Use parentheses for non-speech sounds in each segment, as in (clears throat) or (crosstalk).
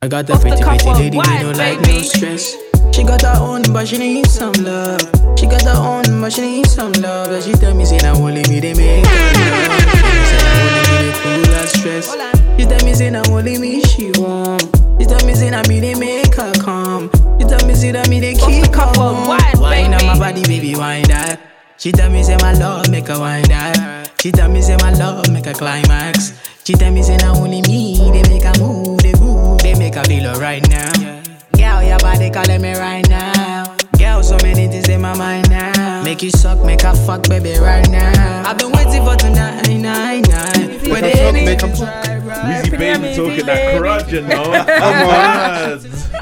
I got that pretty, pretty lady, they don't like no stress. She got her own, but she need some love. She got her own, but she need some love. And she tell me, say, now only me, they make her love. Say, now only me, they cool her stress. She tell me, say, now only me, she want. She tell me, say, now me, they make her calm. She tell me, say, that me, they keep her warm. Wine on my body, baby, wine that. She tell me, say, my love, make her wine that. She tell me, say, my love, make her climax. She tell me, say, now only me, they make her move make a deal right now. Girl, your body calling me right now. Girl, so many things in my mind now. Make you suck, make a fuck, baby, right now. I've been waiting for tonight, night, night. Where Make 'em suck, make 'em suck. Weezy baby talking that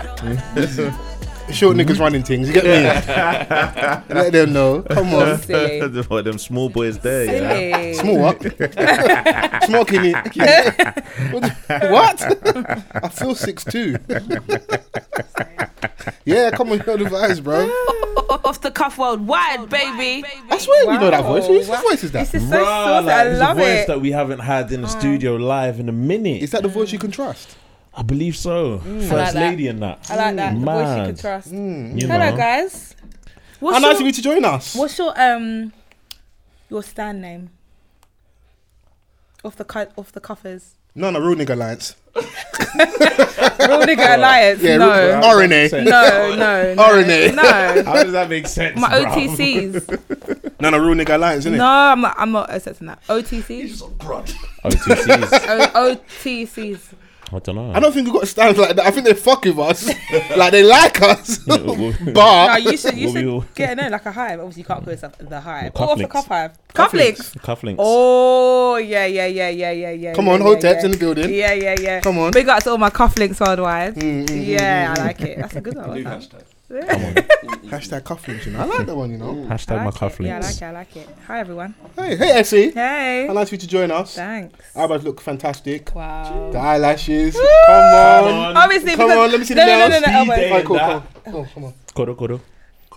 crutch, you know. (laughs) Short niggas running things, you get me? Let them know. Come on. Silly. Mad. What them small boys there, yeah. Silly. Small (laughs) what? Small kidney. what? I feel six two. yeah, come on, you know the vibes, bro. Off the cuff worldwide, baby. I swear we know that Wow. voice. Whose voice is that? This is so Bruh, saucy. I like, it's love a voice it. that we haven't had in the studio live in a minute. Is that the voice you can trust? I believe so. First that. lady and that. I like that. The voice you Mad. can trust. Mm. You Hello, know. Oh, guys. How What's nice your, of you to join us. What's your um, your stand name? Off the cu- off the cuffers. No, no, real nigga alliance. Real nigga alliance. Yeah, no. real, RNA. Sense. no, no, (laughs) no, RNA. no. How does that make sense? My bruv? (laughs) OTCs. No, no, real nigga alliance, innit? No, I'm not. I'm not accepting that. OTCs. OTCs. O- OTCs. (laughs) I don't know. I don't think we got to stand like that. I think they fuck (laughs) with us. like they like us. No, but you should. You Uh, What we all- should get no like a hive. Obviously, you can't call yourself the hive. Well, Or off the cufflinks. cuff hive. Cufflinks. (laughs) Cufflinks. Oh yeah, yeah, yeah, yeah, yeah, yeah. Come yeah, on, yeah, hold depth yeah. in the building. Yeah, yeah, yeah. Come on. Mm, Big up to all my cufflinks worldwide. yeah, I like it. That's a good one. I like that. hashtag cufflinks, you know. I like that one, you know. Hashtag I my like it. cufflinks. Yeah, I like it. I like it. Hi everyone. Hey, hey, Essie. Hey. How nice of you to join us. Thanks. Eyebrows look fantastic. Wow. The eyelashes. Come on. Come on. Obviously, Come because on, let me see no, the no, no, nails. no, no, Speed wait. Alright, cool, Nah. cool. Oh, come on. Kodo, kodo. (laughs)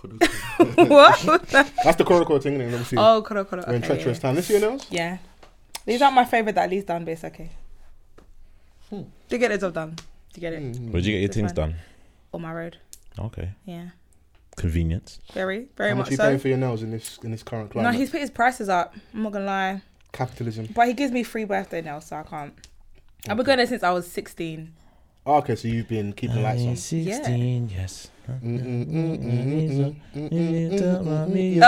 What? That's the Koroko thing, innit? Let me see. oh, koro koro. We're in Okay, treacherous yeah. time. Let's see your nails. Yeah. These aren't my favorite that Lee's done, but it's okay. To get the job done. To get it Hmm. Where'd you get your It's things fine. done? on my road. Okay. Yeah. Convenience. Very, very How much much are you paying so. for your nails in this in this current No, climate? he's put his prices up. I'm not gonna lie. Capitalism. But he gives me free birthday now, so I can't. I've been going there since I was 16. Oh, okay, so you've been keeping the lights on. Mm, yes. Oh, and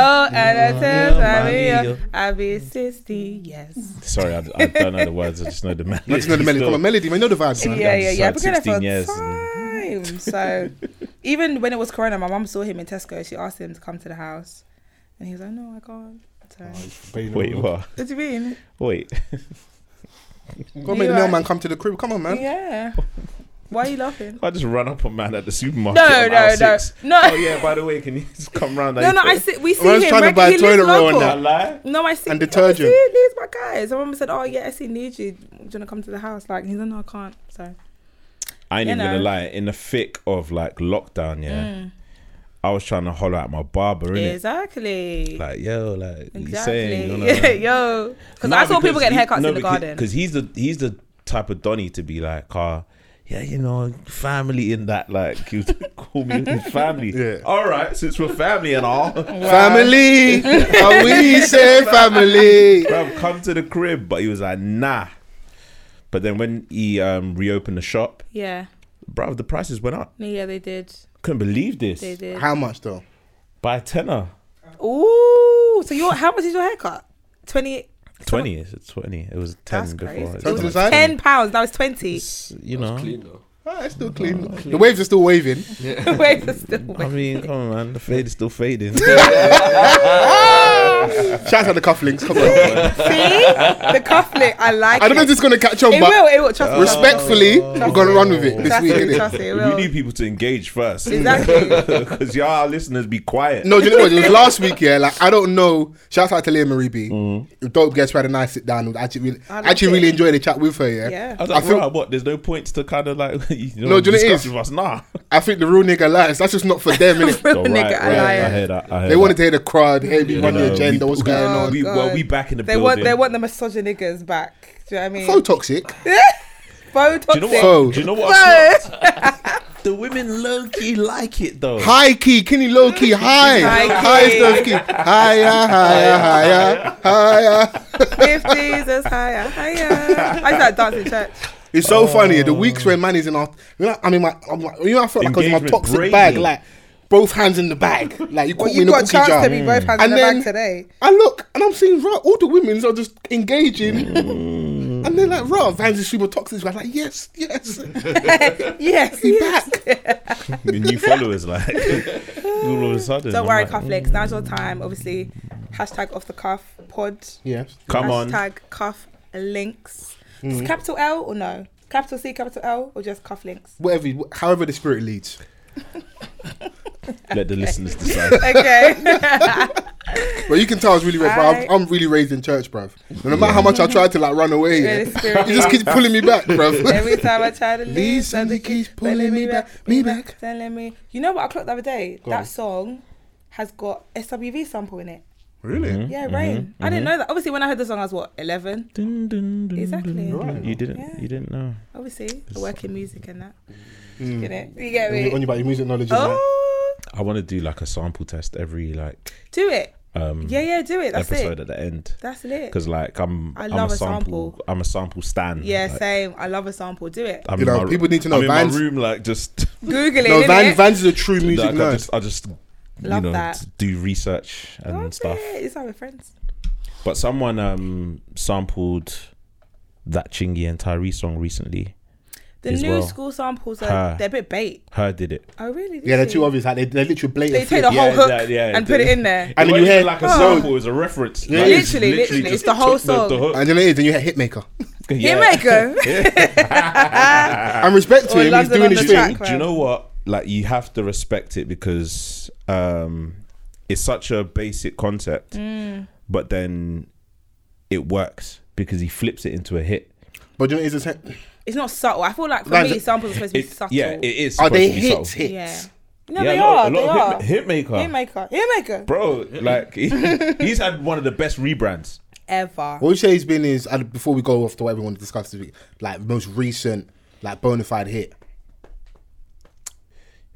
I tell yeah, Maria, Maria. I'll be 60, yes. Sorry, I, I don't know the words. I just know the melody. I (laughs) just know the melody. Come on, melody. We know the vibes, man. Yeah, yeah, yeah. I've I've been going there for 16 years. time. (laughs) So even when it was Corona, my mum saw him in Tesco. She asked him to come to the house. And he was like, no, I can't. So, Oh, Baby, Wait, what? (laughs) what do you mean? Wait. Go make the You nail right? man come to the crib. Come on, man. Yeah. Why are you (laughs) laughing? I just run up a man at the supermarket. No, on no, aisle no. six. No. Oh, yeah, by the way, can you just come round? No, no, I see, we see I was him. trying to right? buy he toilet lives roll and local. that. I lie? No, I see. And detergent. I see these my guys. My mum said, "Oh yeah, I see need you. Do you want to come to the house?" Like he's like, "No, I can't." So I ain't You even gonna know. Mm. lie. In the thick of like lockdown, yeah, I was trying to holler at my barber, innit? exactly, Like, yo, like, you saying, (laughs) exactly, you know, Yeah, like- yo. Because No, I saw people getting he- haircuts no, in the because, garden. Because he's the he's the type of Donny to be like, uh, yeah, you know, family in that. Like, he would (laughs) (laughs) call me his family. Yeah. All right, since we're family and (laughs) all, Family. How we say family. bruv, come to the crib. But he was like, nah. But then when he um, reopened the shop, Yeah, bruv, the prices went up. No, yeah, they did, Couldn't believe this. they did. How much though? By a tenner. Ooh, so your how much is your haircut? Twenty. 20 is it 20 it was 10 That's before crazy. It's Turn to not- the side. (laughs) Ten pounds. Now it's twenty. (laughs) it's, you know Clean though. Ah, it's still clean. Oh, The waves are still waving. Waves are still I waving. mean, come on, (laughs) man. The fade is still fading. Shout out the cufflinks. Come on. See the cufflink. I like. I don't know if it. it's gonna catch on, It but will. It will. Trust me. respectfully, we're gonna run with it this Trust week. me. innit? Trust me. It we (laughs) need will. people to engage first. Exactly. (laughs) Because y'all, our listeners, be quiet. No, do you know what? It was last week, yeah. Like I don't know. Shout out to Leah Marie B. Mm. Dope guest. We had a nice sit down. I actually, really, I liked actually really it. enjoyed the chat with her. Yeah. Yeah. I was like, I feel- "Rah, what? There's no points to kind of like, (laughs) you No, know, do you know what it discuss is? with us. Nah. I think the real nigga lies. That's just not for them, (laughs) innit? Real Yo, (laughs) right, nigga right, I alliance. hear that. I hear They wanted to that. hear the crowd. Hey, we run Yeah, the we- agenda. What's we- going Oh, on? We, well, God. we back in the They building. want. They want the misogynists back. Do you know what I mean? So toxic. Faux do you know what? So- Do you know what? toxic. The women low key like it though. High key, Kenny low key, high, High key. high stuff key, higher, higher, higher, higher. If Jesus higher, higher. I started dancing church. It's so funny. The weeks when man is in our, you know, I mean, my, I'm like, you know, I felt like I was in my Engagement toxic Brady. bag, like both hands in the bag, like you caught me You've in a got a cookie chance jar. to be both hands in And the then bag today. I look and I'm seeing right, all the women's are just engaging, (laughs) and they're like, "Raw, Vans is super toxic." I'm like, "Yes, yes, Yes, be yes. back." The new followers like (laughs) all of a sudden. Don't I'm worry, like, cufflinks. Now's your time. Obviously, hashtag off the cuff pod. Yes. Come on. hashtag cuff links. Hmm. Is capital L or no? Capital C, capital L, or just cuff links? Whatever, you- however the spirit leads. Let (laughs) the listeners decide. Okay. (laughs) But you can tell I was really raised. bro. I'm, I- I'm really raised in church, bruv. No matter how much I tried to like run away, Yeah, yeah, the spirit you just keep pulling me back, (laughs) bruv. Every time I try to leave, Leave, something something keeps keeps pulling me back, me back, back. telling me. You know what I clocked the other day? Go that on. song has got SWV sample in it. really? Yeah, rain. I didn't know that. Obviously, when I heard the song, I was what eleven. Dun, dun, dun, Exactly. dun, dun. Right. You didn't. Yeah. You didn't know. Obviously, I work in music and that. You know, you get On your- me. on your- about your music knowledge. and that. Oh, I want to do like a sample test every like do it. um Yeah, yeah, do it. That's episode it. at the end That's lit. because like I'm I I am love a a sample, sample. I'm a sample stand. Yeah, like, same. I love a sample. Do (laughs) it. I'm You in know, my- people need to know I'm in my Vans- room like just Google it. No, innit? Van, Vans is a true (laughs) music like, I nerd. just I just you Love know that. do research and Love stuff. It. It's how we're friends. But someone um sampled that Chingy and Tyree song recently. The As new well. school samples are Her. they're a bit bait. Her did it. Oh really? Yeah, they're too of obvious. Like they, they're literally blatant. They take flip. the whole Yeah, hook yeah, yeah, and they- put it in there. And It then you wasn't hear even like a oh. sample, it's a reference. Like, it's Literally, literally, just it's the whole took the- the song. hook. And then it is, and you hit (laughs) hitmaker. Yeah. Hitmaker. Ah. And respect to Or him, he's London doing on his the thing. track. Do you know what? Like you have to respect it because um it's such a basic concept, Mm. but then it works because he flips it into a hit. But do you know what it is? It's- It's not subtle. I feel like for Guys, me, samples are supposed to be It, subtle. yeah, it is. Are supposed uh, they to be hits? subtle. Hits. Yeah. No, Yeah, they a lot- are. a They lot are. of hit- hitmaker. Hitmaker. Hitmaker. Bro, (laughs) like he, he's had one of the best rebrands. Ever. What we say he's been is and before we go off to what everyone discussed this week, like most recent, like bona fide hit.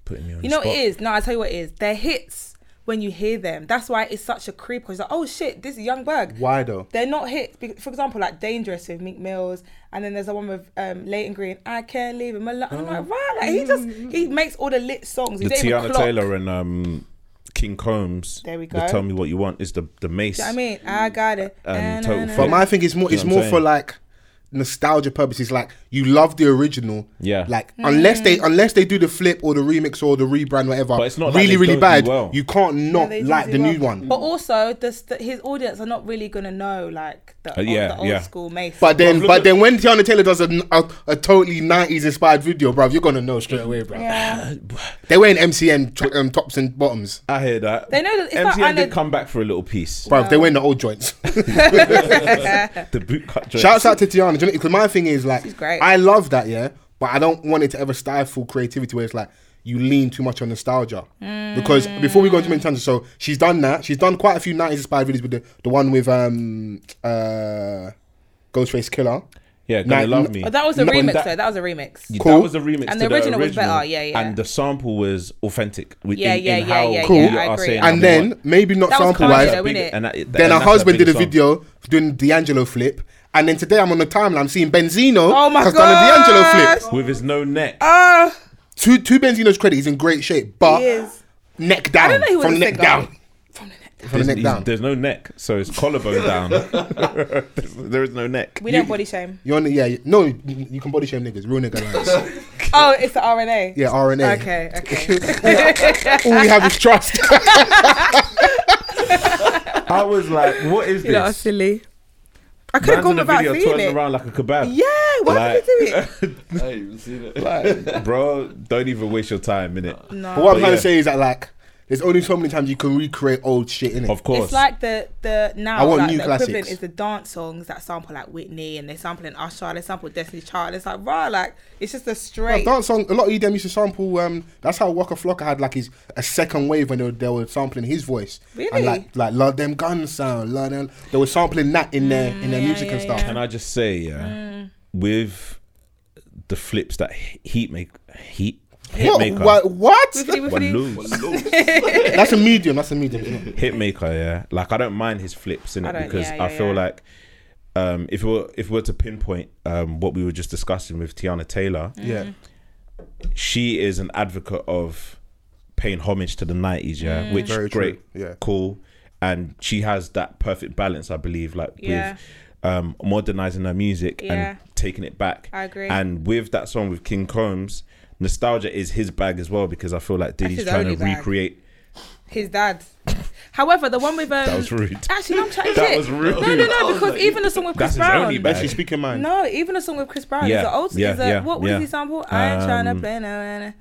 Putting me on You the know what spot. it is? No, I tell you what it is. They're hits when you hear them. That's why it's such a creep. Because like, oh shit, this is Young Berg. Why though? They're not hits. Be- For example, like Dangerous with Meek Mills, and then there's the one with um, Leighton Green. I can't leave him alone. I'm like, right, like, he just he makes all the lit songs. He The don't even Tiana clock. Taylor and um, King Combs. There we the go. Tell me what you want is the the mace. Do you know what I mean, I got it. And Na- Um, Total na- na- Flip. But my thing is more You know it's what I'm more for saying? like nostalgia purposes. Like you love the original. Yeah. Like unless they Mm. unless they do the flip or the remix or the rebrand, whatever. But it's not like really, they really don't bad. do well. You can't not they do like do the new well. one. But also, the, st- his audience are not really gonna know like the, Uh, old, yeah, the old yeah. school Mace. But then, Bruv, look but at- then, when Tiana Taylor does a, a, a totally '90s inspired video, bruv, you're gonna know straight away, bruv. yeah, They wearing MCN tr- um, tops and bottoms, I hear that. They know that it's MCN like Anna- did come back for a little piece. bruv. They wearing the old joints. (laughs) The bootcut joint. Shouts out to Tiana because my thing is like, She's great. I love that, yeah, but I don't want it to ever stifle creativity where it's like you lean too much on nostalgia. Because Mm. before we go into Nintendo, so she's done that. She's done quite a few '90s inspired videos with the, the one with um uh Ghostface Killer. Yeah, gonna Night- love me. but Oh, that was a No, remix that- though. That was a remix. Cool. That was a remix. And to the original was better, yeah, yeah. And the sample was authentic. with- Yeah, in- yeah, in yeah, how yeah, Cool. you yeah, I are agree. saying Yeah. and number one. then maybe not That was sample Kanye, wise. though, innit? and that- and Then her that's husband did big a song. video doing D'Angelo flip. And then today I'm on the timeline seeing Benzino Oh my has done a D'Angelo flip. gosh. with his no neck. Ah, To, to Benzino's credit, he's in great shape, but he is. neck I down. didn't know he was from a neck singer. down. From the neck from the There's- neck down. There's no neck, so it's collarbone (laughs) down. There's- there is no neck. We You- don't body (laughs) shame. You're on, yeah, you- no, you- you can body shame niggas, real nigga lines. Oh, it's the RNA. Yeah, RNA. Okay, (laughs) okay. All we have is trust. I was like, what is you lot are this? silly. I could Man's have in gone the without video seeing twirling it. around like a kebab. Yeah, why did Like- you (laughs) do it? I ain't even seen it. Like, (laughs) bro, don't even waste your time in it. But what I'm But trying yeah. to say is that like, there's only so many times you can recreate old shit in it. Of course. It's like the the now I want like, new the equivalent classics. is the dance songs that sample like Whitney and they sample an Usher, they sample Destiny Child. It's like rah, like it's just a straight. dance song. A lot of EDM used to sample. Um, that's how Waka Flocka had like his a second wave when they were, they were sampling his voice. Really? And like like love them gun sound. Love them. They were sampling that in their in their music and stuff. Can I just say, yeah, Mm. with the flips that H- Heat make Heat Hitmaker What? What? what? (laughs) Wiffity, wiffity. Walloons, that's a medium. That's a medium. isn't it? Hitmaker, yeah. Like I don't mind his flips in I it don't- because yeah, I yeah, feel yeah. like um, if we were if we were to pinpoint um, what we were just discussing with Tiana Taylor, Yeah. she is an advocate of paying homage to the 90s yeah Mm. which Very great true, yeah. cool and she has that perfect balance i believe like Yeah. with um modernizing her music Yeah. and taking it back I agree. and with that song with king combs nostalgia is his bag as well because i feel like diddy's his trying to only bag. recreate His dad. However, the one with um, was (laughs) rude. Actually, no, I'm chatting (laughs) That shit. was rude. No, no, That no, because even the song with That's Chris his only Brown. bag. Actually, speaking mine. No, even a song with Chris Brown Yeah, is the old. yeah, is a, yeah, what was yeah. the sample? I'm trying Um, to play now,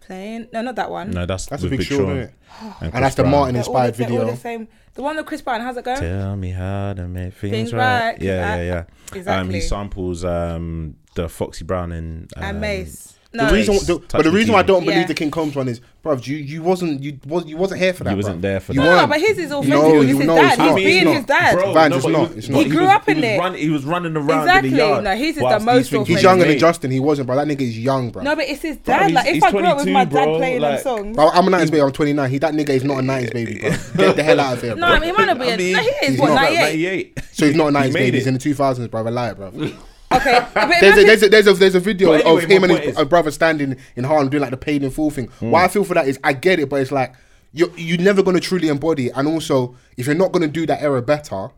playing. No, not that one. no that's That's with a big show, isn't it? and, And that's the Martin inspired they're all video. the same. The one with Chris Brown. How's it go? tell me how to make things, Things right. right. yeah I- yeah yeah um Exactly. he samples um the foxy brown and um, and Mace. No, The reason, Nice. the, Touch but the the reason why I TV. don't Yeah. believe the King Combs one is, bruv, you you wasn't you was you wasn't here for that. You wasn't bruv. there for you that. no, Weren't. but his is authentic. No, it's you- his no, dad. it's not, He's it's being not. his dad. Bro, Vans, no, it's but not, was- it's but not. He grew was, up in he was it. run- he was running around Exactly. in the yard. No, his is the whilst these most things He's were authentic. younger than made. Justin. He wasn't, bro. That nigga is young, bro. No, but it's his dad. he's- like if he's I grew up with 22, my dad bro, playing like- them songs. Bro, I'm a 90s baby. I'm 29. He that nigga is not a 90s baby, bro. (laughs) Get the hell out of here, bro. No, I mean, he might not be. I a, mean, no, he is he's what not that 98. so he's not a 90s made baby. He's it. in the 2000s, bro. I lie, bro. (laughs) Okay, (laughs) but There's a, imagine- there's, a, there's, a, there's a video But anyway, of him my and point his is- Mm. b- brother standing in Harlem doing like the paid in full thing. Why I feel for that is I get it, but it's like you're, you're never going to truly embody it. And also, if you're not going to do that era better,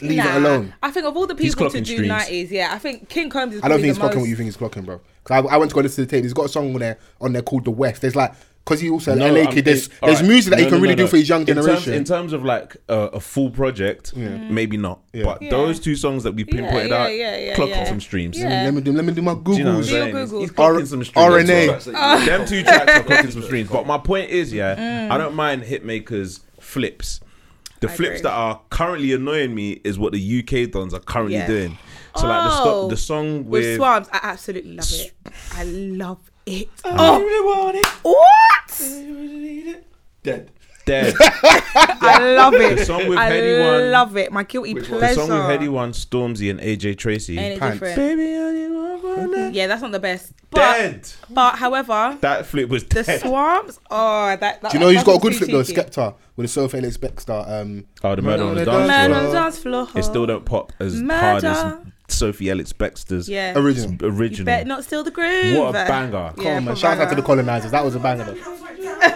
leave Nah, it alone. I think of all the He's people to clocking do streams. 90s, yeah, I think King Combs is I don't probably think he's the clocking most. what you think he's clocking, bro. Because I, I went to go listen to the tape. He's got a song on there on there called The West. There's like, because he also an No, LA I'm- kid. There's, it- there's alright. music that No, he can no, really no, do no. for his young In terms- generation. In terms, of like a, a full project, maybe not. But Yeah. those two songs that we pinpointed yeah, out, yeah, yeah, clocking yeah. some streams. Yeah. Mm, let me do let me do my Do you know what I'm Google. Googles. saying? He's- He's Google. clocking some streams. R- RNA. That's what I'm saying. Them two tracks (laughs) are clocking some streams. But my point is, yeah, I don't mind Hitmaker's flips. The Mm. I flips agree. that are currently annoying me is what the UK dons are currently Yeah. doing. So like the, Oh. sto- the song With, with Swabs, I absolutely love it. I love it. Oh, What? Dead. (laughs) Dead. I love The it. song with I Heady One. love it. My guilty one? The pleasure. song with Heady One, Stormzy, and AJ Tracy. Ain't it Pants. different? Baby, all you want for now- Yeah, that's not the best. But, Dead. but however, That flip was the dead. swamps. Oh, that. that Do you know who's that got a was good too flip though? cheeky. Skepta with the Sofa Alex Bexstar. Um, Oh, the murder on the Murder on Man the dance floor. on Well, the dance floor. It still don't pop as hard as Murder. Sophie Alex Baxter's Yeah. original. You original. better not steal the groove. What a banger. Come on, man. Shout out to the colonizers. That was a banger. Though.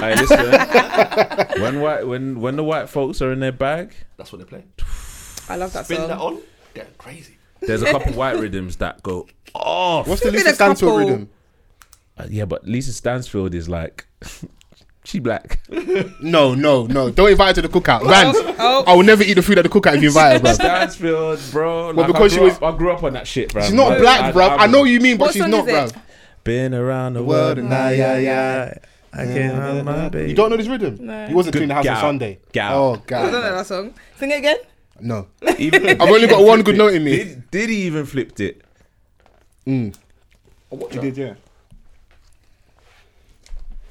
Hey, listen. when white when when the white folks are in their bag, That's what they play. I love that Spin song. that on. They're crazy. there's a (laughs) couple white rhythms that go off. What's the Give me Lisa the couple. Stansfield rhythm? Uh, yeah, but Lisa Stansfield is like (laughs) she black. No, no, no. Don't invite her to the cookout. Vans, oh. I will never eat the food at the cookout if you invite her, bro. (laughs) Stansfield, bro. Like, because I she grew was- up, I grew up on that shit, bro. She's not black, bro. I know you mean, but What she's song not, is bro. it? Been around the World world and and I, I, I, I, I, I can't hide my You baby. don't know this rhythm? No. He wasn't doing the house Get on out. Sunday. Get out. Oh I don't know god. that song. Sing it again. No. (laughs) Even- I've only got one good note in me. Did, did he even flipped it? What you did, yeah.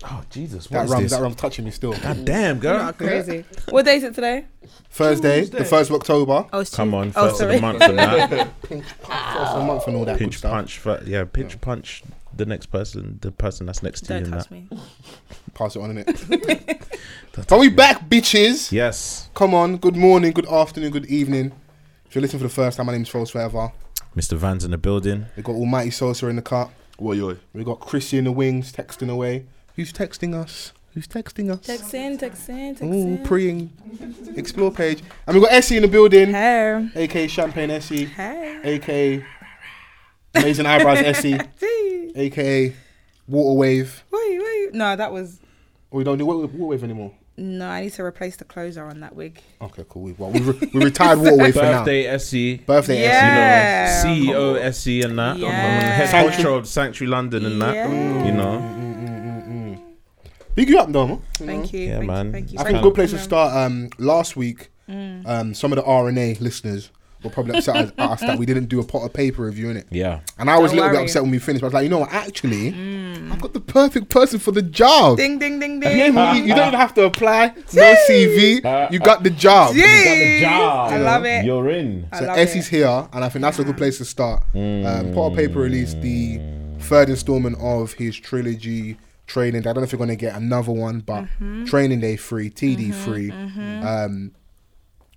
Oh Jesus! That What's rum, this? that rum's touching me still. God damn, girl. Crazy. what day is it today? Thursday, the first of October. Oh, it's Come Tuesday. on, Oh, first of sorry. the month and (laughs) that. Ah. First of the month and all that. good Pinch stuff. punch, fir- yeah, pinch punch the next person, the person that's next to you. Don't and touch that. me. Pass it on, (laughs) innit? (laughs) Are we back, bitches? Yes, Come on. Good morning, good afternoon, good evening. If you're listening for the first time, my name's False Forever. Mr. Van's in the building. We've got Almighty Sosa in the cut. What yo? We've got Chrissy in the wings texting away. Who's texting us? Who's texting us? Text in, text in, text Ooh, in. preying. Explore page. And we've got Essie in the building, Hey. aka Champagne Essie, Hey. aka Amazing Eyebrows Essie, Gee. aka Water Wave. Wait, wait. No, that was. Oh, We don't do Water Water Wave anymore. No, I need to replace the closer on that wig. Okay, cool. We, well, we, re- (laughs) we retired Water Wave for now. Birthday E. SE. Birthday Yeah. Essie. Yeah. You know, CEO SE E and that. Yeah. Head culture of Sanctuary London and that. Yeah. You know. Big you up, though. man. Thank you. Yeah, thank man. You, thank you. Mm-hmm. I thank think you. a good place to start. Um, last week, Mm. um, some of the RNA listeners were probably upset at at us that we didn't do a pot of paper review in it. Yeah. And I was a Don't little bit worry. Mm. upset when we finished. But I was like, you know what? Actually, I've got the perfect person for the job. Ding, ding, ding, You, ding. ain't- you- you don't even have to apply. No CV. You got the job. Yay. the job. I love it. You're in. I So love Essie's it. here, and I think that's a good place to start. Um, Pot of Paper released the third installment of his trilogy training. Day. I don't know if you're going to get another one, but Mm-hmm. Training Day free, TD free. Um,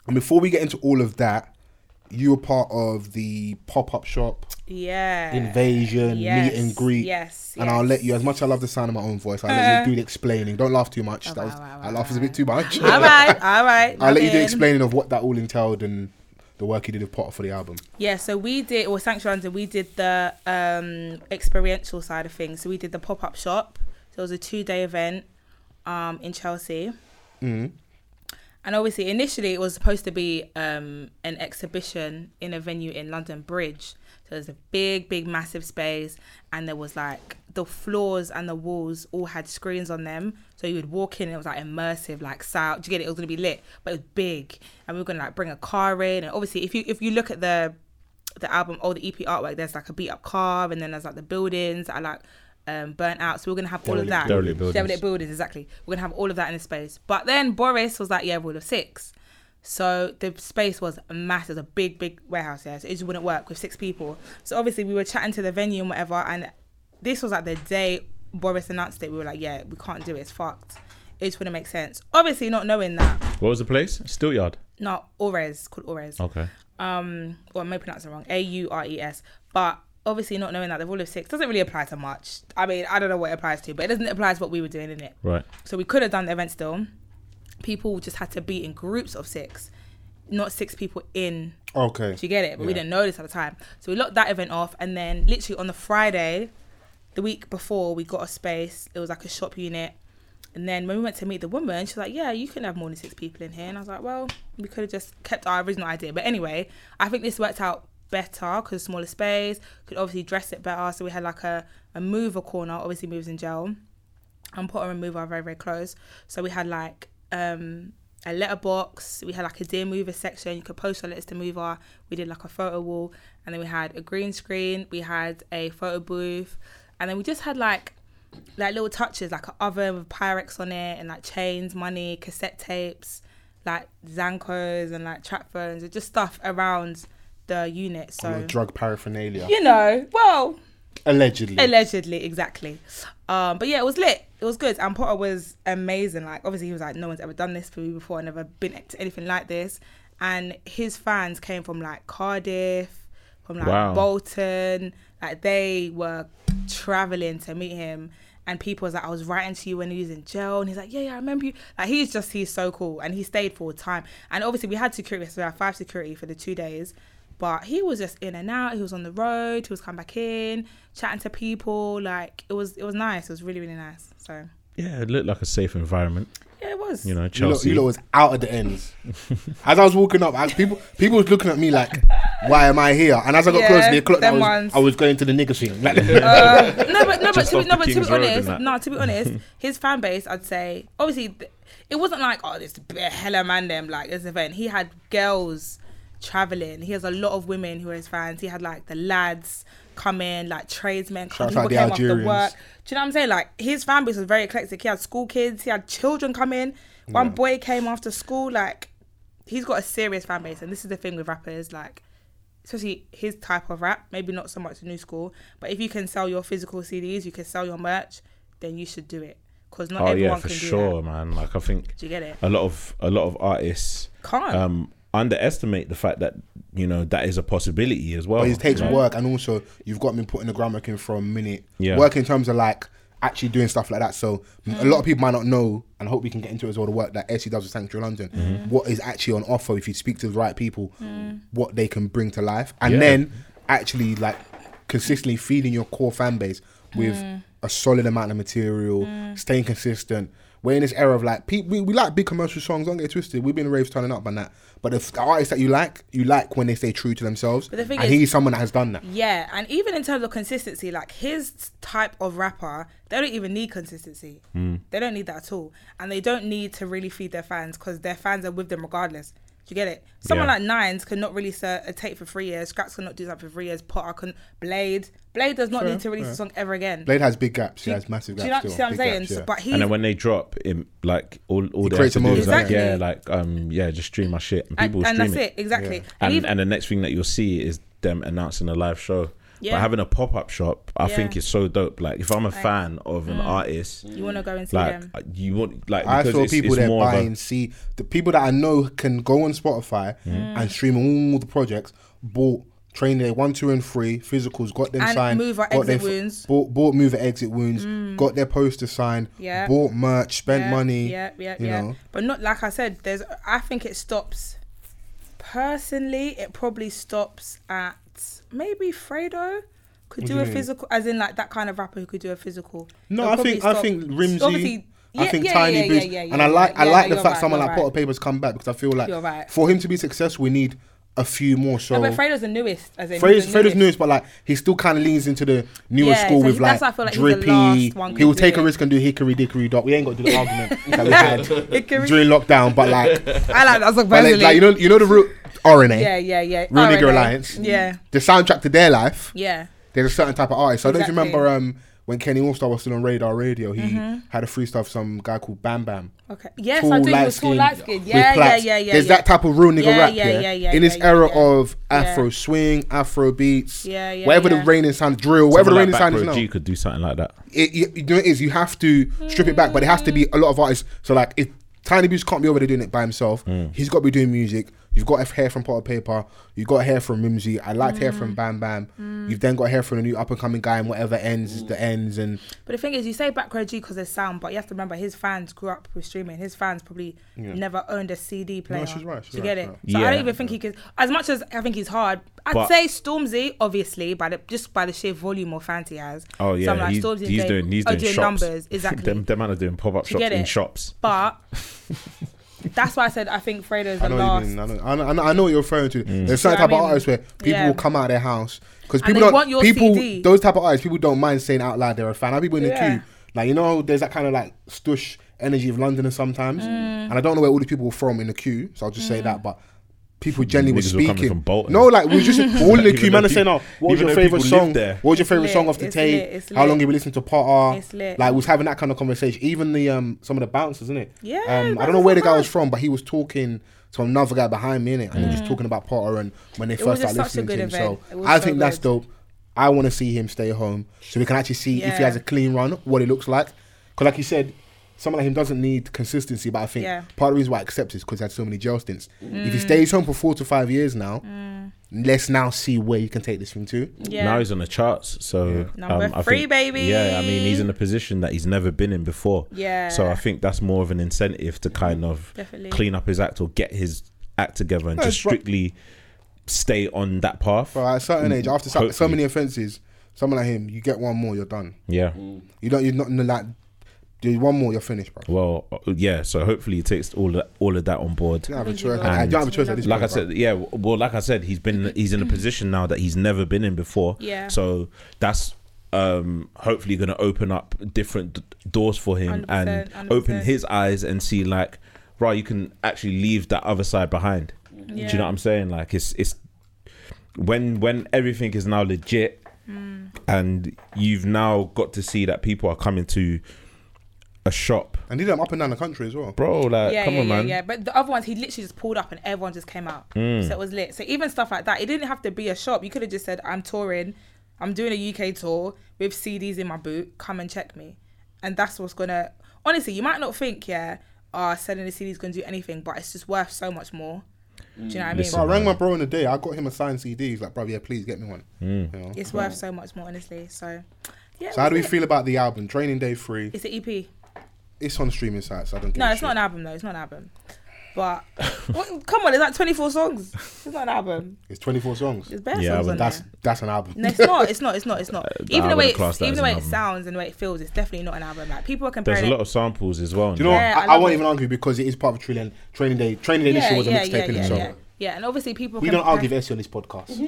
and before we get into all of that, you were part of the pop up shop Yeah. invasion, Uh, Yes, meet and greet. yes, And I'll yes. let Uh-huh. you, as much as I love the sound of my own voice, I'll let you do the explaining. Don't laugh too Oh, much. that was, that laugh is a bit too much. All right. All right. I'll let you do nothing. explaining of what that all entailed and the work you did with Potter for the album. Yeah, so we did, or Sanctuary London, we did the um, experiential side of things. So we did the pop up shop. So it was a two day event um, in Chelsea. And obviously, initially, it was supposed to be um, an exhibition in a venue in London Bridge. So it was a big, big, massive space. And there was like the floors and the walls all had screens on them. So you would walk in and it was like immersive, like sound. Do you get it? It was going to be lit, but it was big. And we were going to like bring a car in. And obviously, if you if you look at the the album or the EP artwork, there's like a beat up car, and then there's like the buildings that are like um, burnt out. So we're gonna have all of that. derelict buildings. Derelict buildings, exactly. We're gonna have all of that in the space. But then Boris was like, yeah, rule of six. So the space was massive, it was a big, big warehouse. Yeah, so it just wouldn't work with six people. So obviously we were chatting to the venue and whatever, and this was like the day Boris announced it. We were like, yeah, we can't do it. It's fucked. It just wouldn't make sense. Obviously, not knowing that. What was the place? Steelyard. No, Ores called Ores Okay. um well I may pronounce it wrong A U R E S but obviously not knowing that the rule of six doesn't really apply to much I mean I don't know what it applies to but it doesn't apply to what we were doing in it Right. so we could have done the event still people just had to be in groups of six not six people in Okay. do you get it? But we Yeah. didn't know this at the time. So we locked that event off, and then literally on the Friday, the week before, we got a space. It was like a shop unit. And then when we went to meet the woman, she was like, "Yeah, you can have more than six people in here." And I was like, "Well, we could have just kept our original idea." But anyway, I think this worked out better because smaller space could obviously dress it better. So we had like a a mover corner. Obviously, moves in gel and Potter and Mover are very, very close. So we had like um a letterbox, we had like a dear mover section, you could post your letters to mover, we did like a photo wall, and then we had a green screen, we had a photo booth, and then we just had like like little touches, like an oven with Pyrex on it and like chains, money, cassette tapes, like Zancos and like trap phones, just stuff around the unit. A lot of So Drug paraphernalia. you know, well, Allegedly. Allegedly, exactly. Um, but yeah, it was lit. It was good. And Potter was amazing. Like, obviously, he was like, no one's ever done this for me before. I've never been to anything like this. And his fans came from like Cardiff, from like Wow. Bolton. Like, they were traveling to meet him. And people was like, I was writing to you when he was in jail. And he's like, yeah, yeah, I remember you. Like, he's just, he's so cool. And he stayed for a time. And obviously, we had security. So we had five security for the two days. But he was just in and out. He was on the road. He was coming back in, chatting to people. Like it was, it was nice. It was really, really nice. So Yeah, it looked like a safe environment. yeah, it was. You know, You lot, Chelsea. you lot was out at the ends. as I was walking up, as people people was looking at me like, "Why am I here?" And as I got Yeah, closer, they clocked that I them was, ones. I was going to the nigger scene. Like, Uh, no, but no, but (laughs) Just to off be, no, the but to King's be Road and honest, that. no, to be honest, his fan base, I'd say, obviously, th- it wasn't like oh, this b- hella man them like this event. He had girls traveling. He has a lot of women who are his fans. He had like the lads coming, like tradesmen coming, Shout people out the came after Algerians. work. Do you know what I'm saying? Like his fan base was very eclectic. He had school kids. He had children come in. One boy came after school. Like he's got a serious fan base, and this is the thing with rappers, like especially his type of rap. Maybe not so much new school, but if you can sell your physical CDs, you can sell your merch, then you should do it because not Oh everyone yeah, for can do that. sure, man. Like I think Do you get it? a lot of a lot of artists Can't. um underestimate the fact that you know that is a possibility as well. but it takes Like, work, and also you've got me putting the groundwork in from a minute. Yeah. Work in terms of like actually doing stuff like that. So a lot of people might not know, and I hope we can get into it as well. The work that SC does with Sanctuary London, Mm-hmm. what is actually on offer if you speak to the right people, what they can bring to life, and Yeah. then actually like consistently feeding your core fan base with a solid amount of material, staying consistent. We're in this era of like people. We, we like big commercial songs. Don't get it twisted. We've been raves turning up on that. But if the artists that you like, you like when they stay true to themselves. But the thing and is- he's someone that has done that. Yeah, and even in terms of consistency, like his type of rapper, they don't even need consistency. Hmm. They don't need that at all, and they don't need to really feed their fans because their fans are with them regardless. Do you get it? Someone Yeah. like Nines could not release a, a tape for three years. Scraps could not do that for three years. Potter couldn't. Blade, Blade does not need to release a song ever again. Blade has big gaps. He Do you- has massive do gaps. you know still, see what I'm big saying? gaps, So- yeah. but he, and then when they drop, it like all all they have creates to a do is moment. like yeah, like um yeah, just stream my shit, and people and, will and stream that's it. it exactly. And and even- and the next thing that you'll see is them announcing a live show. Yeah. But having a pop up shop, I Yeah. mm. think is so dope. Like if I'm a fan of an artist, you want to go and see like them. uh, you want like I because saw it's, people it's there more of a- buying. See the people that I know can go on Spotify and stream all the projects. Bought Train Day one, two, and three physicals. Got them And signed. Mover got their Exit Wounds. Mm. Bought, bought mover exit wounds. Got their poster signed. Yeah. Bought merch. Spent Yeah, money. Yeah, yeah, you yeah. know? But not like I said. There's. I think it stops. Personally, it probably stops at maybe Fredo could do, do a you mean? physical, as in like that kind of rapper who could do a physical. No, They'll I probably think I stop- think Rimsey. Obviously- I yeah, think yeah, Tiny yeah, Boots, yeah, yeah, and I yeah, like I yeah, like the you're fact right, someone you're like Potter right. Paper's come back because I feel like You're right. for him to be successful, we need a few more. So No, but Fredo's the newest. As in Fredo's, he's the Fredo's newest, but like he still kind of leans into the newer Yeah, school so with he- that's like, why I feel like he's the drippy. last one He'll to take do a it. risk and do hickory dickory dock. We ain't got to (laughs) do the argument that we had Hickory- during lockdown, (laughs) but like, I like that song but like, personally. like, you know, you know the root RNA, yeah, yeah, yeah. Real Nigga RNA. Alliance. Yeah, the soundtrack to their life. yeah. There's a certain type of artist. So I Exactly. Mm-hmm. don't remember um when Kenny Allstar was still on Radar Radio. He had a freestyle of some guy called Bam Bam. Okay. Yes, Tall, I do. He light was tall, skin, light skinned. with Yeah, yeah, plaits. yeah, yeah. There's yeah. that type of real nigga Yeah, rap, yeah, yeah. yeah, yeah, In this yeah, era yeah. of Yeah. Afro swing, Afro beats, Yeah, yeah, whatever yeah. the reigning sound, drill, whatever the someone reigning like sound is Backroad now. G could do something like that. It, you, you know what it is. You have to strip it back, but it has to be a lot of artists. So like, if Tiny Boots can't be over there doing it by himself, he's got to be doing music. You've got hair from Potter Paper. You've got hair from Mimsy. I liked hair Hmm. from Bam Bam. You've then got hair from the new up and coming guy, and whatever ends is the ends. And But the thing is, you say Backroad G because there's sound, but you have to remember his fans grew up with streaming. His fans probably never owned a CD player. she's right, she's Do you right, get it? she's So right. I don't Yeah. even think he could. As much as I think he's hard, I'd But- say Stormzy, obviously, by the just by the sheer volume of fans he has. Oh yeah, Some, like, he's, Stormzy and he's Dave doing he's are doing, shops. Oh, (laughs) numbers exactly. them, them man are doing pop up Do you shops get in it? shops. (laughs) But that's why I said I think Fredo's the I know, what last. you mean. I, know, I, know, I know- I know what you're referring to. Mm. There's certain Do you type know what of I artists where people Yeah. will come out of their house because And people they don't want your people CD. those type of artists people don't mind saying out loud they're a fan. I people in the Yeah. queue like you know there's that kind of like stush energy of London sometimes, Mm. and I don't know where all the people were from in the queue, so I'll just say that. But people generally were Niggas were coming speaking. from Bolton. No, like (laughs) we were just all in the Even queue. though Man, are peop- saying, "Oh, what was even your though favorite people live song? there. What was your favorite lit, song off the it's tape? lit, it's How lit. long have you listened to Potter? It's lit. Like we was having that kind of conversation. Even the um some of the bouncers, isn't it? Yeah, Um, I bouncers don't know where are the guy mad. was from, but he was talking to another guy behind me, innit? And he was talking about Potter and when they Mm. was first just started such a listening to him. good event. It So was I so think that's good. dope. I want to see him stay home so we can actually see if he Yeah. has a clean run, what it looks like. Because, like you said, someone like him doesn't need consistency, but I think Yeah. Mm. part of the reason why I accept is because he had so many jail stints. If he stays home for four to five years now, let's now see where you can take this thing to. Yeah. Now he's on the charts, so um, Number I three, think- baby. Yeah, I mean he's in a position that he's never been in before. Yeah. So I think that's more of an incentive to kind of Definitely. clean up his act or get his act together and just it's right. strictly stay on that path. But at a certain age, after so, so Hopefully. many offences, someone like him, you get one more, you're done. Yeah. You don't, you're not like, do one more, you're finished, bro. Well, uh, yeah. So hopefully he takes all of, all of that on board. You don't have a choice. will. I don't have a choice at And this Like I point, bro. said, yeah. w- Well, like I said, he's been he's in a position now that he's never been in before. Mm-hmm. Yeah. So that's um hopefully going to open up different d- doors for him 100%, and open 100%. his eyes and see like, right, you can actually leave that other side behind. Do you Mm-hmm. Yeah. know what I'm saying? Like it's it's when when everything is now legit Mm. and you've now got to see that people are coming to a shop, And these are up and down the country as well. bro. Like, yeah, come yeah, on, yeah, man. Hmm. yeah. But the other ones, he literally just pulled up and everyone just came out. So it was lit. So even stuff like that, it didn't have to be a shop. You could have just said, I'm touring, I'm doing a UK tour with CDs in my boot, come and check me. And that's what's gonna, honestly, you might not think, yeah, uh, selling the CD's gonna do anything, but it's just worth so much more. Do you know what I mean? Listen, Bro, I rang my bro in the day. Hmm. I got him a signed CD. He's like, bro, yeah, please get me one. You know? It's worth so much more, honestly. So, Yeah, So how do we that's it. feel about the album? Training Day Three. It's an EP. It's on streaming sites. I don't. give No, a it's shit. not an album though. It's not an album. (laughs) But what, come on, it's like 24 songs. It's not an album. It's 24 songs. It's bare Yeah, songs but on That's there. that's an album. No, it's not. It's not. It's not. It's not. (laughs) even the would've way, it, classed that even as the an way it album. sounds and the way it feels, it's definitely not an album. Like people are comparing. There's a it- lot of samples as well. Do you know? Yeah, what? I I, I, love won't it. even argue because it is part of Training Day. Training Day. Training Day this year was a yeah, mixtape in yeah, it. yeah, So yeah. Yeah, and obviously people. we don't compare- argue with Essie on this podcast.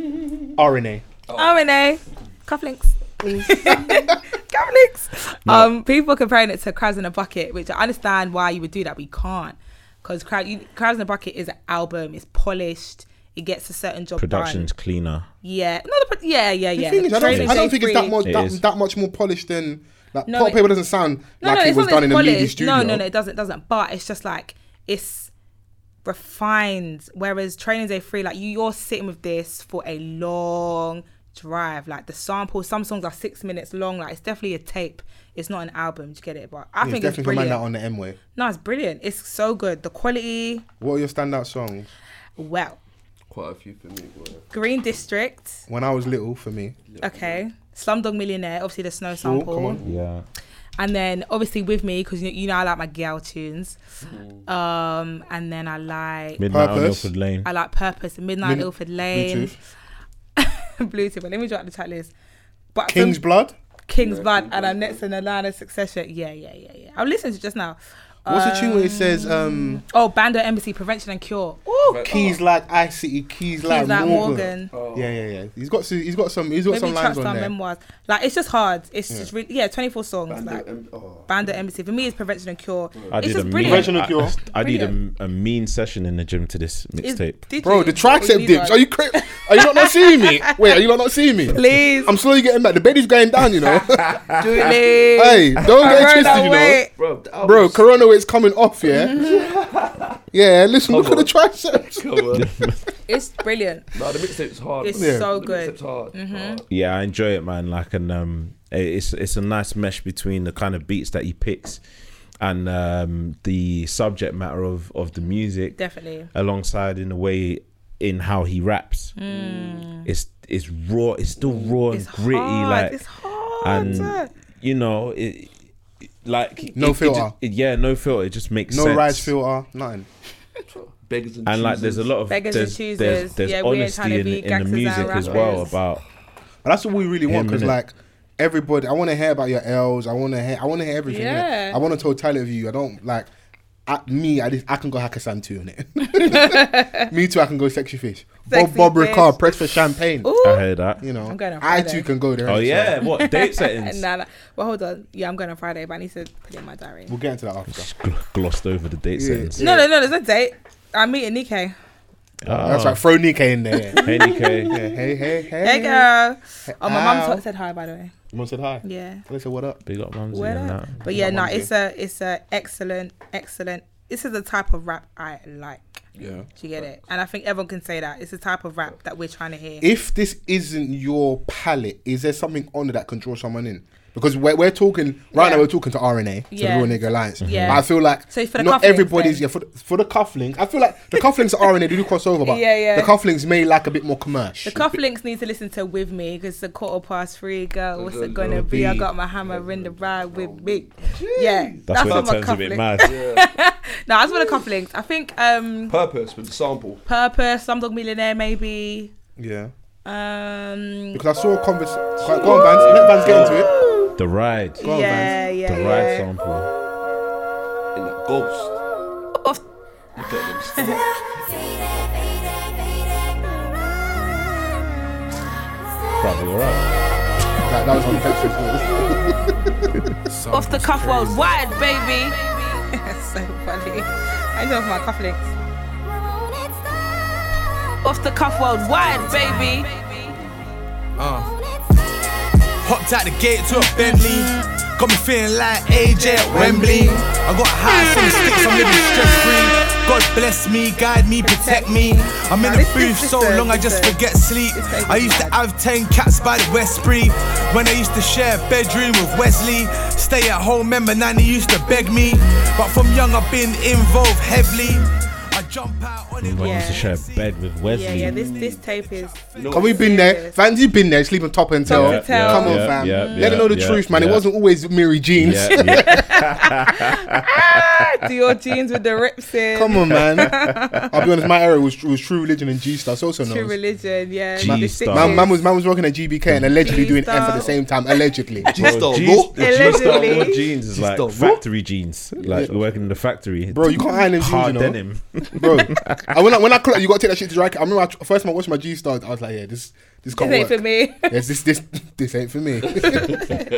(laughs) RNA. Oh, Renee, cufflinks. (laughs) cufflinks. Um, people are comparing it to Crabs in a Bucket, which I understand why you would do that. We can't, because Crab, you, Crabs in a Bucket is an album. It's polished. It gets a certain job Production's done. cleaner. Yeah, no, the, pro- yeah, yeah, The yeah. thing is, I don't, Training think, I don't Day think it's Three- that much It that, is. that much more polished than like No, Pot it- Paper doesn't sound like it it's was not that done in it's a meaty polished. studio. No, no, no, it doesn't, doesn't. But it's just like it's refined. Whereas Training Day Three, like you, you're sitting with this for a long drive. Like the sample, some songs are six minutes long. Like it's definitely a tape. It's not an album. Do you get it? But I It's think it's definitely from Man brilliant. That on the M way. No, it's brilliant. It's so good. The quality, What are your standout songs? well, Quite a few for me, boy. Green District, When I was little, for me, okay. Slumdog Millionaire, obviously the snow oh, sample. come on, Yeah. and then obviously with me because you, you know I like my girl tunes. Mm. Um, and then I like Midnight on Purpose. Milford Lane. I like Purpose, Midnight Mid- Ilford Lane, Bluetooth, (laughs) Bluetooth. But let me drop the track list. But from King's Blood. King's Yeah, Blood, King's and I'm Blood. next in the line of Succession. Yeah, yeah, yeah, yeah. I'm listening to it just now. What's the tune Um, where it says um, Oh, Bando Embassy, Prevention and Cure. Ooh, keys like I City, keys, like like Morgan. Morgan. Oh. Yeah, yeah, yeah. He's got some, he's got some he's got Maybe some track lines star on there. memoirs. Like it's just hard. It's just really yeah, 24 songs. Bando like M- oh. Bando Embassy for me is Prevention and Cure. I it's did a just mean, brilliant. Prevention I, of Cure. I did a, a mean session in the gym to this Is- mixtape. did Bro, you? the Or tricep you dips. guys? Are you cra- Are you not not (laughs) seeing me? Wait, are you not not seeing me? Please. I'm slowly getting back. The baby's going down, (laughs) you know. Do it, Lee. (laughs) hey, don't get it twisted, you know. Bro, the album Bro, is- Corona weight's coming off, yeah. (laughs) yeah, listen, look Come at the triceps. Come on. (laughs) It's brilliant. No, the mixtape's hard. It's bro. Yeah. so The good. Mm-hmm. mixtape's hard. Hard. Yeah, I enjoy it, man. Like, and um, i- it's it's a nice mesh between the kind of beats that he picks and um the subject matter of of the music, Definitely. alongside in the way in how he raps. It's it's raw. It's still raw Mm. and It's gritty, hard. like it's hard. (laughs) and you know it. it- Like No it- it filter. just- it- yeah, no filter. It just makes No sense. rise filter, nothing. Beggars and and like there's a lot of Beggars and there's, there's, choosers. there's Yeah, we ain't tryna honesty in, be in the gangsters music and as well rappers. about And that's what we really want Him, because innit? like everybody, I want to hear about your L's. I want to hear. I want to hear everything. innit? Yeah. I want a totality of you. I don't like. At me, I just I can go Hakasan too in (laughs) it. me too, I can go sexy fish. Sexy Bob, Bob fish. Ricard, press for champagne. Ooh. I heard that. You know, I'm going on I Friday. too can go there. Oh innit? So yeah, (laughs) what date settings? Nah, nah. Well, hold on. Yeah, I'm going on Friday, but I need to put it in my diary. we'll get into that after. Just gl- glossed over the date Yeah. settings. No, no, no. There's a date. I'm meeting Nikkei. Ah. That's right. Throw Nikkei in there. (laughs) yeah. Hey Yeah, Nikkei. hey, hey, hey. Hey, girl. Oh, my Ow. mum t- said hi, by the way. Mum said hi. Yeah. They said what up. Big up mums Word and up. that. But yeah, That no, one it's a it's a excellent, excellent. This is the type of rap I like. Yeah. Do you get it? And I think everyone can say that. It's the type of rap that we're trying to hear. if this isn't your palette, is there something on it that can draw someone in? Because we're, we're talking right Yeah. now, we're talking to RNA, to Yeah. the Real Nigga Alliance. Yeah. But I feel like So for the not cufflinks everybody's then? yeah for the, for the cufflink. I feel like the cufflinks are RNA, they do cross over, but Yeah, yeah. the cufflinks may like a bit more commercial. The cufflinks need to listen to with me because the quarter past three, girl. What's it gonna It'll be? I be- got my hammer in the ride with me. Yeah, that's That's, where what it my turns a bit cufflinks. mad. No, that's what the cufflinks. I think um Purpose with the sample. Purpose, Slumdog Millionaire, maybe. yeah. Um, Because I saw a conversation. Go on, Vans. Let Vans get into it. The ride. on, yeah, Vans. yeah, The ride yeah. sample. In the ghost. Look (laughs) at them. Brother, you're right. That, that was on Texas. Off the cuff worldwide, baby. (laughs) That's so funny. I know my cufflinks. Off the cuff worldwide, baby. Ah. Hopped out the gate to a Bentley. Got me feeling like AJ at Wembley. I got a high from sticks, I'm living stress free. God bless me, guide me, protect me. I'm in the Now, this booth is- so this is- long I just this is- forget sleep. I used to have 10 cats by the Westbury. When I used to share a bedroom with Wesley. Stay at home, remember Nanny used to beg me. But from young I've been involved heavily. I Jump out on it. Yeah. I used to share a bed with Wesley. Yeah, yeah. This this tape is. No, Come, we've been there. Fancy been there, sleeping top and tail. Top and tail. Come on, Yeah, fam. yeah, Let yeah, her know the yeah, truth, man. It yeah. wasn't always Mary jeans. Yeah, yeah. Do your jeans with the rips in. Come on, man. I'll be honest. My era was, was true religion and G Star. Also True known. religion. Yeah. G-Star. the sixties. Man, man was man was working at GBK and allegedly doing F G-Star. at the same time. Allegedly. Bro, G-Star, jeans- what? the G-Star Allegedly. wore jeans is like G-Star, what? factory jeans. Like we're working in the factory. Bro, you can't iron them jeans, you Hard know. denim. bro. (laughs) I, when I when I caught, you got to take that shit to dry. I remember I, first time I watched my G Star, I was like, yeah, this this can't This ain't work. for me. Yes, this this this ain't for me.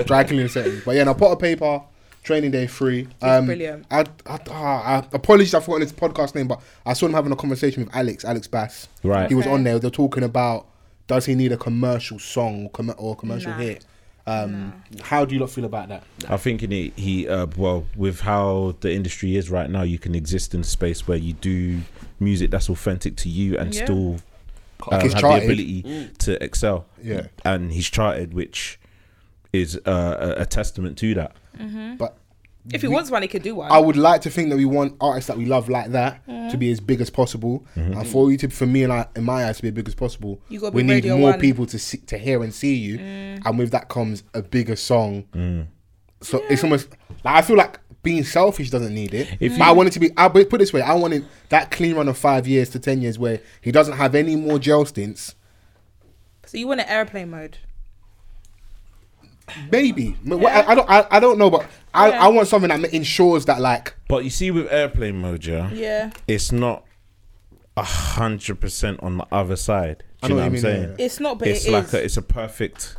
dry cleaning settings, but yeah, now pot of paper. Training day free. Um, brilliant. I, I, ah, I apologize, I forgot his podcast name, but I saw him having a conversation with Alex, Alex Bass. Right. He was on there. They're talking about does he need a commercial song or, com- or a commercial Nah. hit? Um, How do you lot feel about that? I think in it, he uh, well with how the industry is right now, you can exist in space where you do music that's authentic to you and Yeah. Mm. still um, It's have charted. the ability to excel. Yeah. and he's charted, which is uh, a, a testament to that. Mm-hmm. But (laughs) If he wants one, he could do one. I would like to think that we want artists that we love like that to be as big as possible. And for you to, for me and I, in my eyes, to be as big as possible, You gotta we be need Radio more One. Mm. people to see, to hear and see you. And with that comes a bigger song. So it's almost like I feel like being selfish doesn't need it. but I want it to be. I put it this way: I wanted that clean run of five years to ten years where he doesn't have any more jail stints. so you want an airplane mode? Maybe. Well, I, I don't. I, I don't know, but I, Yeah. I want something that ensures that like But you see, with airplane mode, yeah, Yeah. it's not a hundred percent on the other side. I Do know you know what what you I'm mean, saying? yeah. It's not, but it's it like is. a, it's a perfect.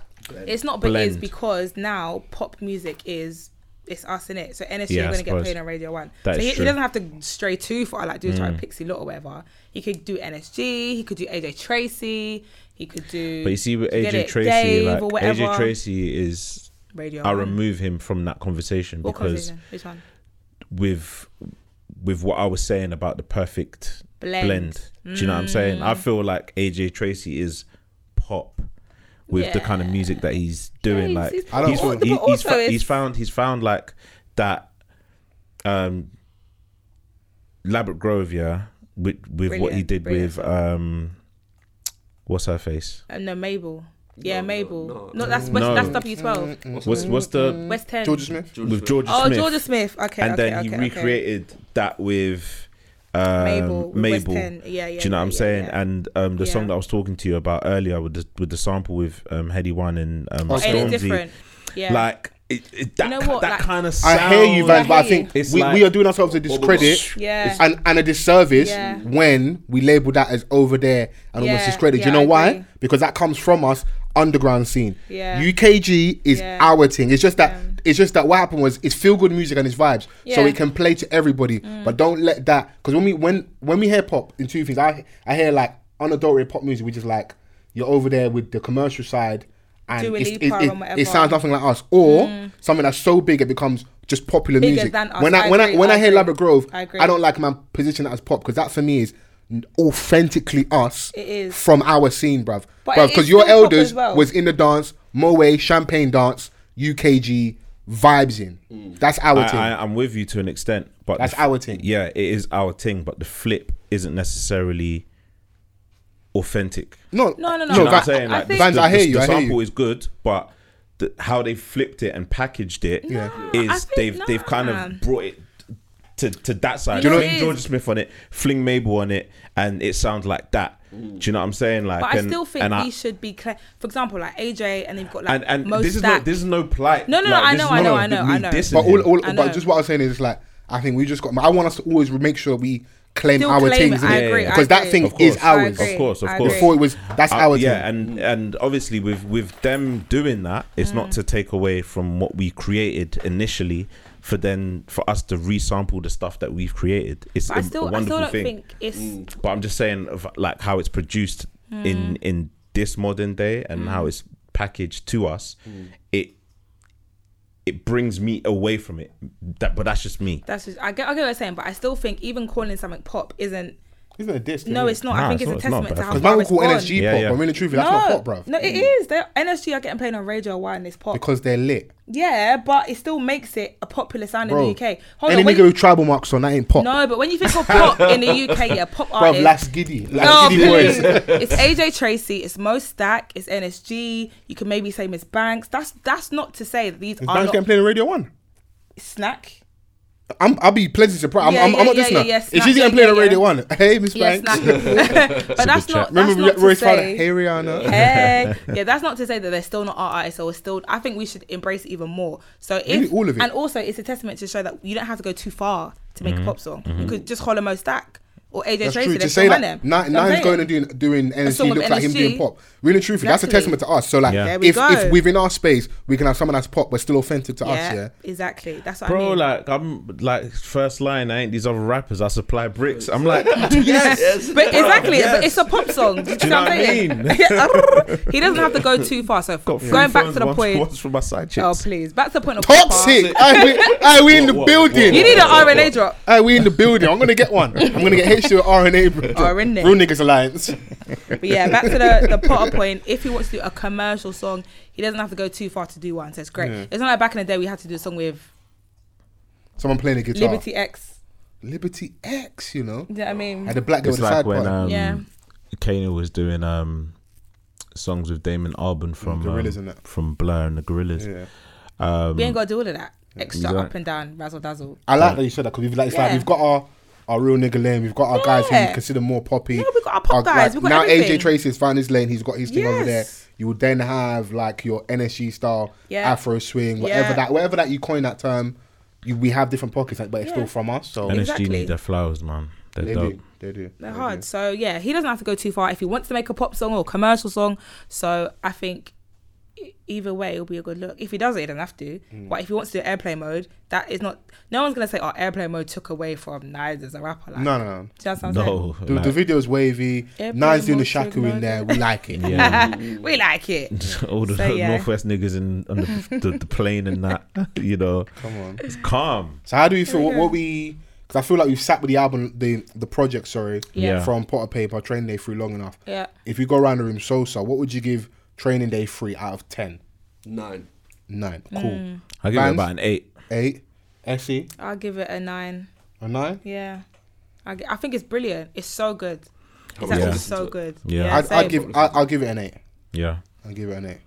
It's not, but it is blend. because now pop music is it's us in it. So NSG Yeah, I are going to get suppose. played on Radio One. That so is he, he true. Mm. doesn't have to stray too far, like do try Pixie Lot or whatever. He could do NSG. He could do AJ Tracy. He could do. But you see, with do Get AJ It, Tracy, Dave like or whatever. AJ Tracy is, Radio. I One. remove him from that conversation What because. conversation? Which one? with with what I was saying about the perfect Blend. Mm. blend. Do you know what I'm saying? I feel like AJ Tracy is pop with the kind of music that he's doing. he's- like he's- I don't he's, feel- he- but he's, also fo- it's- he's found he's found like that um Labrador Grove, yeah, with with what he Brilliant, did brilliant with um what's her face? Uh, no, Mabel. Yeah, No, Mabel. No, no, no. Mm, that's West, No. that's W12. What's what's the West 10. Georgia Smith. with Georgia Oh, Smith? Georgia Smith. Okay. and okay, then he okay, okay. recreated that with um, Mabel, Mabel. with West End. Yeah, yeah, Do you know yeah, what I'm yeah, saying? yeah. And um, the Yeah. song that I was talking to you about earlier with the with the sample with um, Heady One and um, Oh, And Stormzy, it's different. Yeah. like it, it, that, know what, that like- kind of sound. I hear you, Vans, Vans, but I hear you. think It's we, like- we are doing ourselves a discredit Yeah. and, and a disservice Yeah. when we label that as over there and almost Yeah, discredit. yeah, you know I why? agree. Because that comes from us underground scene. Yeah. UKG is Yeah. our thing. It's just that Yeah. it's just that what happened was it's feel good music and it's vibes, so Yeah. Mm. it can play to everybody. But don't let that because when we when when we hear pop in two things, I I hear like unadulterated pop music, which is like you're over there with the commercial side. And Dua it's- it, Lipa it- and it whatever. Mm. sounds nothing like us, or something that's so big it becomes just popular Bigger music. than us. When I, I when I agree, when I, I hear agree. Labrador Grove, I I, agree. don't like my position that as pop because that for me is n- authentically us It is. from our scene, bruv. But it is Because your still pop as elders well. was in the dance, Moe, champagne dance, UKG vibes in. That's our thing. Mm. I, I, I'm with you to an extent, but That's the f- our thing. Yeah, it is our thing, but the flip isn't necessarily authentic. no, No, no, no. Do you know what I- I'm saying? I Like, think- Vans, the, I hear the- you. the I hear sample you. is good, but the, how they flipped it and packaged it Yeah. I is think they've they've kind nah. of brought it to, to that side. You know fling what it Georgia is? Smith on it, fling Mabel on it, and it sounds like that. Do you know what I'm saying? Like, But I and, still think and I- he should be clear. For example, like AJ, and they've got like and, and most this is stack. no this is no plight. No, no, no, Like, I this know, is I not know, me I know, I know. dissing But all, him. all I know. but just what I was saying is like I think we just got. I want us to always make sure we claim Still our claim things it, I innit? agree, I because that agree. thing Of is course. I ours. agree. Of course, of I course. agree. Before it was that's Uh, our thing. yeah, and and obviously with with them doing that, it's Mm. not to take away from what we created initially. For then for us to resample the stuff that we've created, it's But I a- a still, I wonderful still don't thing. Mm. think it's. But I'm just saying, of, like how it's produced Mm. in in this modern day and how it's packaged to us, Mm. it it brings me away from it. That, but that's just me. That's just. I get. I get what you're saying, but I still think even calling something pop isn't Isn't it a diss? No, it's not. Nah, I think it's, it's not- it's a not, testament to but I how Because far man will it's call gone. NSG Yeah, pop, yeah. but really, truthfully, No, that's not pop, bro. no, it is. They're, NSG are getting played on radio. Why and it's pop? Because they're lit, yeah, but it still makes it a popular sound bro. in the UK. Hold Any on, when nigga you- with tribal marks on that ain't pop, no, but when you think of (laughs) pop in the UK, yeah, pop bro. artists. Last giddy, No, last giddy (laughs) please. boys. it's AJ Tracy, it's Mo Stack, it's NSG. You can maybe say Miss Banks. That's that's not to say that these are Man's not getting played on Radio One. snack. I'm, I'll be pleasantly surprised. I'm, Yeah, I'm, I'm yeah, not this yeah, now. yeah, yeah, if snap, she's yeah, getting played on yeah, Radio yeah. One, (laughs) hey Miss Yeah, Banks. snack. (laughs) but that's not. That's (laughs) Remember not Roy's to father? say. Hey (laughs) Rihanna. hey, yeah, that's not to say that they're still not our artists or still. I think we should embrace it even more. So if Really, all of it. and also it's a testament to show that you don't have to go too far to Mm-hmm. make a pop song. You could just holler Mo Stack or AJ That's Tracy. they're true. To still say running. that Nine, You know what I'm Nine's going saying? and doing doing song NSG with looks like him NSG. doing pop. Really, truthfully, that's a Exactly. testament to us. So like, Yeah. There we if go. if within our space we can have someone that's pop but still authentic to us, Yeah, yeah. exactly. That's what I Bro, mean. like I'm like first line. I ain't these other rappers. I supply bricks. (laughs) I'm like, yes, But exactly, but it's a pop song. Do you Do you know what know I'm what I saying? (laughs) mean? Yeah. he doesn't have to go too far. So Three going back phones, to the one's- point. One's for my side chicks. Oh please, back to the point of pop art. Toxic. I we, aye, we in the What, what, building. You need an RNA drop. Aye, we in the building. I'm gonna get one. I'm gonna get H2 RNA, bro. RNA. Real niggas alliance. But yeah, back to the, the (laughs) Potter point. If he wants to do a commercial song, he doesn't have to go too far to do one. So it's great. It's not like back in the day we had to do a song with Someone playing the guitar. Liberty X. Liberty X, you know. Do you know what I mean? And the black girl It's with the side like when part. um, Yeah. Kanye was doing um songs with Damon Albarn from Gorillaz um, and that. from Blur and the Gorillas. yeah. we ain't got to do all of that. Extra Exact- up and down, razzle dazzle. I like that you said that because we've like, it's like Yeah. we've got our our real nigga lane, we've got our guys who Yeah. we consider more poppy. Yeah, we've got our pop guys, we've got now everything. AJ Tracy has found his lane, he's got his thing over there. Yes. You would then have like your NSG style, Yeah. Afro swing, whatever Yeah. that, whatever that you coin that term. You, we have different pockets, like, but it's Yeah. still from us. So NSG Exactly. need their flowers, man. They're they dope. do, they do. They're they hard. do. So yeah, he doesn't have to go too far if he wants to make a pop song or commercial song. So I think e- either way it'll be a good look. If he does it, he doesn't have to. Mm. But if he wants to do airplay mode, that is not. No one's gonna say, "Oh, airplay mode took away from Nas as a rapper." Like, No, no, no. Do you know what I'm No, The, like, the video's wavy. Yeah, Nine's doing the pretty much, shaku in there. We like (laughs) it. yeah, saying? we like (laughs) it. (laughs) all the So, yeah. northwest niggas in (laughs) on the, the, the plane and that. You know, Come on. it's calm. So how do you feel? What, what we? Because I feel like we've sat with the album, the the project, sorry, Yeah. from Potter Paper Training Day Three long enough. Yeah. If we go around the room, Sosa, what would you give Training Day Three out of ten? Nine. Nine. Hmm. Cool. I give it Fans? about an eight. Eight. Essie. I'll give it a nine. A nine. Yeah, I, g- I think it's brilliant. It's so good. It's much actually is it? so good. Yeah. Oh, I'd, same. I'd give. I, I'll give it an eight. Yeah, I'll give it an eight.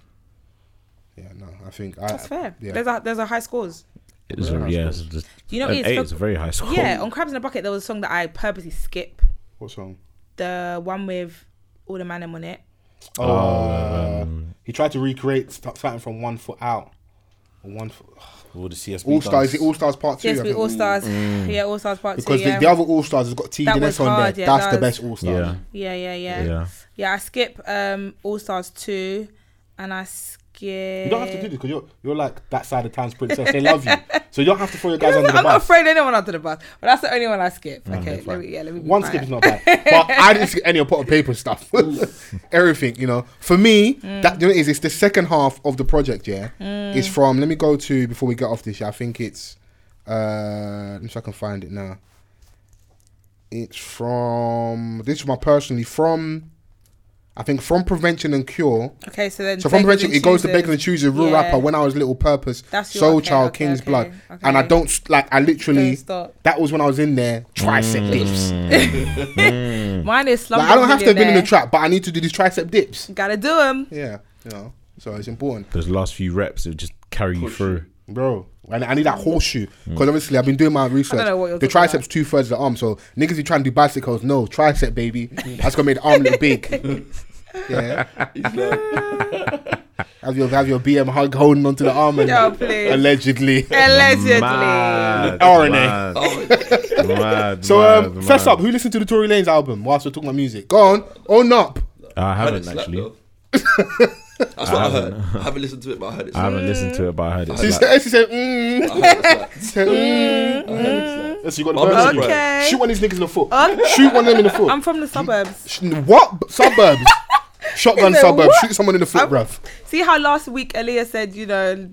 Yeah. No. I think. I, That's fair. Yeah. There's a there's a high scores. it was a, yeah. It's just, You know, an it's eight the- is a very high score. Yeah, on Crabs in a Bucket there was a song that I purposely skip. what song? The one with all the man them on it. Oh. uh, he tried to recreate st- starting from one foot out. One foot. All the CSB All stars. dance. Is it All Stars Part Two? I Yes, we think? all stars. Yeah, all stars part Because two. Yeah. the, the other All Stars has got T That and was S on hard, there. yeah, That's that the was- best All Stars. yeah, yeah, yeah, yeah, Yeah. yeah. I skip um all stars two, and I skip. You don't have to do this because you're you're like that side of town's princess. They (laughs) love you, so you don't have to throw your guys I'm under the not bus. afraid of anyone under the bus, but that's the only one I skip. Okay, let Right. me, yeah, let me. be One quiet. skip is not bad, (laughs) but I didn't skip any of pot of paper stuff. (laughs) Everything, you know. For me, Mm. that you know, is it's the second half of the project. Yeah, it's from. Let me go to before we get off this. Yeah, I think it's. Uh, let me see if I can find it now. It's from. This is my personally from. I think from prevention and cure. Okay, so then. So from Beggars prevention, and it goes to Choosers. Bacon and Choosers, Real Yeah. Rapper, When I Was Little Purpose, That's your- Soul okay, Child, okay, King's okay, Blood. And I okay. don't, s- like, I literally, Don't stop. that was when I was in there, tricep dips. Mine is slumber. Like, I don't have to have been in the Millionaire. trap, but I need to do these tricep dips. Gotta do them. Yeah, you know, so it's important. Those last few reps, it just carry you through. Bro, and I need that horseshoe because obviously I've been doing my research. know what you're the talking triceps two thirds of the arm, so niggas be trying to do bicycles. No tricep, baby. That's gonna make the arm look (laughs) big. (laughs) yeah, have your have your BM hug holding onto the arm and Oh, please. (laughs) allegedly. Allegedly. Oh, (laughs) RNA. Oh, Mad, mad, So um, mad, first mad. up, who listened to the Tory Lanez album whilst we're talking about music? Go on, own up. I I haven't didn't slap actually. though. (laughs) That's what I, heard. I haven't listened to it, but I heard it. I haven't listened to it, but I heard it. She slapped. said, she said, mm. I heard it (laughs) slap. said, mm. I heard it Yes, you got Mum, the bird. Okay. Shoot one of these niggas in the foot. Shoot one of them in the foot. I'm from the suburbs. Sh- (laughs) What suburbs? Shotgun In the suburbs. what? Shoot someone in the foot, I'm- bruv. See how last week Aaliyah said, you know,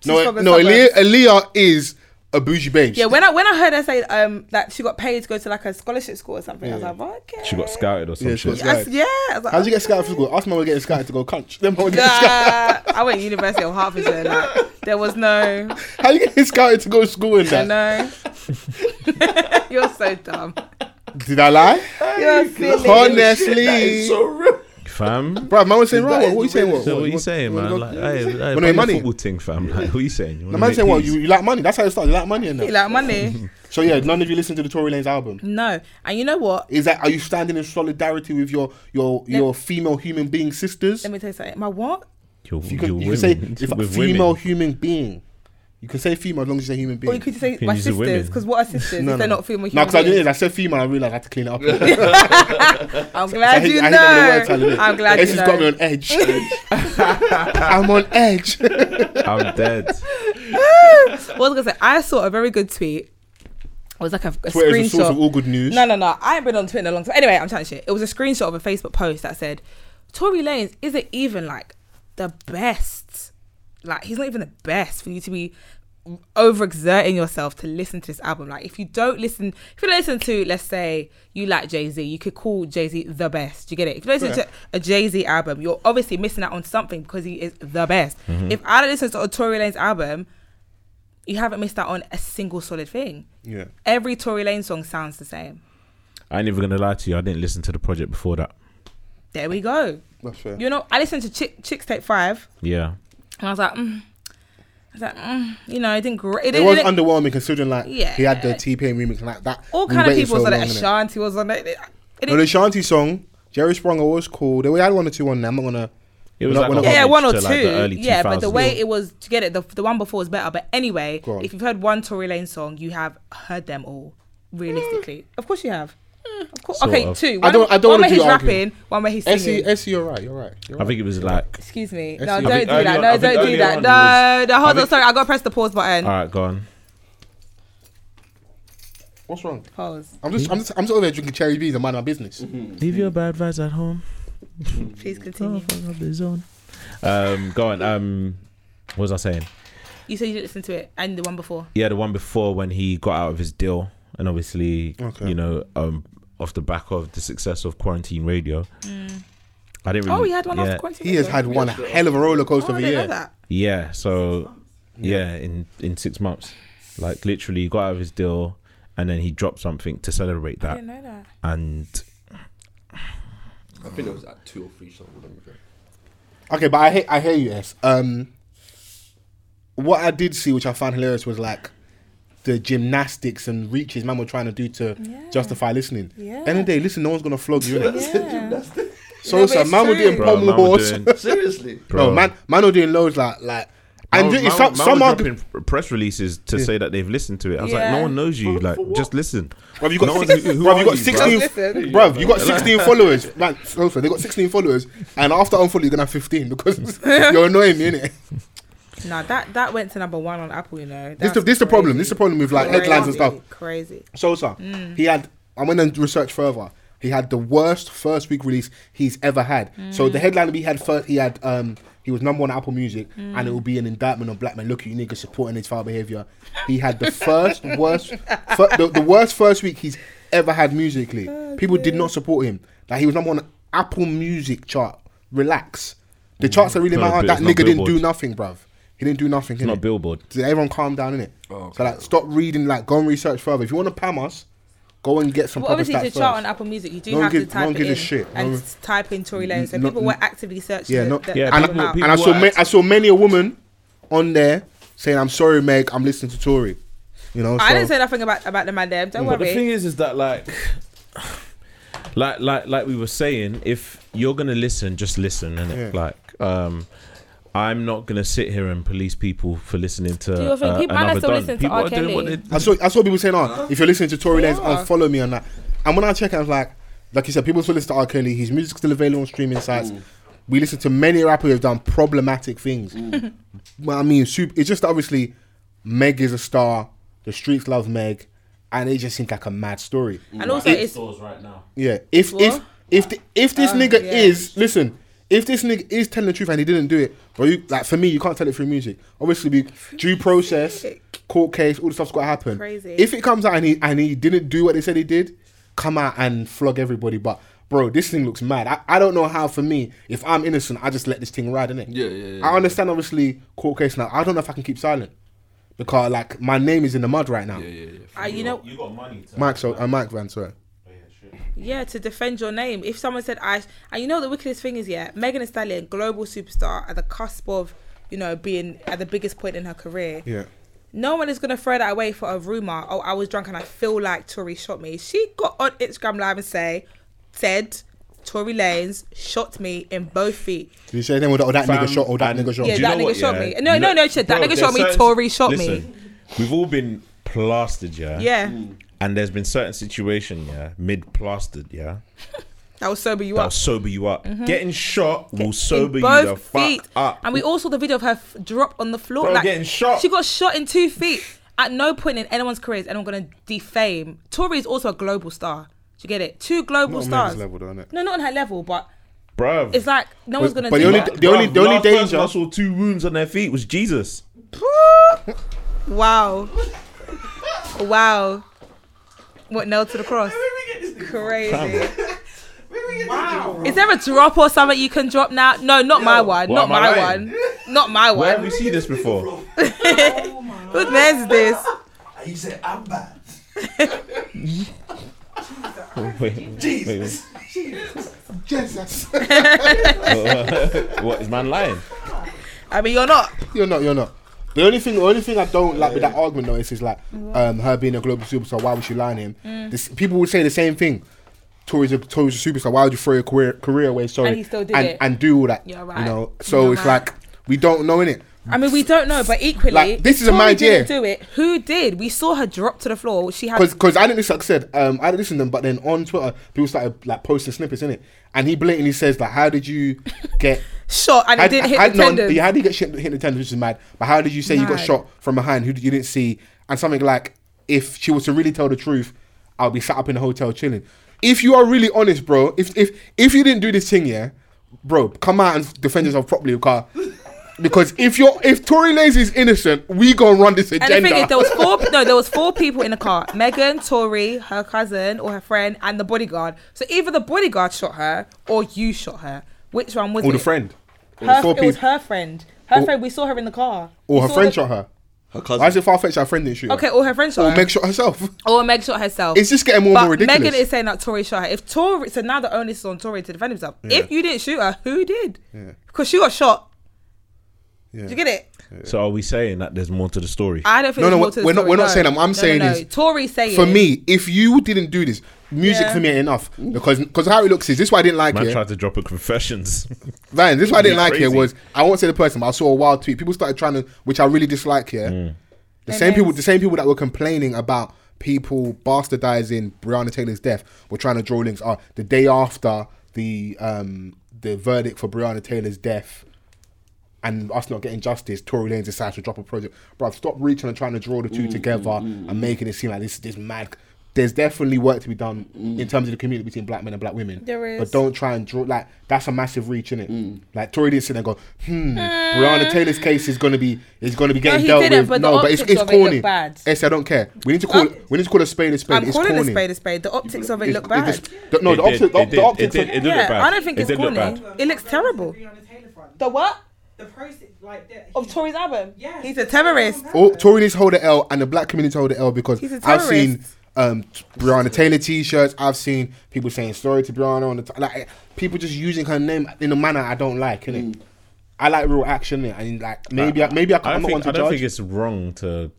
she's No, from the no. suburbs. Aaliyah, Aaliyah is a bougie babe. Yeah, when I when I heard her say um that she got paid to go to like a scholarship school or something, I was like, okay. She got scouted or some Yeah, she got shit. I s- yeah. I was like, How'd you get (laughs) scouted for school? Ask my mum to get scouted to go crunch. Then mum would get scouted. Nah, I went to University of Hertfordshire. Like, there was no, How you get scouted to go to school in that? no. (laughs) You're so dumb. Did I lie? You're silly. Honestly. so real. Fam. Bro, man was saying, That right, is what, what you the saying? way- What, So what you what- saying, what man? you Like, got- hey, hey, make play the money? football thing, fam. Like, what are you saying? You the wanna man make saying, what, peace? you, you like money? That's how it started. You like money in You that. Like (laughs) money. So, yeah, none of you listen to the Tory Lanez album. No, and you know what? Is that, are you standing in solidarity with your your your female human being sisters? Let me tell you something. My what? You're, You you're can, you women. can say if a (laughs) With female women. human being. You can say female as long as you say human being. Or you could just say Can my you say sisters, women? because (laughs) what are sisters? if they're not female. No, human because I beings? did. I said female. I realized (laughs) I had to clean it up. I'm glad I hate, you I know. hate them in the word salad. I'm glad This you has got me know. (laughs) on edge. I'm on edge. I'm dead. What was I gonna say? I saw a very good tweet. It was like a, a Twitter is a source screenshot. of all good news. No, no, no. I ain't been on Twitter in a long time. Anyway, I'm trying to shit. It was a screenshot of a Facebook post that said, Tory Lanez isn't even like the best. Like, he's not even the best for you to be overexerting yourself to listen to this album. Like, if you don't listen, if you don't listen to, let's say, you like Jay Z, you could call Jay Z the best. You get it? If you don't listen Yeah. to a Jay Z album, you're obviously missing out on something because he is the best. If I don't listen to a Tory Lanez album, you haven't missed out on a single solid thing. Yeah. Every Tory Lanez song sounds the same. I ain't even gonna lie to you. I didn't listen to the project before that. There we go. That's fair. You know, I listened to Chick, Chicks Take Five, Yeah. and I was like, mm. I was like, mm. you know, it didn't great. It, It didn't. was it didn't- underwhelming considering like Yeah. he had the T Pain remix and like that. all we kind of waited people so was on it. long, innit? Ashanti was on it. It, it No, the Shanti song, Jerry Springer was cool. They had one or two on there. I'm not gonna. It was We're like not- a we're yeah, not- yeah, homage one or to, two. like, the early yeah, but the 2000s. way it was to get it, the, the one before was better. But anyway, Go on. if you've heard one Tory Lane song, you have heard them all. Realistically, Mm. of course you have. Of course. Sort okay, of. two. I One, don't- I don't one wanna where do he's arguing. E rapping, one where he's Essie, singing. Essie, you're right. You're right. You're I right. think it was like. Excuse me. Essie. No, E I don't do think early that. on- No, I think don't do early that. on No, no, hold I on. think- Sorry, I got to press the pause button. All right, go on. What's wrong? Mm-hmm. Pause. I'm just, I'm just, I'm just over there drinking cherry bees and mind my business. Leave your bad vibes at home. Please continue. Um, go on. Um, what was I saying? You said you didn't listen to it, and the one before. Yeah, the one before when he got out of his deal, and obviously, Okay. you know, um, off the back of the success of Quarantine Radio, I didn't. Really, Mm. Oh, he had one Mm. yeah, after quarantine. He has had one hell of a roller coaster Oh, of I a didn't know year. that. Yeah, so yeah, in in six months, like literally, he got out of his deal, and then he dropped something to celebrate I that, didn't know that. and I think it was at two or three songs. let me go. Okay, but I, he- I hear you. Yes. Um, what I did see, which I found hilarious, was like the gymnastics and reaches man were trying to do to justify listening. Yeah. End of the day, listen, no one's gonna flog (laughs) you. Innit? Gymnastics. So, No, but so it's man were true. doing Bro, pommel man were (laughs) balls. doing- Seriously. bro, No, man, man were doing loads like like. And man, do- man- some man some were argu- Oh, dropping p- press releases to say that they've listened to it. I was like, Yeah. no one knows you. Like, just listen. Bruv, you got, No six, one- who bruv, are you got 16 you, bruv? bruv, you got 16 followers. Man, so so they got 16 followers, and after unfollow, you're gonna have 15 because (laughs) you're annoying me, innit? Nah, that that went to number one on Apple. You know, This the, this the problem. This the problem with like headlines and stuff. Crazy. Sosa, he had. I went and researched further. He had the worst first week release he's ever had. So the headline we had first, he had um, he was number one on Apple Music, and it would be an indictment on black men. Look at you niggas supporting his foul behavior. He had the first worst, fir- the, the worst first week he's ever had musically. People did not support him. Like he was number one on Apple Music chart. Relax. The charts that really It's not a matter. bit- That it's not nigga didn't do Billboard. nothing, bruv. He didn't do nothing. It's not Billboard. So everyone calm down, innit? okay. So like, stop reading, like, go and research further. If you want to pam us, go and get some Well, proper obviously, stats it's a first. chart on Apple Music. You do No one have gives- to no type one it gives a in shit. No and one- s- type in Tory Lane. So No- people were actively searching. yeah, the, no, the, yeah, the and, people- amount. and I people saw were ma- act- I saw many a woman on there saying, "I'm sorry, Meg, I'm listening to Tory." You know, I so- didn't say nothing about about the man there. Don't Mm, But the thing worry. is, is that like, like, like, like we were saying, if you're gonna listen, just listen, and it Yeah. like, um, I'm not gonna sit here and police people for listening to. Do you think uh, people- man, I another still Don. listen to People R. are doing what Kelly. they- I saw I saw people saying, "Oh, if you're listening to Tory Lanez, Yeah. unfollow me on that." And when I check, I was like, like you said, people still listen to R. Kelly. His music's still available on streaming sites. We listen to many rappers who have done problematic things. (laughs) But I mean, super, it's just obviously Meg is a star. The streets love Meg, and it just seems like a mad story. And also, it's Yeah, if What? if if the, if this Oh, nigga yeah. is listen, if this nigga is telling the truth and he didn't do it, bro, you, like for me, you can't tell it through music. Obviously, we due process. court case, all the stuff's got to happen. Crazy. If it comes out and he and he didn't do what they said he did, come out and flog everybody. But bro, this thing looks mad. I, I don't know how. For me, if I'm innocent, I just let this thing ride, innit? Yeah, yeah, yeah. I understand obviously court case now. I don't know if I can keep silent because like my name is in the mud right now. Yeah, yeah, yeah. Uh, you know, You got money to. Mike, so uh, Mike Van, sorry. yeah, to defend your name. If someone said I, and you know the wickedest thing is, yeah, Megan Thee Stallion, global superstar, at the cusp of, you know, being at the biggest point in her career. Yeah. No one is gonna throw that away for a rumor. Oh, I was drunk and I feel like Tory shot me. She got on Instagram live and say, said, Tory Lanes shot me in both feet. Did you say then? Or that, or that nigga Fam, shot? Or that and- nigga shot? Yeah, Do you that know nigga what, shot yeah? me. No, no, no, shit, that Bro, nigga shot there's me, certain- Tory shot me. We've all been plastered, yeah. Mm. Yeah, And there's been certain situation, yeah, mid plastered, yeah. that will sober you That'll up. sober you up. Getting shot will sober Mm-hmm. in you the both fuck feet. up. And we all saw the video of her f- drop on the floor. Bro, like getting shot. She got shot in two feet. At no point in anyone's career is anyone going to defame. Tori is also a global star. Do you get it? Two global stars. No, not on her level, but Bruv. it's like no one's going to. but the only- the only- the only last person danger- I saw two wounds on their feet was Jesus. wow, wow, what nailed to the cross? Crazy. Is there a drop or something you can drop now? No, not my one. why Not am I my lying? one. Not my Where have one. we seen this (laughs) before? (laughs) Whose man's is this? He said, "I'm bad." Wait, Jesus. Jesus. (laughs) what is man lying? I mean, you're not. You're not. You're not. The only thing, the only thing I don't like with that argument though is, is like um, her being a global superstar. Why would you lie to him? Mm. This, people would say the same thing. Tory's a Tory's a superstar. Why would you throw your career, career away? Sorry, And he still did and, it. and do all that. You're You right. know, so You're it's right. like we don't know in it. I mean, we don't know, but equally, Like, this if is a Tory mad didn't year. Do it. Who did? We saw her drop to the floor. She had. Because I didn't listen, like I said, um, I didn't listen to them, but then on Twitter, people started like posting snippets in it, and he blatantly says like, "How (laughs) did you get shot and it didn't hit I, the no, tendon. yeah, how did you get shit, hit the tendon, which is mad? But how did you say you got Mad. shot from behind? Who did- you didn't see? And something like, if she was to really tell the truth, I'll be sat up in a hotel chilling. If you are really honest, bro, if if if you didn't do this thing, yeah, bro, come out and defend yourself properly, because because if you're if Tory Lanez is innocent, we gonna run this and agenda. the thing is, there was four. No, there was four people in the car: Megan, Tori, her cousin or her friend, and the bodyguard. So either the bodyguard shot her or you shot her. Which one was or it? the friend, Or the Her, four it was people. her friend. Her Or- friend. We saw her in the car. or We her saw friend the- shot her. Her Why is cousin. it far fetched? Her friend didn't shoot. her? Okay, uh, or her friend shot or her. Meg shot herself. or Meg shot herself. It's just getting more and more ridiculous. Megan is saying that Tory shot her. If Tory, so now the onus is on Tory to defend himself. If you didn't shoot her, who did? Because she got shot. Do you get it? So are we saying that there's more to the story? I don't think. No, there's no, more to the we're not- story, we're not no. saying that. What I'm No, saying no, no. is- Tory saying For me, if you didn't do this, music Yeah. for me ain't enough because because how it looks is this. is Why I didn't like Man it, tried to drop (laughs) a confessions. (laughs) Van. This is why I didn't Be like it crazy. was I won't say the person, but I saw a wild tweet. People started trying to, which I really dislike here. Mm. The same people, the same people that were complaining about people bastardizing Breonna Taylor's death were trying to draw links. Oh, the day after the um the verdict for Breonna Taylor's death. And us not getting justice, Tory Lanez decides to drop a project. Bro, stop reaching and trying to draw the two together and making it seem like this this mad. There's definitely work to be done in terms of the community between black men and black women. There But is. don't try and draw like that's a massive reach in it. Like Tory didn't sit there and go, hmm, Breonna Taylor's case is gonna be is gonna be getting Uh, he dealt didn't, with. but the no, but it's optics it's of it look corny. bad. Essie, I don't care. We need to call Um, we need to call a spade a spade. I'm it's calling corny. a spade a spade. The optics of it It's- look it bad. just- the- no, It the did, optics. it The, did, the it optics. did, of- it did. look yeah, bad. I don't think It it's did look corny. bad. It looks terrible. The what The process, like that. of Tory's album? Yeah. he's a terrorist. All, Tory needs to Oh, hold the L, and the black community hold the L because He's a I've seen terrorist. um, t- Breonna Taylor T-shirts. I've seen people saying sorry to Breonna on the t- like people just using her name in a manner I don't like. Innit? I like real action. Innit? And like maybe I, maybe I, I can't, don't, I'm not one think, to I don't judge. think it's wrong to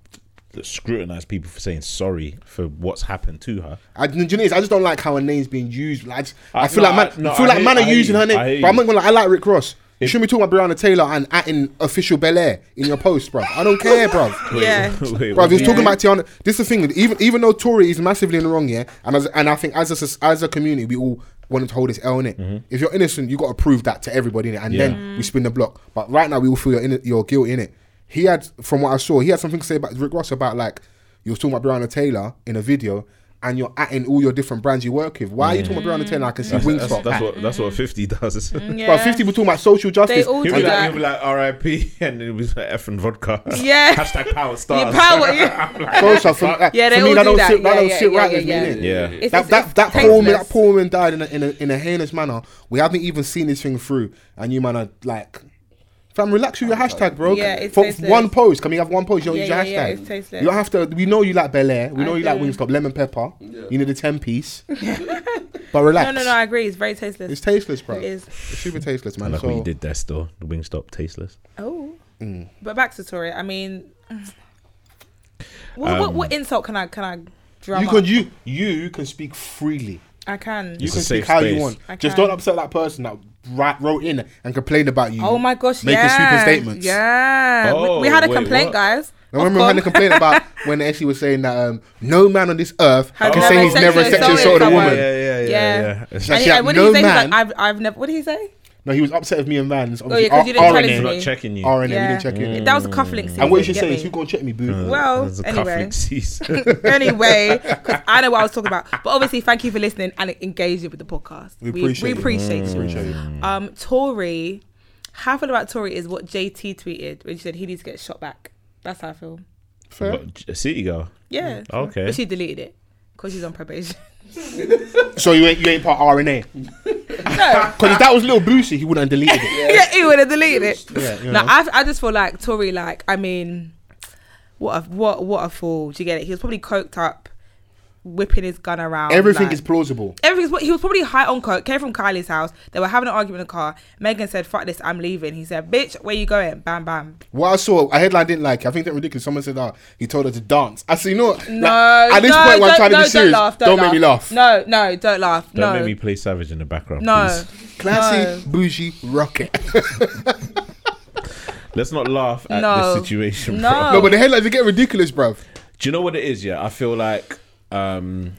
scrutinize people for saying sorry for what's happened to her. I, do you know, what it is? I just don't like how her name's being used. Like, I, just, I- I feel no, like man, I- no, I feel I like hear- man I are hear using you. her I hear name. But I'm you. not gonna lie, I like Rick Ross. You shouldn't be talking about Breonna Taylor and acting official Bel Air in your post, bro. I don't care, bro. Yeah. (laughs) Wait, Bro, if what he's do you- talking about Tiana. This is the thing. Even even though Tory is massively in the wrong, yeah, and as, and I think as a soc- as a community, we all wanted to hold this L in it. Mm-hmm. If you're innocent, you got to prove that to everybody in it, and then we spin the block. But right now, we all feel you're, in, you're guilty in it. He had, from what I saw, he had something to say about Rick Ross about like you was talking about Breonna Taylor in a video, and you're at in all your different brands you work with. Why are you talking about around Mm. the ten? I can see That's, that's, Wingstop. that's what that's what fifty does. (laughs) But fifty people talking about social They justice. all He'll Mm, do be, like, that. he'll be like R.I.P. (laughs) and it was like F and vodka. Yeah. (laughs) Hashtag power Your stars. (laughs) power, (laughs) yeah. Social for, Yeah, they uh, for me, all do that don't that. sit, Yeah, that don't yeah, sit yeah, right yeah, with yeah. me. innit? Yeah. It's- that, it's- that, it's that poor man, tasteless. that poor man died in a, in a in a heinous manner. We haven't even seen this thing through, and you man are like, fam, relax with your hashtag, bro. Yeah, it's For tasteless. one post, can we have one post? You don't Yeah, use your yeah, yeah, hashtag. it's tasteless. You don't have to. We know you like Bel Air. We know I you like do. Wingstop, lemon pepper. You need a (laughs) ten piece. but relax. No, no, no. I agree. It's very tasteless. It's tasteless, bro. It is. It's super tasteless, man. Like so, what you did there, still the Wingstop tasteless. Oh. Mm. But back to Tory. I mean, what, what, what insult can I can I drum you up? can you you can speak freely. I can. You It's can speak a safe how you space. want. I Just can. don't upset that person that ri- wrote in and complained about you. Oh my gosh! Making yeah. sweeping statements. Yeah. We- we, Oh, had a wait, complaint, what? guys. I remember Of when they com- complained (laughs) about when Essie was saying that um, no man on this earth Had can never say he's never sexually sexually assaulted assaulted a someone. woman. Yeah, yeah, yeah, Yeah. yeah. It's And Actually, he- like, and what did no he say? He was like, man- I've, I've never. What did he say? No, he was upset with me and Vans. Oh yeah, Obviously, because you didn't R- challenge They're RNA. not me. checking you. RNA, we Yeah. didn't check in. That was a cufflink season. And what you should get say me. is, who gonna check me, boo? Uh. Well, There's a Oh, anyway. cufflink cease. (laughs) (laughs) anyway, because I know what I was talking about. But obviously, thank you for listening and engaging with the podcast. We appreciate we it. appreciate you. Appreciate it. Um, Tory, how I feel about Tory is what JT tweeted when she said he needs to get shot back. That's how I feel. Fair. (laughs) What, a city girl. Yeah. Okay. But she deleted it because she's on probation. So you ain't you ain't part (laughs) (laughs) RNA. Because no. if that was little Boosie, he wouldn't have deleted it. Yeah, he would have deleted it. Yeah, you no, know. I, I just feel like Tory, like, I mean, what a, what, what a fool. Do you get it? He was probably coked up, whipping his gun around. Everything like- is plausible. Everything's. He was probably high on coke. Came from Kylie's house. They were having an argument in the car. Megan said, "Fuck this, I'm leaving." He said, "Bitch, where you going?" Bam, bam. What I saw, a headline didn't like. it. I think that ridiculous. Someone said that he told her to dance. I said, you know, what? No. Like, at this no, point, when don't- I'm trying to no, be serious. Don't, laugh, don't, make me laugh. No, no, don't laugh. Don't no, make me play Savage in the background. no. please. Classy, bougie, rocket. (laughs) Let's not laugh at No. this situation. No. bro. no, but the headlines they get ridiculous, bruv. Do you know what it is? Yeah, I feel like um,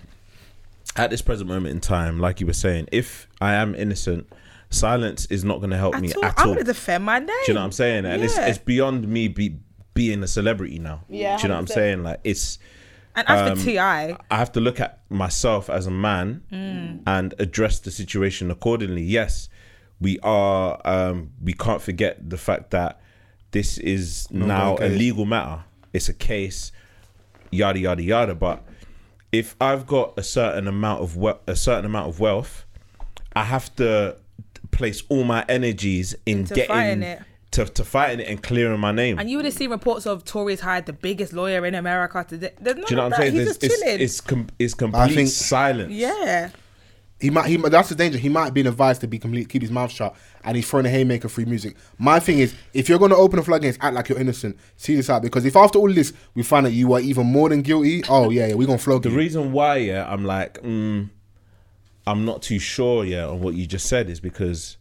at this present moment in time, like you were saying, if I am innocent, silence is not going to help At me all, at I'm all. gonna defend my name. Do you know what I'm saying? And it's, Yeah. it's beyond me be, being a celebrity now. Yeah, Do you know what I'm 100%. saying? Like it's, And after Um, Ti, I have to look at myself as a man Mm. and address the situation accordingly. Yes, we are. Um, we can't forget the fact that this is now a case. legal matter. It's a case. Yada yada yada. But if I've got a certain amount of we- a certain amount of wealth, I have to place all my energies in Into getting fighting it. To, to fighting it and clearing my name. and you would have seen reports of Tories hired the biggest lawyer in America today. There's none Do you know of what that. I'm saying? He's There's- just it's, chilling. it's, com- it's complete think- silence. yeah. He might. He might- that's the danger. He might have been advised to be complete, keep his mouth shut, and he's throwing a haymaker free music. My thing is, if you're gonna open a floodgates, act like you're innocent. See this out because if after all this we find that you are even more than guilty, oh yeah, yeah, we're gonna flog The you. reason why, yeah, I'm like, mm, I'm not too sure, yeah, on what you just said is because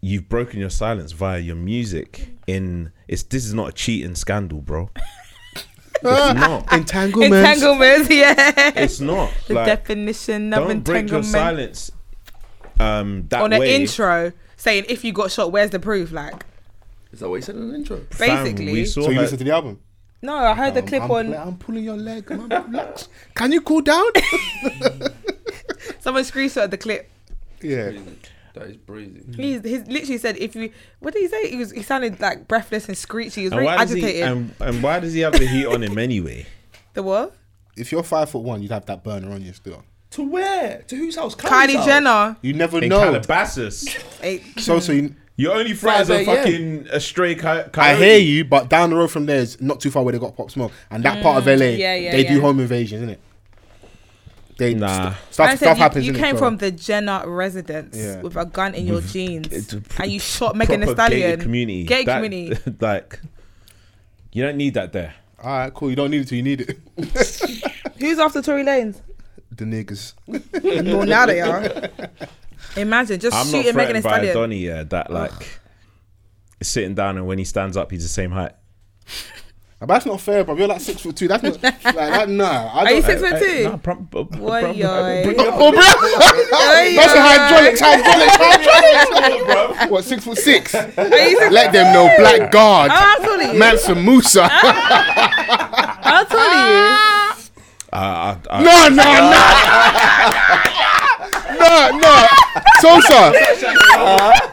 you've broken your silence via your music. In it's this is not a cheating scandal, bro. (laughs) it's not. Entanglement. Entanglements. (laughs) Yeah. It's not. The like, definition of don't break your entanglement silence. Um, that on an way, intro saying, "If you got shot, where's the proof?" Like, Is that what he said in the intro? fam, basically. we saw So you her- listen to the album. No, I heard the clip I'm, on I'm pulling your leg. man, relax. Can you cool down? (laughs) someone screenshot the clip. yeah. That is crazy. He's, he's literally said, "If you, what did he say? He was he sounded like breathless and screechy. He was And very why, does agitated. he, and, and why does he have the heat on him anyway? the what? If you're five foot one, you'd have that burner on you still. To where? To whose house? Kylie's Kylie house. Jenner. You never In (laughs) know. Calabasas. Hey, so so you, Your only friends are Friday, yeah. fucking a stray coy- coyote. I hear you, but down the road from there is not too far where they got Pop Smoke, and that part of LA, Mm, yeah, yeah, they yeah. do home invasions, isn't it? They Nah. st- stuff, I said stuff you, happens. you innit, came so- from the Jenner residence Yeah. with a gun in your jeans, it's a pr- and you shot Megan Thee proper Stallion. gated community. Gated That- community. (laughs) like you don't need that there. All right, cool. You don't need it till you need it. (laughs) Who's after Tory Lanez? the niggas. well, now they are. (laughs) Imagine just I'm not shooting Megan Thee threatened by Stallion. Donny yeah, that like is sitting down and when he stands up he's the same height. But that's not fair, bro. You're like six foot two. (laughs) That's not like that. Nah, I Are you (laughs) don't. six foot Hey, nah, two? prom- b- b- Why, prom- yo? (laughs) bring it up. Oh, bro. That's a hydraulics, hydraulics, hydraulics. what six foot six? Let them know, black guard, Oh. How tall are you? Mansa Musa. (laughs) How tall are you? I, I, I, (laughs) (laughs) No, no, no. No, no. Sosa.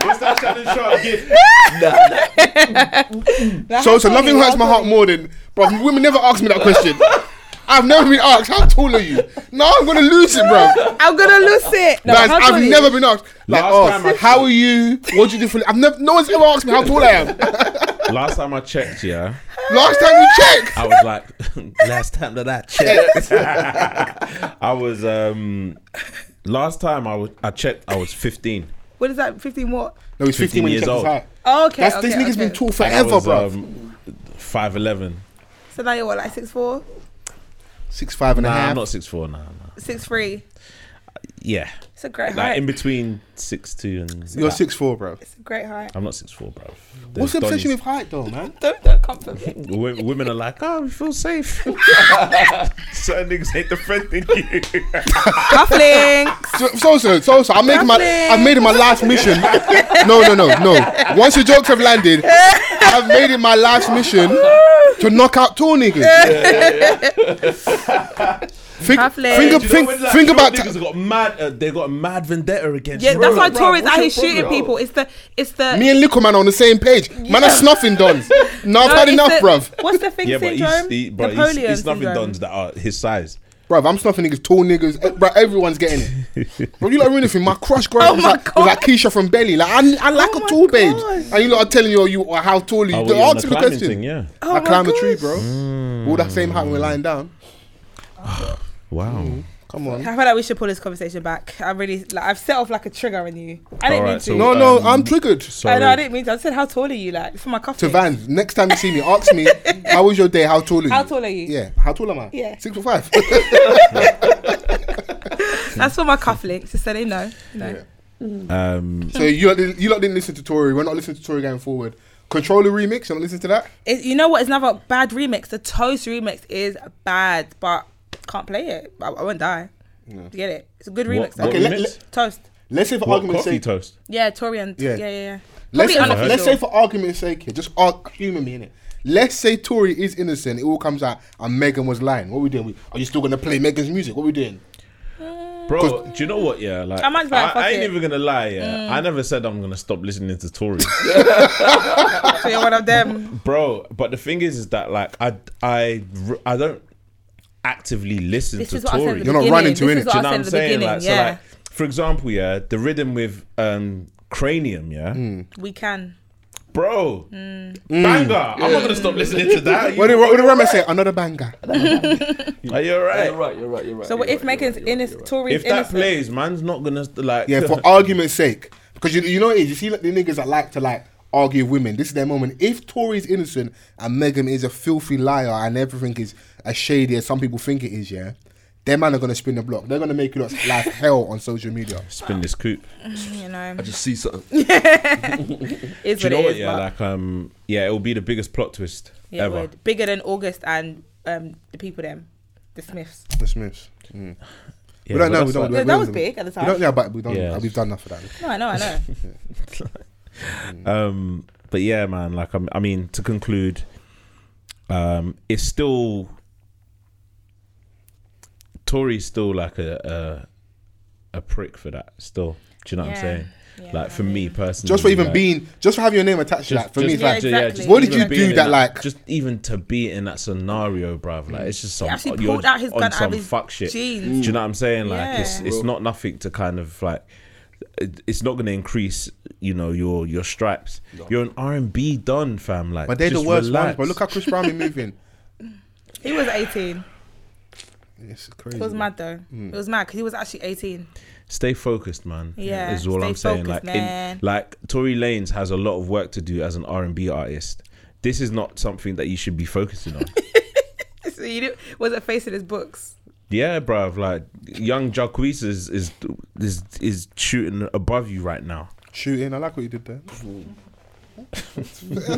What's that Shannon Sharp gift? Sosa, nothing hurts my heart more than. Bro, women never ask me that question. I've never been asked, how tall are you? No, I'm going to lose it, bro. I'm gonna lose it. Guys, how tall are I've you? never been asked. Like, Last time I- oh, how are you? What do you do for. I've never, no one's ever asked me how tall I am. Last time I checked, yeah, Last time you checked. I was like, (laughs) last time that I checked, (laughs) I was um, last time I was I checked, I was fifteen. What is that? 15 what? No, he's 15 when he years checked his old. height. Oh, okay. That's, okay, this nigga's okay. been tall And I forever, was, bro. Um, Five eleven. So now you're what, like 6'4? Six five and a Nah, half. I'm not six four. Nah, nah. 6'3? yeah, It's a great like height. in between six two and. You're that. six four, bro. it's a great height. I'm not six four, bro. What's the obsession with height, though, man? Don't, don't comfort me. (laughs) Wo- women are like, oh, we feel (laughs) safe. Certain niggas ain't defending you. Cufflinks. So, so, so, so, so I made my, I made it my last mission. No, no, no, no. Once your jokes have landed, I've made it my last mission to knock out two niggas. Think, Halfling. think, Do ab- you know think, when, like, think you know about. niggas got mad. Uh, they got a mad vendetta against. Yeah, you. that's why bro, Tories what's out your here shooting problem? people. It's the, it's the. me and Liquor Man on the same page. Man, I'm snuffing dons. No, no, I've had it's enough, the- bruv. What's the thing Yeah, but he's, syndrome? he, but he's, Napoleon he's nothing syndrome. done that are his size. Bruv, I'm snuffing niggas, tall niggas. eh, Bruv, everyone's getting it. Bro, you lot ruining thing. My crush growing Oh up was, my like, was God. like Keisha from Belly. Like I, I like Oh a my tall babe, God. and you lot are telling you, you how tall are you? Oh, Don't well, on Ask the me the climbing question. thing, yeah. Oh my I climb a gosh. tree, bro. Mm. All that same height when we're lying down. Wow. Come on. I feel like we should pull this conversation back. I really, like, I've set off like a trigger on you. I didn't mean Alright, to. so- No, no, Um, I'm triggered. I know, I Sorry. didn't mean to. I said, how tall are you? Like, for my coffee. To Van, next time you see me, (laughs) ask me, how was your day? How tall are you? How tall are you? Yeah, how tall am I? Yeah. Six foot five. (laughs) That's for my cufflinks. Just so they know. No. Um, so you lot didn't- you lot didn't listen to Tory. We're not listening to Tory going forward. Controller remix, you're not listening to that? It, you know what? It's another bad remix. The Toast remix is bad, but can't play it. I, I won't die. Get it? It's a good remix. what, though. what Okay, let- remix? let- Toast. Let's say for What argument's coffee sake. toast? Yeah, Tory and Yeah. yeah, yeah, yeah. Let's Probably say, for, unofficial. let's say (laughs) for argument's sake here, just arg- humor me in it. Let's say Tory is innocent. It all comes out, and Megan was lying. What we doing? We, are you still gonna play Megan's music? What we doing? Mm. Bro, do you know what? Yeah, like I might as well, I, fuck I ain't it. Mm. even gonna lie. Yeah, I never said I'm gonna stop listening to Tory, (laughs) so you're one of them. bro. But the thing is, is that like I, I, r- I don't actively listen This to is what I said. At Tory. the You're not beginning. running to this innit? Is what I Do said you know what at I'm the saying? beginning. Like, so yeah, like, for example, yeah, the rhythm with um cranium, yeah, Hmm. we can. bro, Hmm. banger. I'm not gonna stop listening to (laughs) that. What You, did, what did Rama say? Another banger. are you alright? You're right, you're right, you're right. So what you're if right, Megan's you're right, you're right, innocent? you're right. Tory's If that innocent. plays, man's not gonna like. Yeah, (laughs) for argument's sake. Because you, you know what it is, you see like, the niggas that like to like argue with women. This is their moment. If Tory's innocent and Megan is a filthy liar and everything is as shady as some people think it is, yeah, their man are gonna spin the block. They're gonna make you look like hell on social media. spin this coupe. you know, I just see something. (laughs) is Do you what know it what? is. Yeah, but- like um, yeah, it will be the biggest plot twist Yeah, it ever. would. bigger than August and um, the people them, the Smiths. The Smiths. Yeah, we don't but know. We that's don't, like- That we don't- was big at the Mm. We don't, time. yeah, but we don't, Yeah. we've done enough of that. No, I know, I know. Um, but yeah, man. Like, I'm, I mean, to conclude, um, it's still Tory's still like a a, a prick for that. Still, do you know what I'm Yeah. saying? Yeah, like for me personally, Just for even like, being, just for having your name attached to that, for me, it's yeah, like, exactly. What did even you do being in that, like- Just even to be in that scenario, bruv. Like it's just some. He actually you're pulled out his on gun out of some his fuck shit. jeans. Do you know what I'm saying? Like Yeah. it's it's not nothing to kind of like. it- It's not going to increase, you know, your your stripes. You're an R and B done, fam. Like, but they're the just worst relax. ones. But look how Chris Brown is (laughs) moving. He was 18. It's crazy. It was mad though. Mm. It was mad because he was actually 18. stay focused, man. Yeah, is all stay I'm saying. focused, like, in, man. like Tory Lanez has a lot of work to do as an R and B artist. This is not something that you should be focusing on. (laughs) So you didn't, wasn't facing his books. Yeah, bruv. Like young Jacquees is is is is shooting above you right now. Shooting. I like what you did there. (laughs)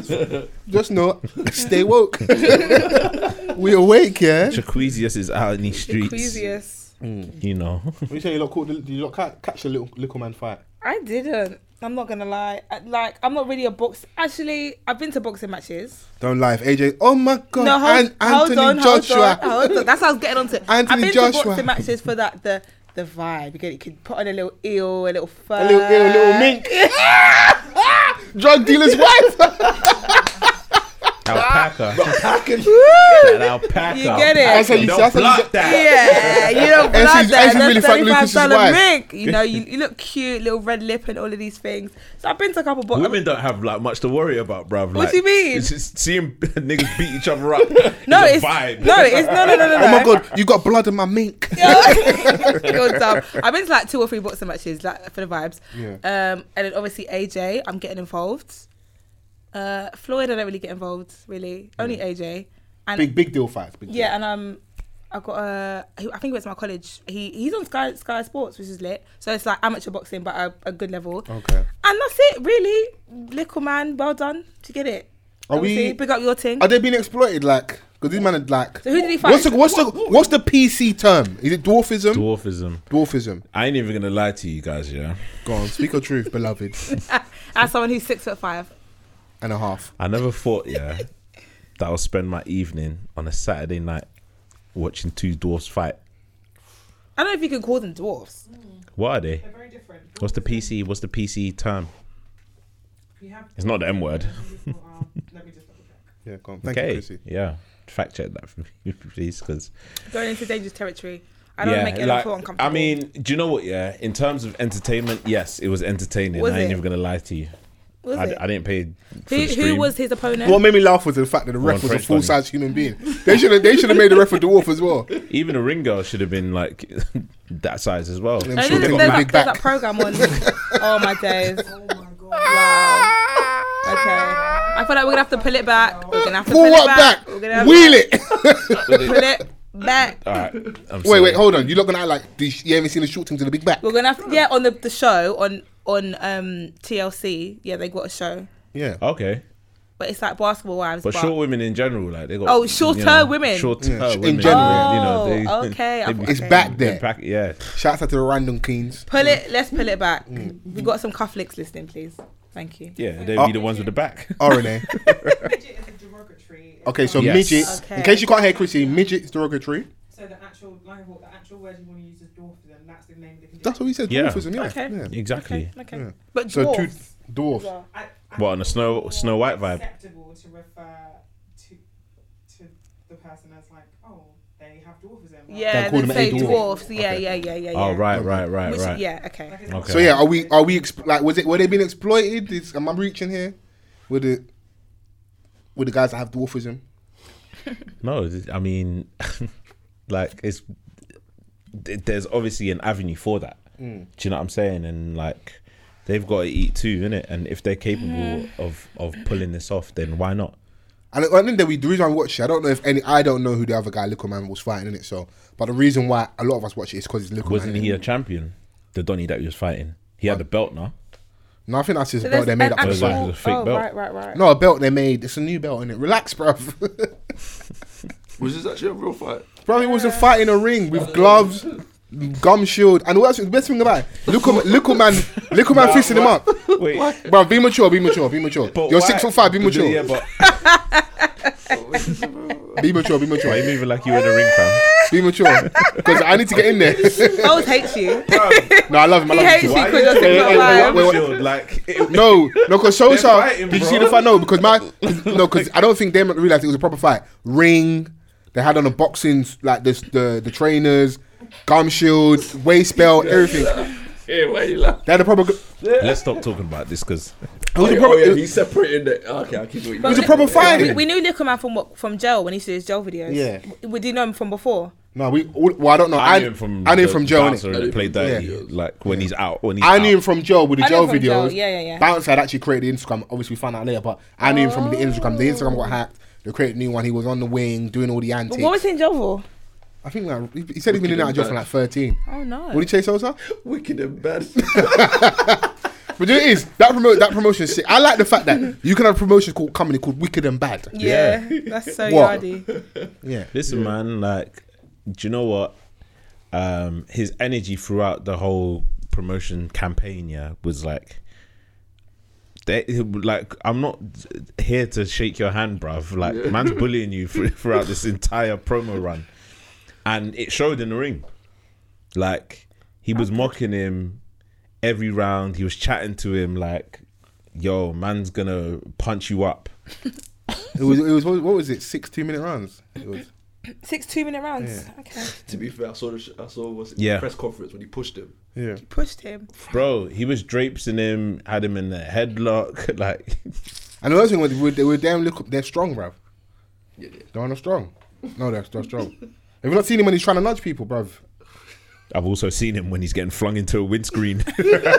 Just know, stay woke. (laughs) we awake, yeah. Jacquees is out in these streets. Ecclesius. You know. (laughs) What you say? You lot caught? the- Did you lot ca- catch the little little man fight? I didn't. I'm not gonna lie. I- Like, I'm not really a box. Actually, I've been to boxing matches. Don't lie. If AJ. Oh my God. no, hold, An- Anthony hold on, Joshua. hold on, hold on. That's how I was getting onto. it. I've Anthony been Joshua. to boxing matches for that the the vibe. You get it? You could put on a little eel, a little fur, (laughs) A little, a little mink. (laughs) (laughs) Drug dealer's wife. (laughs) Alpaca. An alpaca. You get it? That's how you- Don't that's how you- block that. Yeah, you don't (laughs) And blood she's- and that. she That's really fucked thirty-five Lucas's dollar wife. mink. You know, you, you look cute, little red lip, and all of these things. So I've been to a couple. Bo- Women don't have like much to worry about, bruv. Like, do you mean? It's just seeing (laughs) niggas beat each other (laughs) up. no, is it's a vibe. no, it's no, no, no, no. Oh my God. You got blood in my mink. You're (laughs) dumb. I've been to like two or three boxing matches, like for the vibes. Yeah. Um, and then obviously AJ, I'm getting involved. Uh, Floyd, I don't really get involved, really. Only AJ. And Big, big deal fights. Big deal. yeah, and um, I got a. I think he went to my college. He he's on Sky Sky Sports, which is lit. So it's like amateur boxing, but a, a good level. Okay. And that's it, really. Little man, well done. To get it. Are we- Obviously, Big up your thing. Are they being exploited? Like, because these men are like. So who did he fight? What's the what's the what's the PC term? Is it dwarfism? Dwarfism. dwarfism. I ain't even gonna lie to you guys, yeah. Go on, speak your truth, beloved. As someone who's six foot five. And a half. I never thought, yeah, that I'll spend my evening on a Saturday night watching two dwarfs fight. I don't know if you can call them dwarfs. What are they? They're very different. What's the PC? What's the PC term? You have. It's not the (laughs) M word. Um, let me just double check. Yeah, go on. Thank you, okay. Chrissy. yeah. Fact check that for me, (laughs) please, because Going into dangerous territory. I don't make anyone feel uncomfortable. I mean, do you know what? Yeah, in terms of entertainment, yes, it was entertaining. Was I ain't it? even gonna lie to you. was I, it? I didn't pay. who, For the who stream. was his opponent? What made me laugh was the fact that the ref on, was a French full size human being. They should have they should have made the ref a dwarf as well. Even a ring girl should have been like (laughs) that size as well. I'm Oh, sure there's, they there's got that, big there's back. that program (laughs) on. oh my days. Oh my god. Wow. Okay. I feel like we're gonna have to pull it back. We're gonna have to Pull pull what it back. back? We're gonna have Wheel it. to pull it back. All right, I'm wait, sorry. wait, hold on. You're not gonna act like the, you haven't seen the short things in the big back. We're gonna have to, yeah on the, the show on on um TLC. Yeah, they got a show, Yeah. Okay, but it's like basketball wives. but short women in general, like they got Oh, shorter women. shorter Yeah, in women in general. general. you know, Oh, they, okay, (laughs) they I'm- be- It's Okay. back they there. pack- yeah. Shouts out to the random queens. Pull it. Let's pull it back. Mm. We got some cufflinks listening, please. Thank you. Yeah, they Oh. be the ones with the back. RNA. Midget is a derogatory. (laughs) It's Okay, so not- Yes. midget. Okay. In case you can't hear Chrissy, midget is derogatory. So the actual, like, what the actual word you want to use is dwarfism. That's the name of the condition. That's what he said. Yeah. Dwarfism. Yeah. Okay. (laughs) yeah. exactly. Okay. okay. Yeah. But So dwarfs. two dwarf. Wow. I, I What, on a Snow- think it's Snow White vibe? Acceptable to refer to to the person as like, oh, they have dwarfism. like- Yeah, They call they them say a dwarf. dwarfs. Yeah, Okay. yeah, yeah, yeah, yeah. Oh right, right, right, Which, right. Yeah, okay. like it's Okay. not- Mm-hmm. So yeah, are we are we exp- like was it were they being exploited? Is, am I reaching here? With it, with the guys that have dwarfism? No, th- I mean, (laughs) like it's th- there's obviously an avenue for that. Mm. Do you know what I'm saying? And like they've got to eat too, innit? And if they're Mm. capable of of pulling this off, then why not? And I think that we the reason I watch it, I don't know if any I don't know who the other guy Little Man was fighting in it. So, but the reason why a lot of us watch it is because it's Little Wasn't Man. he innit? a champion? The Donny that he was fighting, he had a belt (laughs) now. No, I think that's his So there's belt they an made up for the actual- fight. It's a fake oh, belt. right, right, right. No, a belt they made. It's a new belt in it. Relax, bruv. (laughs) Was this actually a real fight? Bro, he was a fight in a ring (laughs) with gloves, gum shield, and what's the best thing about it? Little, little man, little (laughs) man fisting him up. Wait, Bro, be mature, be mature, be mature. You're six foot five, be mature. (laughs) Yeah, but Be mature, be mature. why you moving like you in the ring, fam? Be mature. Because I need to get in there. Always hates you. no, I love him. I He love hates him. you too. Why because you you're (laughs) six Wait, wait, foot wait, five. wait, Shield, like it, No, no, because so so. fighting, Did you bro. see the fight? No, because my no, because I don't think they realized it was a proper fight. Ring, they had on the boxing like this the the trainers, gum shield, waist belt, everything. Yeah, why you laugh? They had a proper. It let's stop talking about this because was a Oh, proper. yeah, it- he's separating the. Ah, Okay, I keep But was a we- proper fight. We, we knew Little Man from what, from jail when he used to do his jail videos. Yeah. We, we did know him from before. no, we. Well, I don't know. I, knew him from I knew him the from Joe. bouncer innit? that played dirty, Yeah. like when he's out. When he's I knew out. him from Joe with the I knew Joe him from Joe, videos. yeah, yeah, yeah. Bounce had actually created the Instagram. Obviously, we found out later, but I knew him from the Instagram. The Instagram got hacked. They created a new one. He was on the wing doing all the antics. But what was he in jail for? I think like, he- he said he's been in and out of jail from like 13. Oh no. What did he chase Sosa? Wicked (laughs) and bad. But it is that promote that promotion. Sick. I like the fact that you can have a promotion called company called Wicked and Bad. yeah, that's so What? yardy. Yeah, Listen, man, like, do you know what? Um, his energy throughout the whole promotion campaign, yeah, was like, They, like I'm not here to shake your hand, bruv. Like man's bullying you (laughs) through- throughout this entire promo run, and it showed in the ring. Like he was mocking him every round. He was chatting to him like, "Yo, man's gonna punch you up." It was, it was what was it? Six two minute rounds. It was. Six two minute rounds. Okay. To be fair, I saw the sh- I saw what's it, Yeah. the press conference when he pushed him. Yeah. Pushed him. Bro, he was drapesing him, had him in a headlock. (laughs) Like, And the other thing was they were, they were damn look they're strong, bruv. Yeah, yeah. They're on a strong. No, they're, they're strong. Have you not seen him when he's trying to nudge people, bruv? I've also seen him when he's getting flung into a (laughs) windscreen.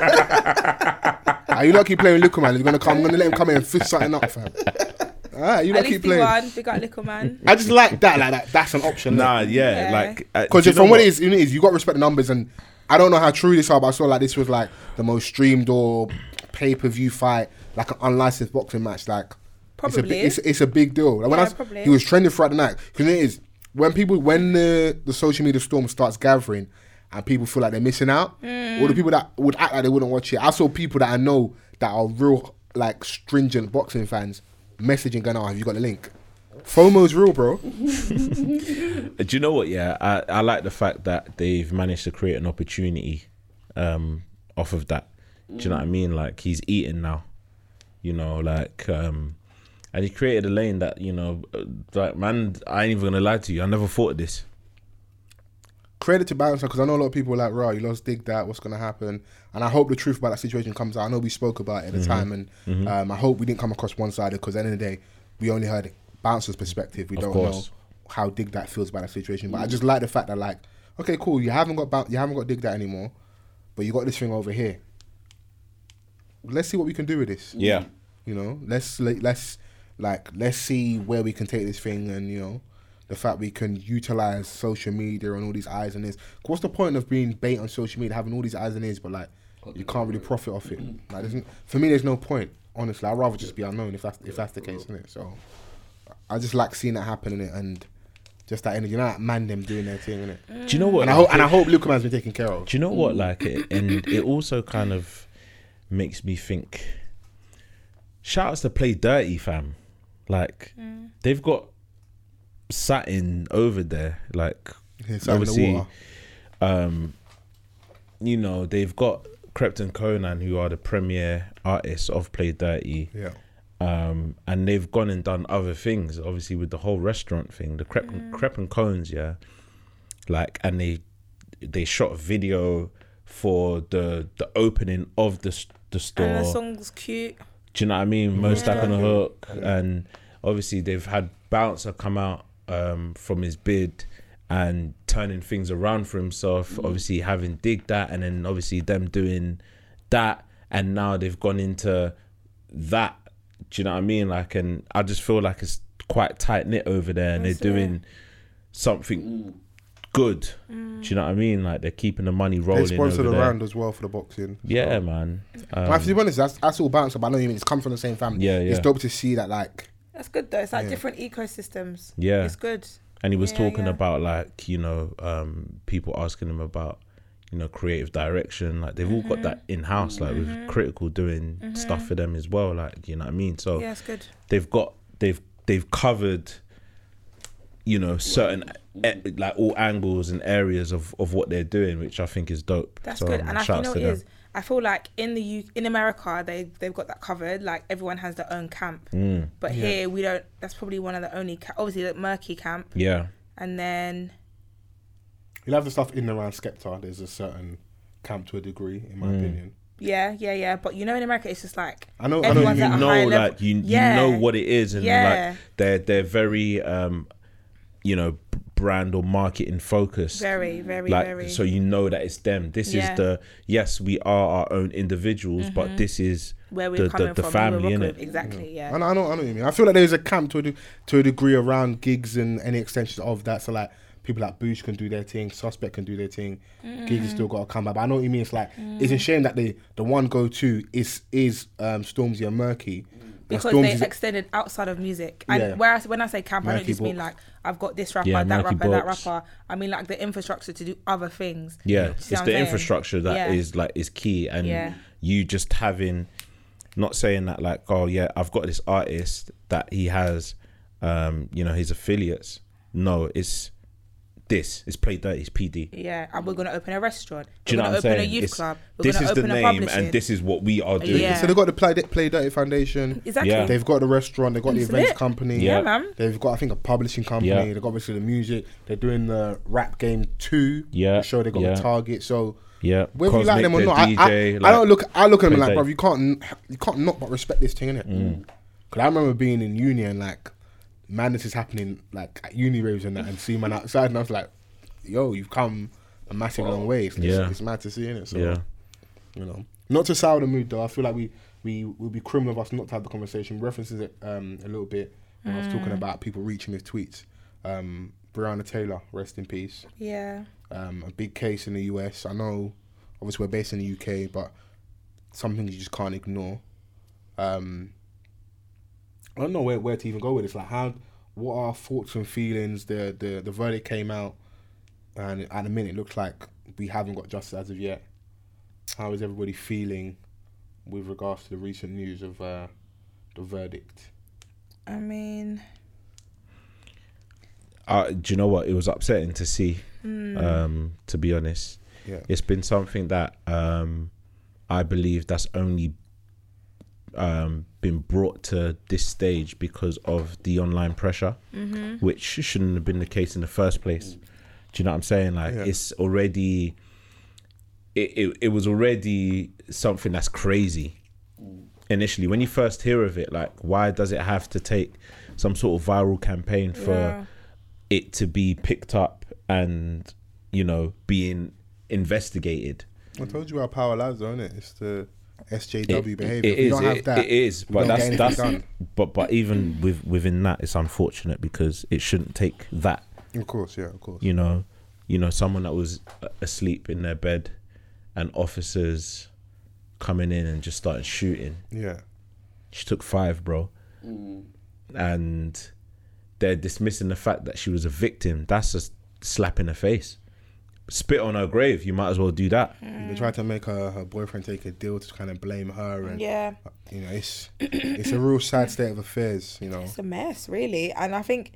Are Ah, you not keep playing Luka, man? He's gonna come. I'm gonna let him come in and fist something up, fam. Ah, you At not keep least he playing. won. Big up, little (laughs) man. I just like that. Like that. That's an option. nah, yeah, Yeah. like uh, Because do you know from what it is, you know, it is, you got to respect the numbers, and I don't know how true this are, but I saw like this was like the most streamed or pay per view fight, like an unlicensed boxing match. Like, it's a, Probably. big- it's, it's a big deal. Like when Yeah, I, probably. he was trending throughout the night. Because it is when people when the the social media storm starts gathering. And people feel like they're missing out. Mm. Or the people that would act like they wouldn't watch it. I saw people that I know that are real, like stringent boxing fans, messaging going, "Oh, have you got the link?" FOMO's real, bro. Uh, Do you know what? Yeah, I, I like the fact that they've managed to create an opportunity um, off of that. Do you know what I mean? Like he's eating now, you know, like um, and he created a lane that you know, uh, like man, I ain't even gonna lie to you, I never thought of this. credit to Bouncer because I know a lot of people are like, "Raw, you lost Dig that. What's going to happen?" And I hope the truth about that situation comes out. I know we spoke about it at the time, and um, I hope we didn't come across one sided because at the end of the day, we only heard Bouncer's perspective. We don't know course. how Dig that feels about that situation. But I just like the fact that, like, okay, cool, you haven't got Boun- you haven't got Dig that anymore, but you got this thing over here. Let's see what we can do with this. Yeah, You know, let's like, let's like let's see where we can take this thing, and you know, the fact we can utilize social media and all these eyes and ears. 'Cause What's the point of being bait on social media, having all these eyes and ears, but like you can't really profit off (clears throat) it? Like, there's n- for me, there's no point. Honestly, I'd rather just be unknown if that's if that's the case, isn't it? So, I just like seeing that happen in it and. Just that energy, you know, that man them doing their thing, innit? do you know what? And I hope, and I hope Luke has been taken care of. Do you know what? Like, it, and it also kind of makes me think. Shoutouts to play dirty, fam. Like, they've got satin over there. Like, Yeah, satin in the water. um, you know, they've got Crepton Conan, who are the premier artists of Play Dirty Yeah, um, and they've gone and done other things. Obviously, with the whole restaurant thing, the crepe, crepe and cones, yeah, like, and they they shot a video for the the opening of the s- the store. And the song's cute. Do you know what I mean? Most yeah. on the hook, and obviously they've had Bouncer come out um, from his bid and turning things around for himself. Obviously having dig that, and then obviously them doing that, and now they've gone into that. Do you know what I mean? Like, and I just feel like it's quite tight knit over there, and they're doing something good. Do you know what I mean? Like they're keeping the money they rolling. sponsored over a there. round as well for the boxing. Yeah, man. Um, But to be honest, that's, that's all bouncer, but I know you mean it's come from the same family. Yeah, It's yeah. dope to see that, like, That's good though. It's like different ecosystems. Yeah. It's good. and he was Yeah, talking yeah. about like you know um people asking him about you know creative direction like they've all got that Mm-hmm. in house like with critical doing stuff for them as well like you know what i mean Oh. so Yeah, it's good. they've got they've they've covered you know certain e- like all angles and areas of of what they're doing which i think is dope That's So, good. um, And I think you shouts know to what it them. is. I feel like in the U- in America they they've got that covered. Like everyone has their own camp. Mm. But here we don't. That's probably one of the only ca- obviously the murky camp. yeah And then You'll have the stuff in and around Skepta. There's a certain camp to a degree, in Mm. my opinion. yeah yeah yeah. But you know in America it's just like I know- I know what everyone's you at a know high level. Oh, like you, Yeah. you know what it is and Yeah. like they're they're very um you know b- brand or marketing focused Very very like very. so you know that it's them this Yeah. Mm-hmm. is the yes we are our own individuals but this is where we're the, coming the, the from, family who in we're with. it Exactly. Yeah. I know, I know, I know what you mean. I feel like there's a camp to a, de- to a degree around gigs and any extensions of that. So like people like Boosh can do their thing, Suspect can do their thing, Gigs has Mm. still got to come back. But I know what you mean. It's like it's a shame that the the one go to is is um, Stormzy and Murky. And because Stormzy's- they extended outside of music. And Yeah. where I, s- when I say camp, I don't Nike just mean books. like I've got this rapper, Yeah, that Nike rapper, books. that rapper. I mean like the infrastructure to do other things. yeah Do you see it's what I'm the saying? infrastructure that is Yeah. like is key and Yeah. you just having Not saying that like, oh yeah, I've got this artist that he has, um, you know, his affiliates. No, it's this. It's Play Dirty. It's PD. Yeah, and we're gonna open a restaurant. Do you we're know gonna what I'm open saying? a youth It's- club. We're this gonna is the open a name, publishing. and this is what we are doing. Yeah. So they've got the Play, Play Dirty Foundation. exactly. Yeah. They've got the restaurant. They've got That's the events it. company. Yeah, Yeah, man. They've got, I think, a publishing company. Yeah. They've got obviously the music. They're doing the rap game two. Yeah, The show they got yeah. with Target. So Yeah, whether you Cosmic, like them or the not, I- I, DJ, I, like- don't look. I look at them Play like, Dirty. bruv, you can't, you can't not but respect this thing, innit? Mm. Because I remember being in uni and like madness is happening like at uni raves and that, and seeing man outside, and I was like, yo, you've come a massive long way. It's, Yeah. it's, it's mad to see, innit? So Yeah. you know. Not to sour the mood though. I feel like we we would be criminal of us not to have the conversation. References it um, a little bit when I was talking about people reaching with tweets. Um, Breonna Taylor, rest in peace. Yeah. Um, a big case in the US. I know, obviously we're based in the UK, but some things you just can't ignore. Um, I don't know where, where to even go with this. Like, how, what are thoughts and feelings? The the the verdict came out, and at a minute it looks like we haven't got justice as of yet. How is everybody feeling with regards to the recent news of uh, the verdict? I mean, uh, do you know what? It was upsetting to see. Um, to be honest, Yeah. it's been something that um, I believe that's only um, been brought to this stage because of the online pressure, which shouldn't have been the case in the first place. Do you know what I'm saying? Like it's already, it, it it was already something that's crazy initially when you first hear of it. Like why does it have to take some sort of viral campaign for? it to be picked up and you know being investigated. I told you our power lies, don't it? It's the SJW It- behavior. it is. it- it is. don't But get that's anything that's. done. But but even with within that, it's unfortunate because it shouldn't take that. Of course, yeah, of course. You know, you know, someone that was a- asleep in their bed, and officers coming in and just started shooting. Yeah. She took five, bro. Mm. And they're dismissing the fact that she was a victim. That's a slap in the face. Spit on her grave. You might as well do that. Mm. They tried to make her, her boyfriend take a deal to kind of blame her, and yeah, you know, (clears throat) it's it's a real sad state of affairs. You know, it's a mess, really. And I think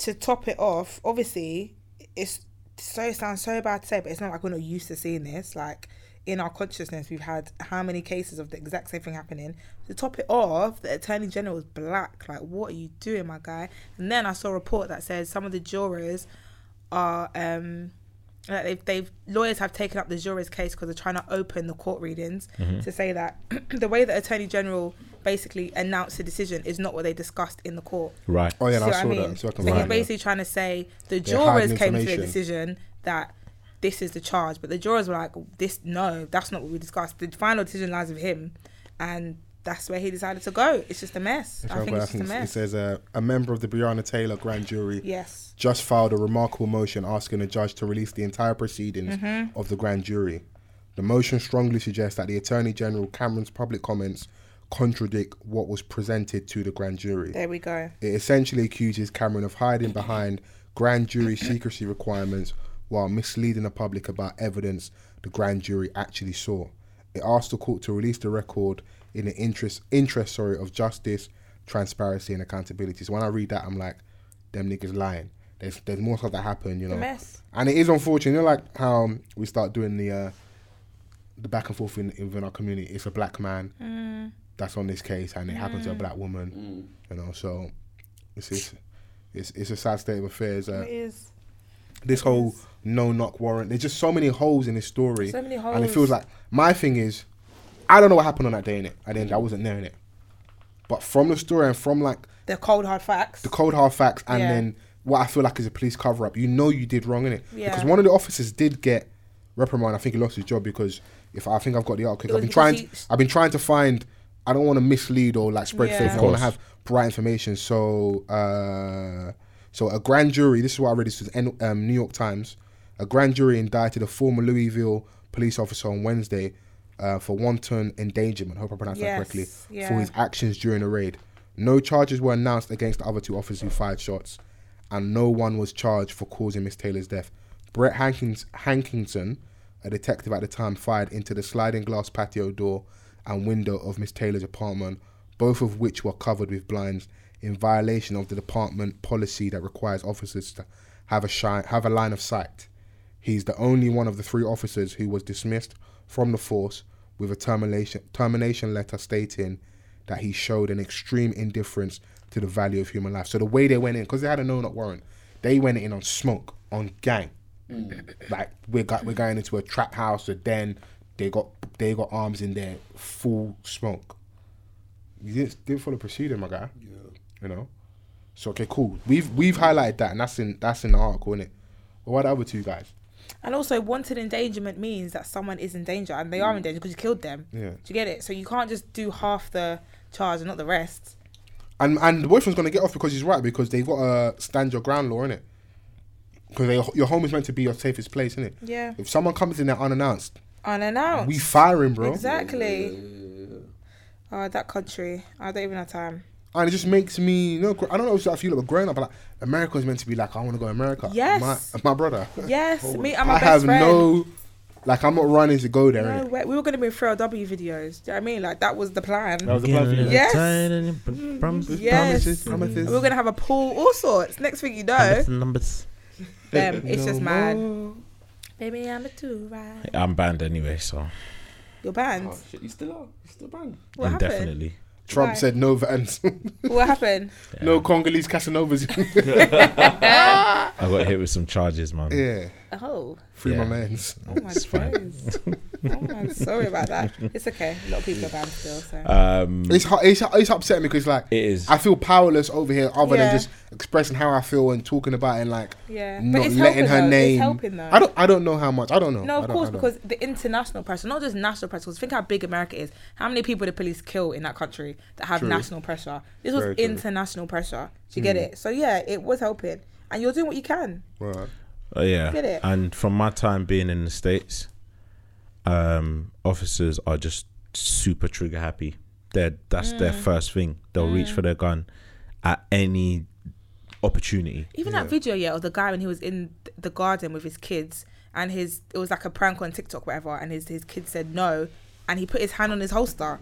to top it off, obviously, it's so it sounds so bad to say, but it's not like we're not used to seeing this. Like in our consciousness, we've had how many cases of the exact same thing happening. To top it off, the attorney general is black. Like, what are you doing, my guy? And then I saw a report that says some of the jurors are um like they've, they've lawyers have taken up the jury's case because they're trying to open the court readings to say that (clears throat) the way the attorney general basically announced the decision is not what they discussed in the court. Right. Oh, yeah, no, See I what saw that. So I can he's find that. basically trying to say the They're hiding jurors came to the information. decision that this is the charge, but the jurors were like, "This no, that's not what we discussed." The final decision lies with him, and that's where he decided to go. It's just a mess. If I I've think got- it's just a it mess. says uh, a member of the Breonna Taylor grand jury Yes. just filed a remarkable motion asking the judge to release the entire proceedings Mm-hmm. of the grand jury. The motion strongly suggests that the Attorney General Cameron's public comments contradict what was presented to the grand jury. There we go. It essentially accuses Cameron of hiding behind grand jury secrecy requirements while misleading the public about evidence the grand jury actually saw. It asked the court to release the record in the interest interest sorry of justice, transparency and accountability. So when I read that I'm like, them niggas lying. There's there's more stuff that happened, you know. mess. And it is unfortunate, you know like how we start doing the uh the back and forth in, within our community. It's a black man Mm. that's on this case, and it happened to a black woman. You know, so it's it's it's, it's a sad state of affairs. Uh, It is. this whole no knock warrant. There's just so many holes in this story. So many And it holes. feels like my thing is, I don't know what happened on that day in it. I didn't. I wasn't there in it. But from the story and from like The cold hard facts. the cold hard facts and Yeah. then what I feel like is a police cover up. You know you did wrong in it Yeah. because one of the officers did get reprimand. I think he lost his job because if I think I've got the article, It I've was been because he- trying. I've been trying to find. I don't want to mislead or like spread Yeah. faith. I Of want to course. have bright information. So, uh, so a grand jury. This is what I read. This was N- um, New York Times. A grand jury indicted a former Louisville police officer on Wednesday uh, for wanton endangerment. Hope I pronounced Yes, that correctly. For yeah. his actions during the raid. No charges were announced against the other two officers who fired shots, and no one was charged for causing Miss Taylor's death. Brett Hankins, Hankinson, a detective at the time, fired into the sliding glass patio door and window of Miss Taylor's apartment, both of which were covered with blinds, in violation of the department policy that requires officers to have a shine, have a line of sight. He's the only one of the three officers who was dismissed from the force with a termination termination letter stating that he showed an extreme indifference to the value of human life. So the way they went in, because they had a no not warrant, they went in on smoke, on gang. Like we're go- we're going into a trap house, a den. They got they got arms in there, full smoke. You didn't, didn't follow proceeding, my guy. Yeah. You know. So okay, cool. We've we've highlighted that, and that's in that's in the article, isn't it? Well, what are the other two guys? And also, wanted endangerment means that someone is in danger and they are in danger because you killed them. Mm. Yeah. Do you get it? So you can't just do half the charge and not the rest. And and the boyfriend's gonna get off because he's right because they've got a stand your ground law, innit? Because your home is meant to be your safest place, innit? Yeah. If someone comes in there unannounced, Unannounced. we fire him, bro. Exactly. Oh, that country. I don't even have (laughs) time. And it just makes me, you know, gr- I don't know if I feel like growing up, but like America is meant to be like, I want to go to America. Yes. My, my brother. Yes, me and my I best have friend. no, like, I'm not running to go there, No innit? way. We were going to be throw W videos. Do you know what I mean? Like, that was the plan. was the plan for you. Yes. Mm. Promises, Yes. promises. We were going to have a pool, all sorts. Next thing you (laughs) know, promises, numbers. them. It's just No mad. more. Baby, I'm a two right. I'm banned anyway, so Your band. Oh, shit, you still are. You still banned. What happened? indefinitely. Trump Why? said no vans, (laughs) What happened? no Congolese Casanovas. (laughs) I got hit with some charges, man. yeah, Oh. free my Yeah. man's. Oh my It's fine. days. oh man, sorry about that. It's okay. A lot of people are banned still, so Uh, Um, It's hu- it's it's upsetting because like it is. I feel powerless over here, other Yeah. than just expressing how I feel and talking about it and like yeah. not but it's letting helping her though. name. It's helping though. I don't I don't know how much. I don't know. no, I of don't- course, I don't. because the international pressure, not just national pressure. 'cause think how big America is. How many people the police kill in that country that have national pressure? This was Very true. Hmm. international pressure. Do you get it? So yeah, it was helping, and you're doing what you can. Right. Uh, yeah. Get it? And from my time being in the States, um, officers are just super trigger happy. They're, that's their Mm. first thing. They'll reach for their gun at any opportunity. Even that video, yeah, of the guy when he was in th- the garden with his kids, and his it was like a prank on TikTok, whatever, and his his kid said no, and he put his hand on his holster.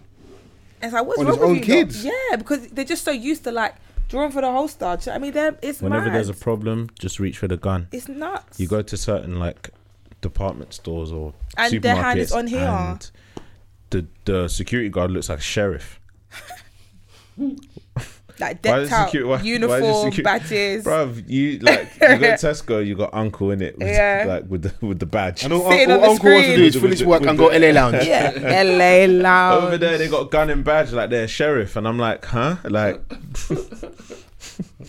And it's like, what's On wrong his with own you? kids? lot? Yeah, because they're just so used to like drawing for the holster. Do you know what I mean, they're, it's Whenever mad. there's a problem, just reach for the gun. it's nuts. You go to certain like department stores or And supermarkets, their hand is on here. and the the security guard looks like a sheriff. like Why decked is out, secu- why- why is your uniform, secu- badges. Bruv, you like (laughs) you go to Tesco, you got uncle in it, with, Yeah. like with the with the badge. I know all, Sitting on all the Uncle wants to do is screen. finish work and go LA (laughs) Lounge. Yeah, LA loud. (laughs) Over there, they got gun and badge like they're sheriff, and I'm like, huh? Like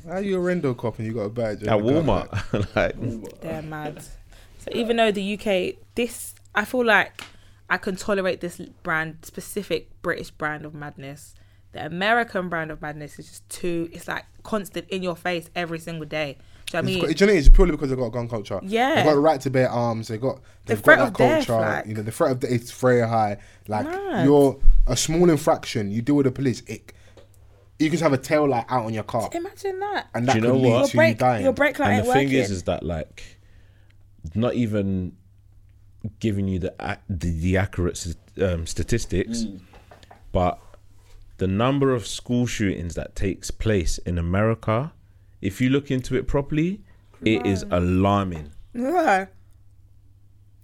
How you a rendo cop and you got a badge? at Walmart, (laughs) like They're mad. So even though the UK, this I feel like I can tolerate this brand specific British brand of madness. The American brand of madness is just too. It's like constant in your face every single day. Do you know what I It's, mean? got, do you know, it's purely because they've got a gun culture. Yeah. They've got the right to bear arms. They've got, they've threat got of that death, culture. like- you know, the threat of death is very high. Like, Mad. you're a small infraction. You deal with the police. It, you can have a tail light out on your car. Imagine that. And that Do you could know lead what? your to you brake, dying. your brake light and ain't the thing working. is is that like not even giving you the ac- the, the accurate s- um, statistics Mm. but the number of school shootings that takes place in america if you look into it properly it is alarming (laughs) Yeah.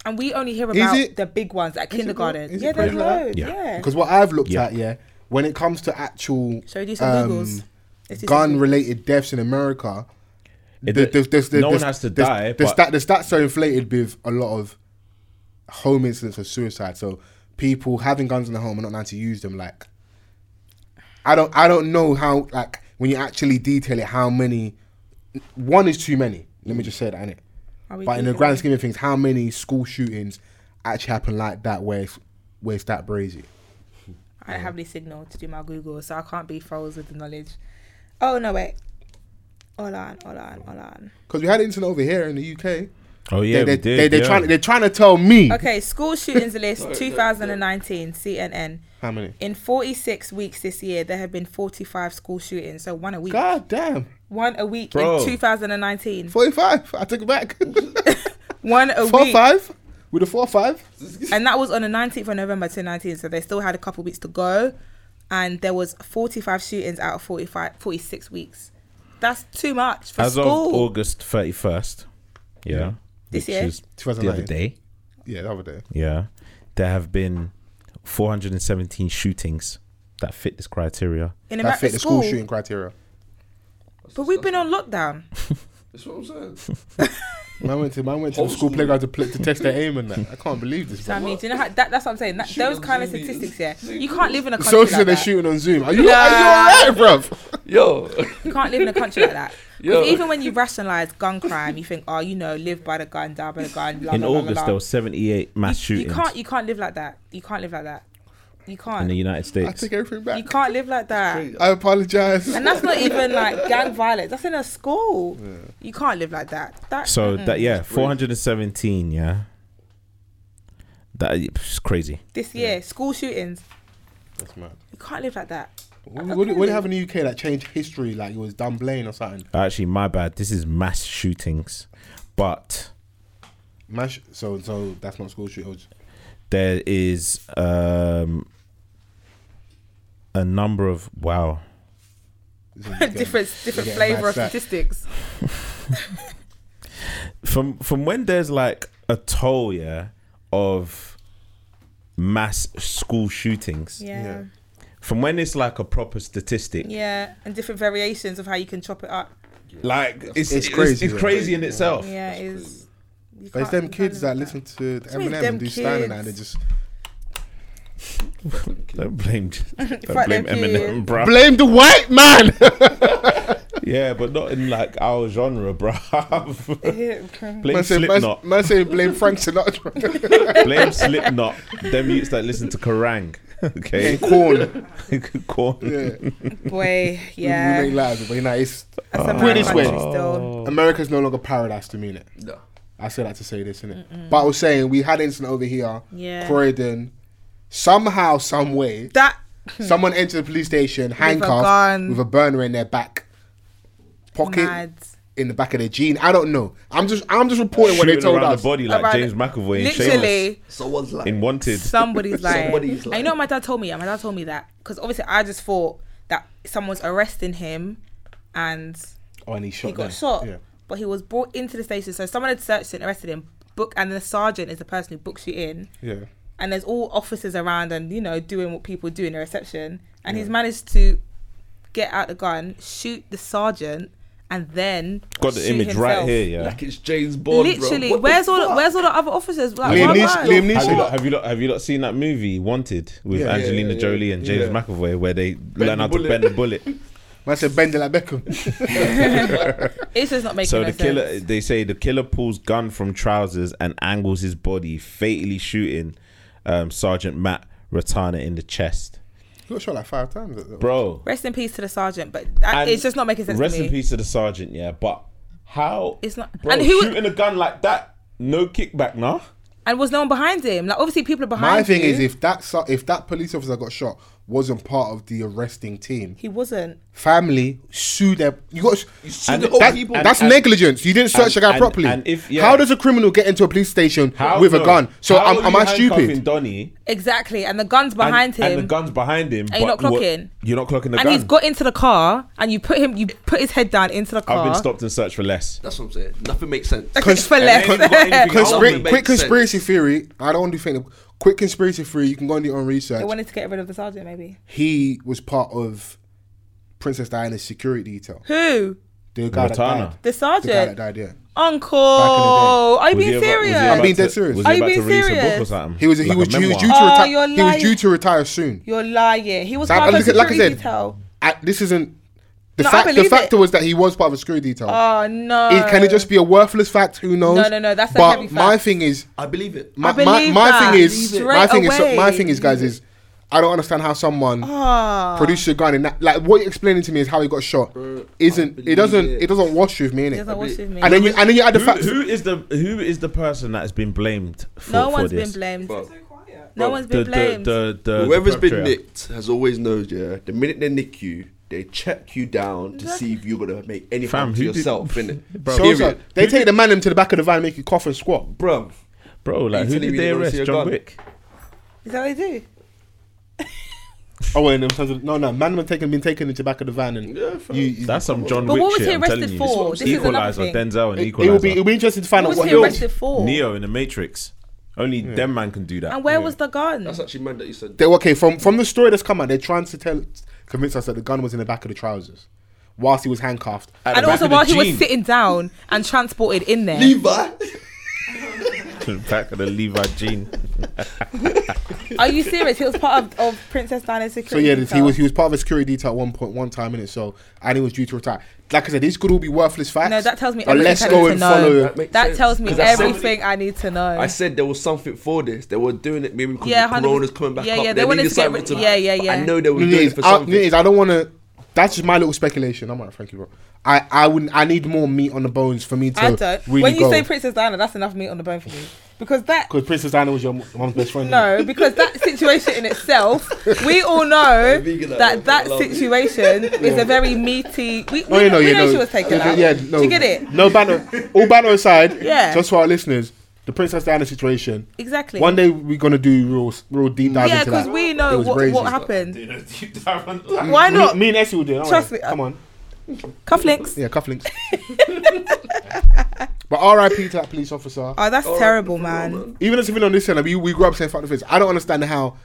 And we only hear about it- the big ones like kindergarten. is it yeah, there's really like that? loads. Yeah. Yeah. Because what I've looked Yeah. at, yeah, when it comes to actual Shall we do some um, Googles? Let's do some Googles. gun-related deaths in America, It- the, the, the, the, no the, one has to the, die The, but stat, the stats are inflated with a lot of home incidents of suicide. So people having guns in the home and not knowing how to use them. Like, I don't, I don't know how. Like when you actually detail it, how many? One is too many. Let me just say that, innit? Are we But in the Googling? grand scheme of things, how many school shootings actually happen like that, where it's, where it's that brazy? I don't have any signal to do my Google, so I can't be froze with the knowledge. Oh no, wait. Hold on, hold on, hold on. Because we had an incident over here in the UK. oh they, they, yeah we did, they, they're, yeah. trying, they're trying to tell me Okay, school (laughs) shootings list 2019 CNN. how many. In 46 weeks this year, there have been 45 school shootings, so one a week. God damn, One a week Bro. in 2019. (laughs) forty-five. I took it back. One a (laughs) Four week. five. With a four or five? and that was on the 19th of November 2019, so they still had a couple weeks to go. And there was 45 shootings out of 45, 46 weeks. That's too much for As of school. August 31st, yeah, Yeah. This which year? is the other 2009. day, Yeah, the other day. yeah, there have been 417 shootings that fit this criteria. in That America, fit the school, school shooting criteria. But we've been on lockdown. That's (laughs) what I'm saying. Man went to man went to Oh, Whole the school school. playground to, pl- to test their aim and that. I can't believe this. So I Man. mean, do you know how, that, that's what I'm saying. That, those kind of statistics, yeah. You can't live in a country So like said they're that. shooting on Zoom. Are you, are you alright, bruv? Yo, You can't live in a country like (laughs) that. 'Cause Yo. even when you rationalize gun crime, you think, oh, you know, live by the gun, die by the gun. Blah, In blah, blah, August, blah, there blah. were 78 mass you, shootings You can't. You can't live like that. You can't live like that. You in can't. the United I States. take everything you back. can't live like that. crazy. I apologize. And that's not even like gang violence. That's in a school. You can't live like that. That So that yeah, 417, yeah. That is crazy. this year, school shootings. That's mad. You can't live like that. What, what, what do you have in the UK that changed history? Like it was Dan Blaine or something. Actually, my bad. This is mass shootings, but Mash. So so that's not school shooting. (laughs) it was- there is um a number of wow. it's in the UK. different, different Yeah, flavor of that's that. statistics. From from when there's like a toll, yeah, of mass school shootings. Yeah. From when it's like a proper statistic. Yeah, and different variations of how you can chop it up. Like It's it's it's, it's crazy, crazy. yeah. in itself. Yeah, it is. you But can't- it's them you can't kids live that like listen to What do you mean, Eminem them and do standing and they kids? just (laughs) Don't (laughs) blame Fuck them don't blame Eminem, kids. bro. blame the white man. Yeah, but not in like our genre, bro. Yeah, (laughs) blame man say, man, Slipknot. man say blame Frank Sinatra. (laughs) Blame Slipknot. Them youths that listen to Kerrang. (laughs) (laughs) Okay. and corn. Corn. Yeah. (laughs) boy, yeah. We Oh. yeah. make light of it, but you know it's That's a Put it mad this way. country still. Oh. America's no longer paradise to me, innit? No. I say that to say this, innit? But I was saying we had incident over here, Yeah. Croydon. Somehow, some way, That someone entered the police station handcuffed gun. with a, burner in their back pocket, mad. in the back of their jean. I don't know. I'm just, I'm just reporting what they Shooting told around us. the body like Around- James McAvoy in Shameless. Literally, Someone's like, In Wanted. somebody's lying. Somebody's And you lying. know what my dad told me? Yeah, my dad told me that because obviously I just thought that someone's arresting him, and Oh, and he shot. he got them. shot. Yeah. But he was brought into the station, so someone had searched and arrested him. Book and the sergeant is the person who books you in. Yeah. and there's all officers around and you know doing what people do in the reception and he's managed to get out the gun shoot the sergeant and then Got the shoot image right himself. here, yeah. like it's James Bond, literally bro. What the where's all the, fuck? where's all the other officers like, Liam why- why? Neeson. Liam Have you, Neeson. not, have you not have you not seen that movie Wanted with Yeah. Angelina Yeah, yeah, Jolie and James yeah. McAvoy where they learn the how to bullet. bend the (laughs) bullet? Man said bend it like Beckham. (laughs) it's just not making so no the killer sense. they say the killer pulls gun from trousers and angles his body, fatally shooting um, Sergeant Matt Ratana in the chest. He got shot like five times. though. Bro, rest in peace to the sergeant but that, And it's just not making sense Rest to me in peace to the sergeant. Yeah, but how? It's not- Bro, and who- shooting a gun like that? No kickback, nah. and was no one behind him like obviously people are behind My thing you. is, if that so- if that police officer got shot wasn't part of the arresting team, he wasn't family sue their you got you sue the old that, people. that's And- negligence. You didn't search and- a guy and- properly. and if- yeah. How does a criminal get into a police station How, with a no? gun? So am, How are am you I handcuffing stupid? Donny exactly and the gun's and- behind him and the gun's behind him. And you're but not what- clocking. You're not clocking the and gun. he's got into the car and you put him you put his head down into the car I've been stopped and searched for less. That's what I'm saying. Nothing makes (laughs) sense. Cons- for less And they ain't (laughs) got anything else. Conspira- It makes quick sense. conspiracy theory. I don't want to think. Quick conspiracy theory. You can go and do your own they research. wanted to get rid of the sergeant maybe He was part of Princess Diana's security detail. who The guy that Ratana. died. The The guy that sergeant, died. Yeah. uncle. day. Are you Was he being about- was he serious? about being to- dead serious. Was Are he you about to being release a book or serious? something? He was he Like a was he was memoir? due to Oh, retire. you're He was lying. due to retire soon. You're lying. He was Like- part of like I security said- detail. I, this isn't the No, I fact. The believe fact it. was that he was part of a security detail. Oh no. It- can it just be a worthless fact? Who knows? No, no, no, that's a but heavy my fact. thing is, I believe it. my, I my, believe my that. thing is, Straight my thing is, away. my thing is, guys, is I don't understand how someone Ah. produced a gun and that, like what you're explaining to me is how he got shot. Bro, I Isn't it believe doesn't it. it doesn't wash with me It doesn't innit? wash with me. And then you and then you add the Who, fact. who is the who is the person that has been blamed for, no for one's this? been blamed. Bro. So quiet. No Bro, one's The, been the, blamed. the, the, Whoever's the been perpetrator. nicked has always known, yeah. The minute they nick you, they check you down to see if you're gonna make any Fam, harm to who (laughs) did- yourself, innit? So, so Period. they take the man him to the back of the van, and make you cough and squat. Bruv. Bro, like, who you did telling me they they don't arrest? see a John gun? Wick? Is that what they do? Oh wait, in terms of, no, no, man was taken, been taken into the back of the van, and Yeah, fam. you, you- That's some John But Wick what was shit, he I'm arrested telling you. for? This is another Equalizer, thing. Denzel and it, it Equalizer. will be, it'll be interesting to find What out was what he he arrested for? Neo in the Matrix. Only them man can do that. And where was the gun? That's actually mad that you said. they okay from from the story that's come out. They're trying to tell, convince us that the gun was in the back of the trousers, whilst he was handcuffed. At the And back also of the while he was jean. sitting down and transported in there. Levi. the (laughs) back of the Levi (laughs) jean. Are you serious? He was part of, of Princess Diana's So security. yeah, this- he detail. was he was part of a security detail at one point, one time in it. So and he was due to retire. Like I said, these could all be worthless facts. No, that tells me But everything let's I go need and to know. follow. That makes That sense. tells me 'Cause that's somebody- everything I need to know. I said there was something for this. They were doing it maybe because Yeah, the 100%. Corona's coming back Yeah, up. yeah, they they wanted needed to get something rid- to. yeah, yeah, but yeah. I know they were No, doing no, it is, for I, no, something. is, I don't want to. That's just my little speculation. I'm like, thank you, bro. I, I wouldn't. I need more meat on the bones for me to I don't. really when you go. say Princess Diana, that's enough meat on the bone for me. Because that because Princess Diana was your mo- mom's best friend. innit? no, because that situation in itself, we all (laughs) know vegan that like that, that love it. situation is a very meaty. We, we, Oh, you know, we you know, know. she was taken yeah, out. yeah, no. Do you get it? No banner. All banner aside. (laughs) Yeah. Just for our listeners, the Princess Diana situation. Exactly. One day we're gonna do real, real deep dive yeah, into that. because we It know was what, crazy. what happened. Why Why Me- not Me, and Essie will do it. don't Trust worry. me. uh, Come on. cufflinks? Yeah, cufflinks. (laughs) but R.I.P. to that police officer. Oh, that's All right, terrible, come on, man. Even as a villain on this end, like, we we grew up saying "fuck the police." I don't understand how.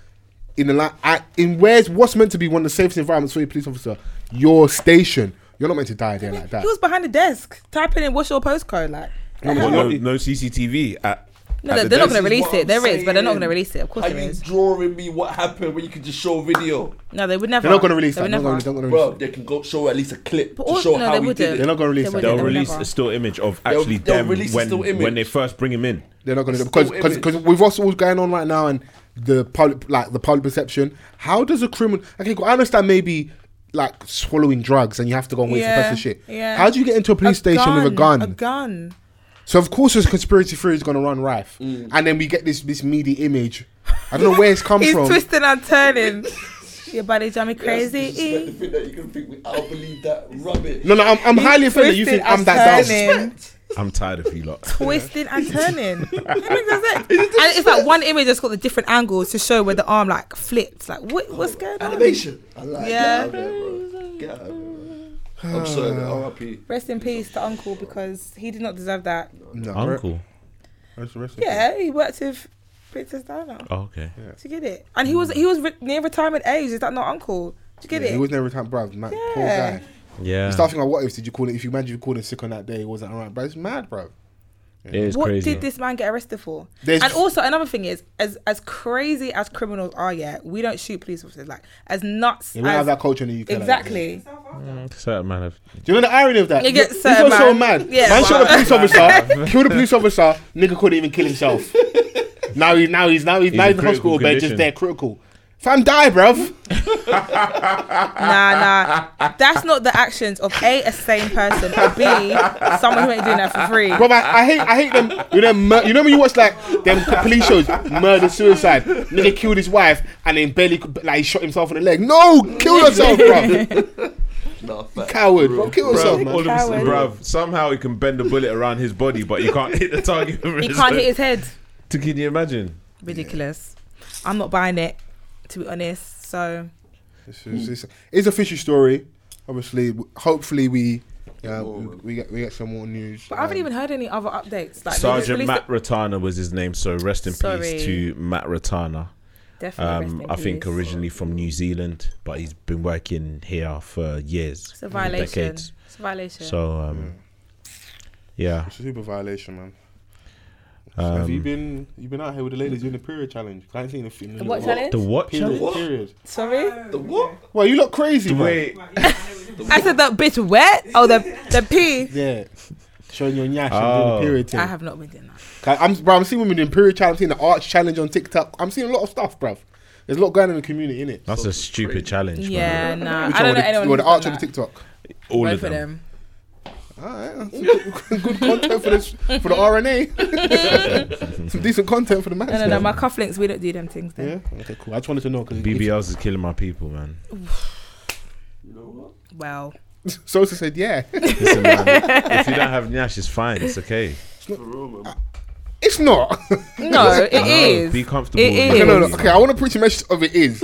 In the la- I, in where's what's meant to be one of the safest environments for a police officer, your station. You're not meant to die there like that. He was behind the desk typing in what's your postcode like. no, no CCTV at, No, at they're, the they're not desk? going to release it. This is There what I'm is, but they're not going to saying. release it. Of course Are there you is. drawing me what happened when you could just show a video? No, they would never. They're not going to release They that. would They're not never. gonna- they're not Bro, going to release. they can go show at least a clip But to all- show no, they how he did wouldn't. They're it. not going to release They that. wouldn't. They'll They'll release never. a still image of They'll- actually they'll them release a when still when image. they first bring him in. They're not going to do Still because because image. because we've also what's going on right now and the public like the public perception. How does a criminal? Okay, cool, I understand maybe like swallowing drugs and you have to go and wait Yeah, for for shit. yeah. How do you get into a police station with a gun? A gun. So of course, this conspiracy theory is going to run rife, Mm. and then we get this this media image. I don't know where (laughs) it's come He's from. twisting and turning. Your body jamming crazy. Think that you can think we- I'll believe that rubbish. No, no, I'm, I'm He's highly offended. You twisting think I'm and that dumb? turning, I'm tired of you (laughs) lot. Twisting and turning. It makes no sense. And it's like one image that's got the different angles to show where the arm like flips. Like what, what's going on? Animation. I like it. Yeah. Get out of there, bro. Get out of there, bro. I'm sorry, man. RIP. Rest in peace to Uncle because he did not deserve that. No, Uncle. Yeah, he worked with Princess Diana. Oh, okay. Do you get it? And he was he was re- near retirement age. Is that not Uncle? Do you get Yeah, it? he was never retired, bruv. Man, poor Yeah. guy. Yeah. Starting on what if did you call it? If you imagine you called him sick on that day, it wasn't alright, bro. It's mad, bro. It is what crazy. did this man get arrested for? There's- and also another thing is, as as crazy as criminals are, yeah, we don't shoot police officers. Like as nuts. Yeah, we don't as- have that culture in the UK. like that. exactly. Certain man of Do you know the irony of that? Nigga, Look, sir, this was so man. mad. Yeah. Man shot a Wow. police (laughs) officer, killed a police officer. Nigga couldn't even kill himself. now he, now he's now he's, He's now in he's in the hospital critical bed, just condition. there critical. Fam, die, bruv. Nah, nah. That's not the actions of a a sane person or b someone who ain't doing that for free. Bruv, I, I hate I hate them. You know, them mur- you know when you watch like them police shows, murder suicide. Nigga killed his wife and then barely could- like he shot himself in the leg. No, (laughs) kill yourself, bruv. (laughs) Nah, fact. Coward, bruv, kill yourself, Bruv, man. all of a sudden, Coward. bruv, somehow he can bend a bullet around his body, but he can't hit the target. He can't hit his head. Can you imagine? Ridiculous. I'm not buying it, to be honest. So It's, it's, it's, it's a fishy story. Obviously, w- hopefully we. Uh, more, we, man. we get we get some more news. But I haven't um, even heard any other updates. Like Sergeant released Matt Ratana was his name, so rest in Sorry. peace to Matt Ratana. it- Definitely Um, rest in I think peace. originally from New Zealand, but he's been working here for years, it's a violation. decades. It's a violation. So, um, yeah. It's a super violation, man. Um, Have you been you been out here with the ladies doing the period challenge? I ain't seen a thing. what challenge? the what? Period, channel? What? period. Sorry. The what? Well, you look crazy, man. Wait, I said that bitch wet. Oh, the the pee. Yeah. Showing your nyash Oh. and doing the period thing. I have not been doing that. Like, I'm, bro, I'm seeing women doing period challenge, I'm seeing the arch challenge on TikTok. I'm seeing a lot of stuff, bruv. There's a lot going on in the community, innit? that's a stupid challenge. man. Yeah, nah. Which I one, don't know the, anyone. well, who's the arch done or the that. TikTok? All Both of them. Alright, that's good, good content for this (laughs) for the RNA. Some decent content for the match. No, no, no. My cufflinks. We don't do them things. Then. yeah. Okay, cool. I just wanted to know because BBLs is killing my people, man. Well, Sosa said, "Yeah." (laughs) (laughs) Listen, man. if you don't have Nyash, it's fine. It's okay. It's not. (laughs) No, it is. Be comfortable. It is. with your Okay, no, no, body. okay, I want to preach a message of it is.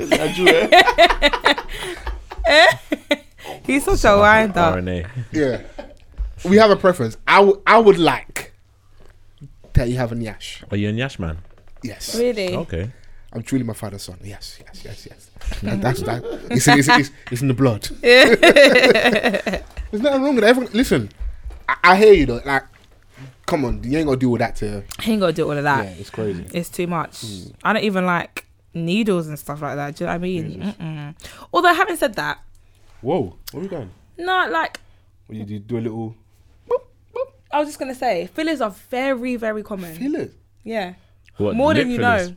eh? He's such a wind up. RNA. Yeah. We have a preference. I, w- I would like that you have a Nyash. Are you a Nyash man? Yes. Really? Okay. I'm truly my father's son. Yes, yes, yes, yes. That- that's that. It's in, it's, it's, it's in the blood. (laughs) There's nothing wrong with that. Everyone, listen, I, I hear you though. Like, come on, you ain't gonna do all that to. He ain't got to do all of Yeah, that. it's crazy. It's too much. I don't even like needles and stuff like that. Do you know what I mean? Mm-mm. Although, having said that, Whoa, where are we going? no, like, What you do, do a little I was just going to say, fillers are very, very common. fillers? yeah. What, More lip than you fillers? know.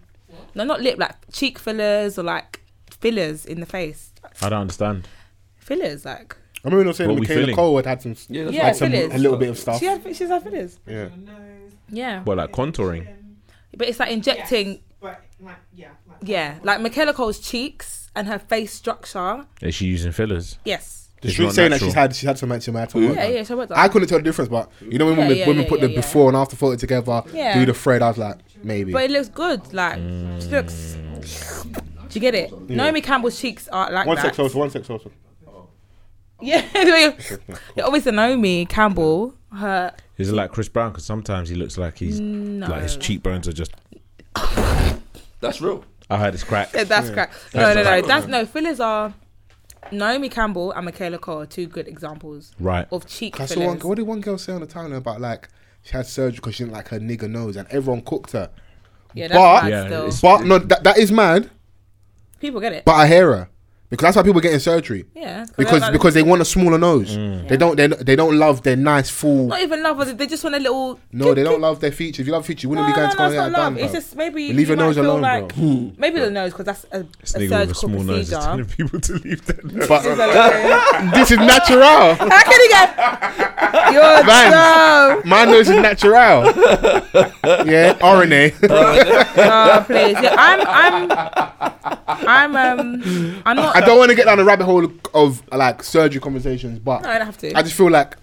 No, not lip, like cheek fillers or like fillers in the face. I don't understand. Fillers, like. I remember not saying What we Michaela feeling? Cole had had some, Yeah, that's Yeah, had some fillers. a little bit of stuff. She had, she's had fillers. yeah. nose, Yeah. Well, like contouring. But it's like injecting, but like yeah, like yeah, like Michaela Cole's cheeks and her face structure. Is she using fillers? Yes. The It's street not saying that natural. she's had she's had some anti-matter. Mm. Yeah, yeah, she worked I couldn't tell the difference, but you know when Yeah, women, yeah, women yeah, put yeah, the yeah. before and after photo together, Yeah. do the thread. I was like, maybe. But it looks good. Like she looks. Do you get it? Naomi Campbell's cheeks are like One that. sex also, one sex also. (laughs) Yeah, (laughs) yeah, obviously Naomi Campbell. Her Is it like Chris Brown? Because sometimes he looks like he's like his cheekbones are just. That's real. I heard it's crack. yeah, Eh, that's correct. No, no, no. That's no fillers are. Naomi Campbell and Michaela Cole are two good examples Right. of cheek I fillers. saw one. What did one girl say on the timeline about like she had surgery because she didn't like her nigger nose, and everyone cooked her. yeah, but- that's bad Yeah, still. it's- But no, that, that is mad. People get it. But I hear her because that's why people are getting surgery yeah, 'cause they're because like- because they want a smaller nose. Mm. They don't they, they don't love their nice full. not even love. They just want a little. No, they don't love their features. If you love features, you wouldn't be going to go it's not out love. done. It's bro. just maybe Leave you your nose might feel alone, like, Hmm. bro. Maybe the nose because that's a, a This nigga with a surgical small nose is procedure. telling people to leave their nose. But How this is can natural. (laughs) you get your Man. job? My nose is natural. yeah, RNA. Oh, please. Yeah, I'm, I'm, I'm, um, I'm not. I don't want to get down the rabbit hole of like surgery conversations, but No, I don't have to. I just feel like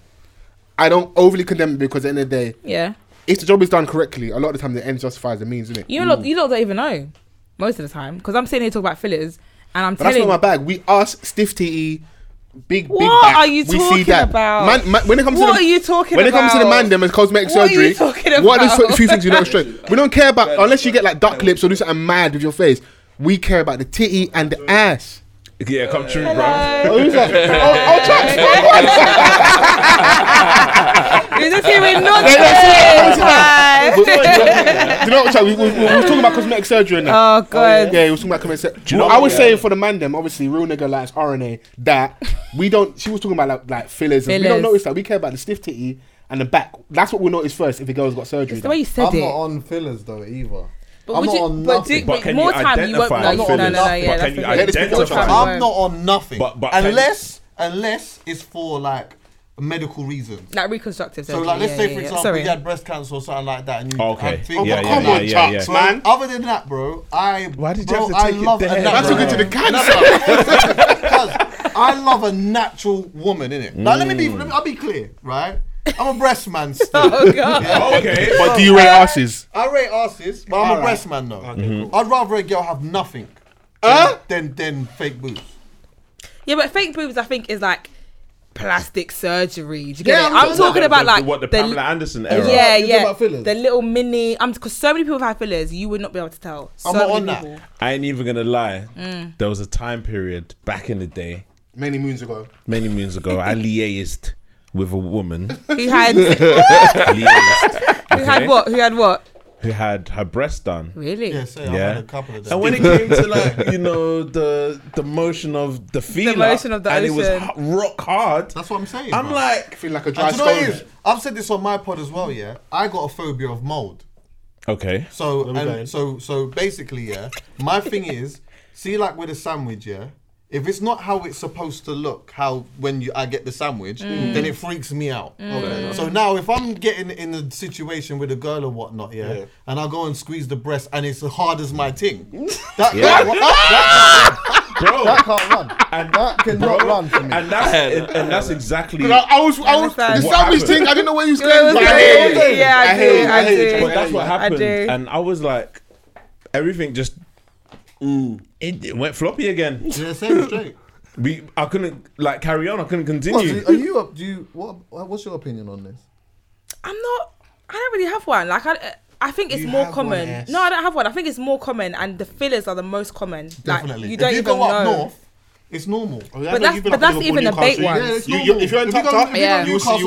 I don't overly condemn it because at the end of the day, yeah. if the job is done correctly, a lot of the time the end justifies the means, isn't it? You know, Hmm. lot- you lot don't even know most of the time because I'm sitting here talking about fillers and I'm But that's telling. not my bag. We us stiff te, E, big big. What back, are you we talking see that. about? Man, man, when it comes What to are the, you talking when it comes to the about? man them and cosmetic What are surgery, you talking what are the about? few things you know (laughs) straight? We don't care about unless you get like duck lips or do something mad with your face. We care about the titty and the ass. Yeah, come true, bro. (laughs) Who's that? (laughs) oh, oh, Chuck, You're just (laughs) hearing that's it, nonsense. Do you know what, Chuck? We, we, we, we were talking about cosmetic surgery and that. (laughs) Oh god. Yeah, he was talking about common sex. you know Well, I what- was saying for the man them, obviously, real nigga likes RNA that we don't. She was talking about like, like fillers. and We Fillers. don't notice that. We care about the stiff titty and the back. That's what we'll notice first if a girl's got surgery. It's the way you said I'm it. not on fillers though either. But I'm would not you, on but do, nothing. But but can more you time you won't identify know. No, fillers? no, no, But yeah, can you that's the thing. identify? More time you I'm won't. not on nothing. But- but can- unless unless it's for like a medical reason. like reconstructive So surgery. like let's yeah, say yeah, for yeah. example Sorry. you had breast cancer or something like that and you Okay. had things- Oh, Yeah, but yeah, come yeah, on, yeah, Chucks, yeah. man. Other than that, bro, I Why did you bro, have to I take it love there? A natural, That took it to the (laughs) Cuz I love a natural woman, innit? Now let me be let me, I'll be clear, right? I'm a breast (laughs) man still. Oh god. Okay. Oh. But do you rate asses? I rate asses, but I'm a breast man though. Mm-hmm. I'd rather a girl have nothing than, than than fake boobs. Yeah, but fake boobs, I think, is like plastic surgery. Do you get Yeah, it? I'm I'm talking talking The- about like what the, the- Pamela Anderson era. Yeah, You're talking yeah. about fillers? The little mini. I'm because so many people have fillers, you would not be able to tell. So I'm not many on that. people. (laughs) I ain't even gonna lie. Mm. There was a time period back in the day, Many moons ago. many moons (laughs) ago, I liaised with a woman. Who had who liaised, had okay, what? Who had what? Who had her breast done? Really? Yeah, so I've Yeah. had a couple of And them. when it came to like (laughs) you know the the motion of the feeler, motion of the and it was ocean. h- rock hard. That's what I'm saying. I'm bro. like, Feel like a dry And do you know what it stone. is? I've said this on my pod as well, yeah. I got a phobia of mold. okay, So we and going? so so basically, yeah. My thing is, see, like with a sandwich, yeah. If it's not how it's supposed to look, how when you I get the sandwich, Mm. then it freaks me out. Okay. So now if I'm getting in a situation with a girl or whatnot, yeah, (laughs) and I go and squeeze the breast and it's hard as my ting, that, that, that, Bro. that can't run. And that cannot run for me. And that's and, and that's exactly. I, I was, I was, the What sandwich happened. thing. I didn't know where you was Yeah, going. it was but I great. hear you. Yeah, I hear do, you, I hear you. But that's what I happened, do. and I was like, everything just it, it went floppy again. Yeah, same straight. We, I couldn't like carry on. I couldn't What, continue. do- are you up? Do you what? What's your opinion on this? I'm not. I don't really have one. Like I, I think it's You more have one, common. yes. no, I don't have one. I think it's more common, and the fillers are the most common. Like, Definitely. you If don't you even go up know. north, it's normal. But that's, but that's even a bait one. Yeah, it's normal. you go- if you're in Newcastle,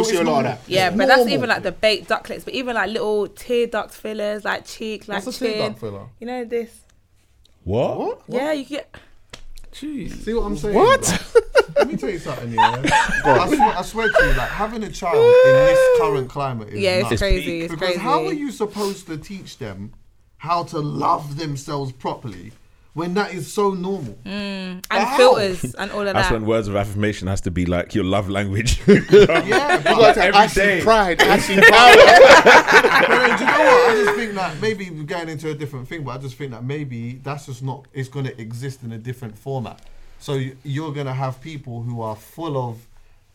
it's normal. Yeah, It's but that's normal. even like the baked ducklets, but even like little tear duct fillers, like cheek, like What's a chin. tear duct filler? You know this? What? Yeah, you get. Jeez. See what I'm saying? What? bro? Let me tell you (laughs) something, yeah. Go on. I, swear, I swear to you, like having a child in this current climate is Yeah, it's nuts. crazy, it's because how are crazy. you supposed to teach them how to love themselves properly when that is so normal? Mm, and But how? filters and all of That's that. when words of affirmation has to be like your love language. (laughs) Yeah, Like but- every day. (laughs) But then, do you know what? I just think that maybe we're going into a different thing, but I just think that maybe that's just not. It's going to exist in a different format. So you- you're going to have people who are full of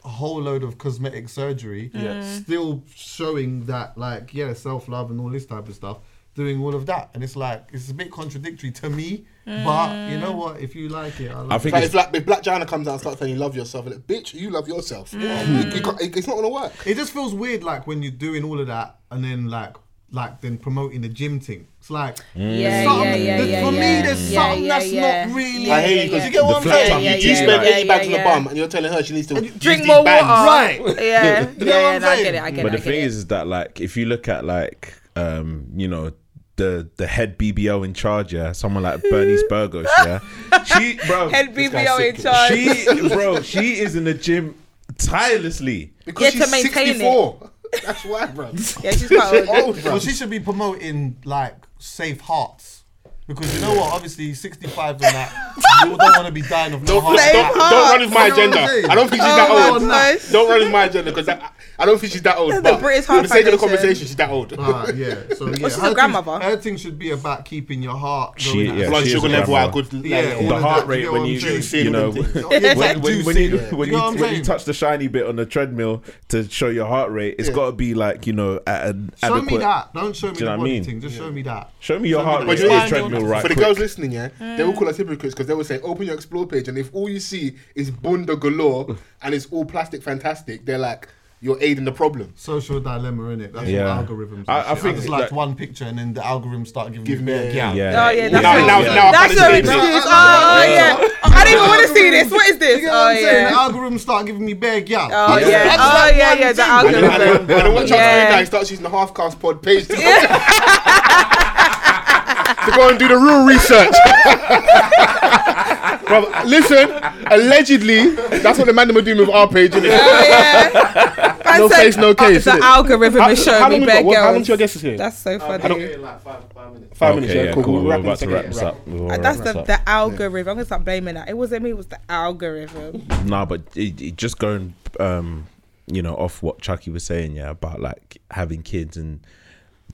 a whole load of cosmetic surgery, Yeah. Mm. still showing that like yeah, self love and all this type of stuff, doing all of that, and it's like it's a bit contradictory to me. But you know Mm. what? If you like it, I, like I it. think if, like, if Black Joanna comes out and starts saying you love yourself, like, bitch, you love yourself. Mm. You got- it- it's not gonna work. It just feels weird, like when you're doing all of that and then like, like then promoting the gym thing. It's like, Mm. there's Yeah, something- yeah, yeah, there's- yeah, for yeah. me, there's Yeah, something yeah, that's yeah. not really. I hear you because you get what I'm saying. you spend eighty bags on a bum, and you're telling her she needs to Drink use more these bags. water. Right. Yeah. You know Yeah, what I'm yeah, no, I saying? get it, I get but it, I get the thing is, is that like if you look at like um you know the the head BBO in charge, yeah, someone like Bernice (laughs) Burgos, yeah, she bro Head this guy's BBO in sick. charge. she bro she is in the gym tirelessly. Because Yeah, to she's maintain it. 64. That's why, (laughs) bro. Yeah, she's quite old. Well, she should be promoting like safe hearts. Because you know what, obviously 65 and that, you don't want to be dying of no Don't, heart. don't, don't, don't run with my agenda. I don't think she's that old. No. Don't run with my agenda because I don't think she's that old. The but British for the sake of the Heart Foundation. conversation, she's that old. Ah, yeah. So yeah, she's a her thing- grandmother. her thing should be about keeping your heart. She, going yeah, at- she is a grandma. the heart rate when you you know when, when, when you when you, when you touch the shiny bit on the treadmill to show your heart rate, it's Yeah. got to be like you know at an Show adequate. me that. Don't show me Do you the know what I body mean? thing. Just show me that. Show me your Show me heart the rate body. on the Fine, treadmill don't- right For the quick. girls listening, yeah, they will Mm. call us hypocrites because they will say, "Open your explore page," and if all you see is bunda (laughs) galore and it's all plastic fantastic, they're like, "You're aiding the problem." Social dilemma, innit? That's Yeah. what algorithms. I- I, I I think think it's that- like one picture, and then the algorithm start giving Give you me better a- yeah. Yeah. Oh yeah, Now- that's your, now- now I that's your can't excuse. explain it. Oh Yeah. yeah, I didn't even want to see this. What is this? You get Oh what I'm saying? The yeah. algorithm start giving me bear gal. Oh, yeah. That's Oh, like yeah, one yeah, the thing. And then, and then, and (laughs) then algorithm. watch out, Yeah. yeah. guy starts using the half cast pod page to, (laughs) to go and do the real research. (laughs) Bro, listen, allegedly, that's what the man them were doing with our page, innit? (laughs) No said, face, no uh, case. the innit? algorithm How- is showing how me long we bad got? What- How girls. long to your guesses here? That's so funny. I don't- Five minutes, yeah, cool. We'll We're wrap about in a to wrap second. this up. And We're Uh, that's wrap the, this up. the algorithm. I'm gonna start blaming that. It wasn't me. It was the algorithm. Nah, but it, it just going, um, you know, off what Chucky was saying, yeah, about like having kids and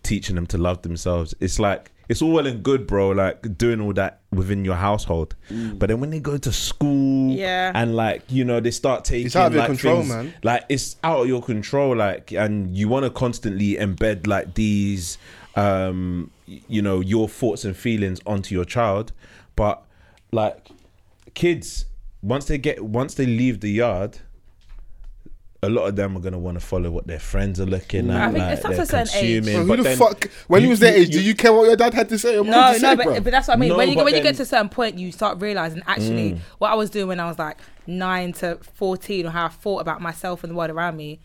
teaching them to love themselves. It's like it's all well and good, bro, like doing all that within your household, but then when they go to school, Yeah. and like you know, they start taking It's out of your like, control, things- man. Like it's out of your control, like, and you want to constantly embed like these, um, y- you know, your thoughts and feelings onto your child, but like kids once they get once they leave the yard a lot of them are gonna want to follow what their friends are looking Mm. at. I think like, it's up to they're a certain age. consuming, Bro, but who the then fuck? When you, was their age, do you care what your dad had to say? Or what No, he no, said, but, bro? but that's what I mean. No, when you but when you then- get to a certain point, you start realizing actually Mm. what I was doing when I was like nine to fourteen, or how I thought about myself and the world around me.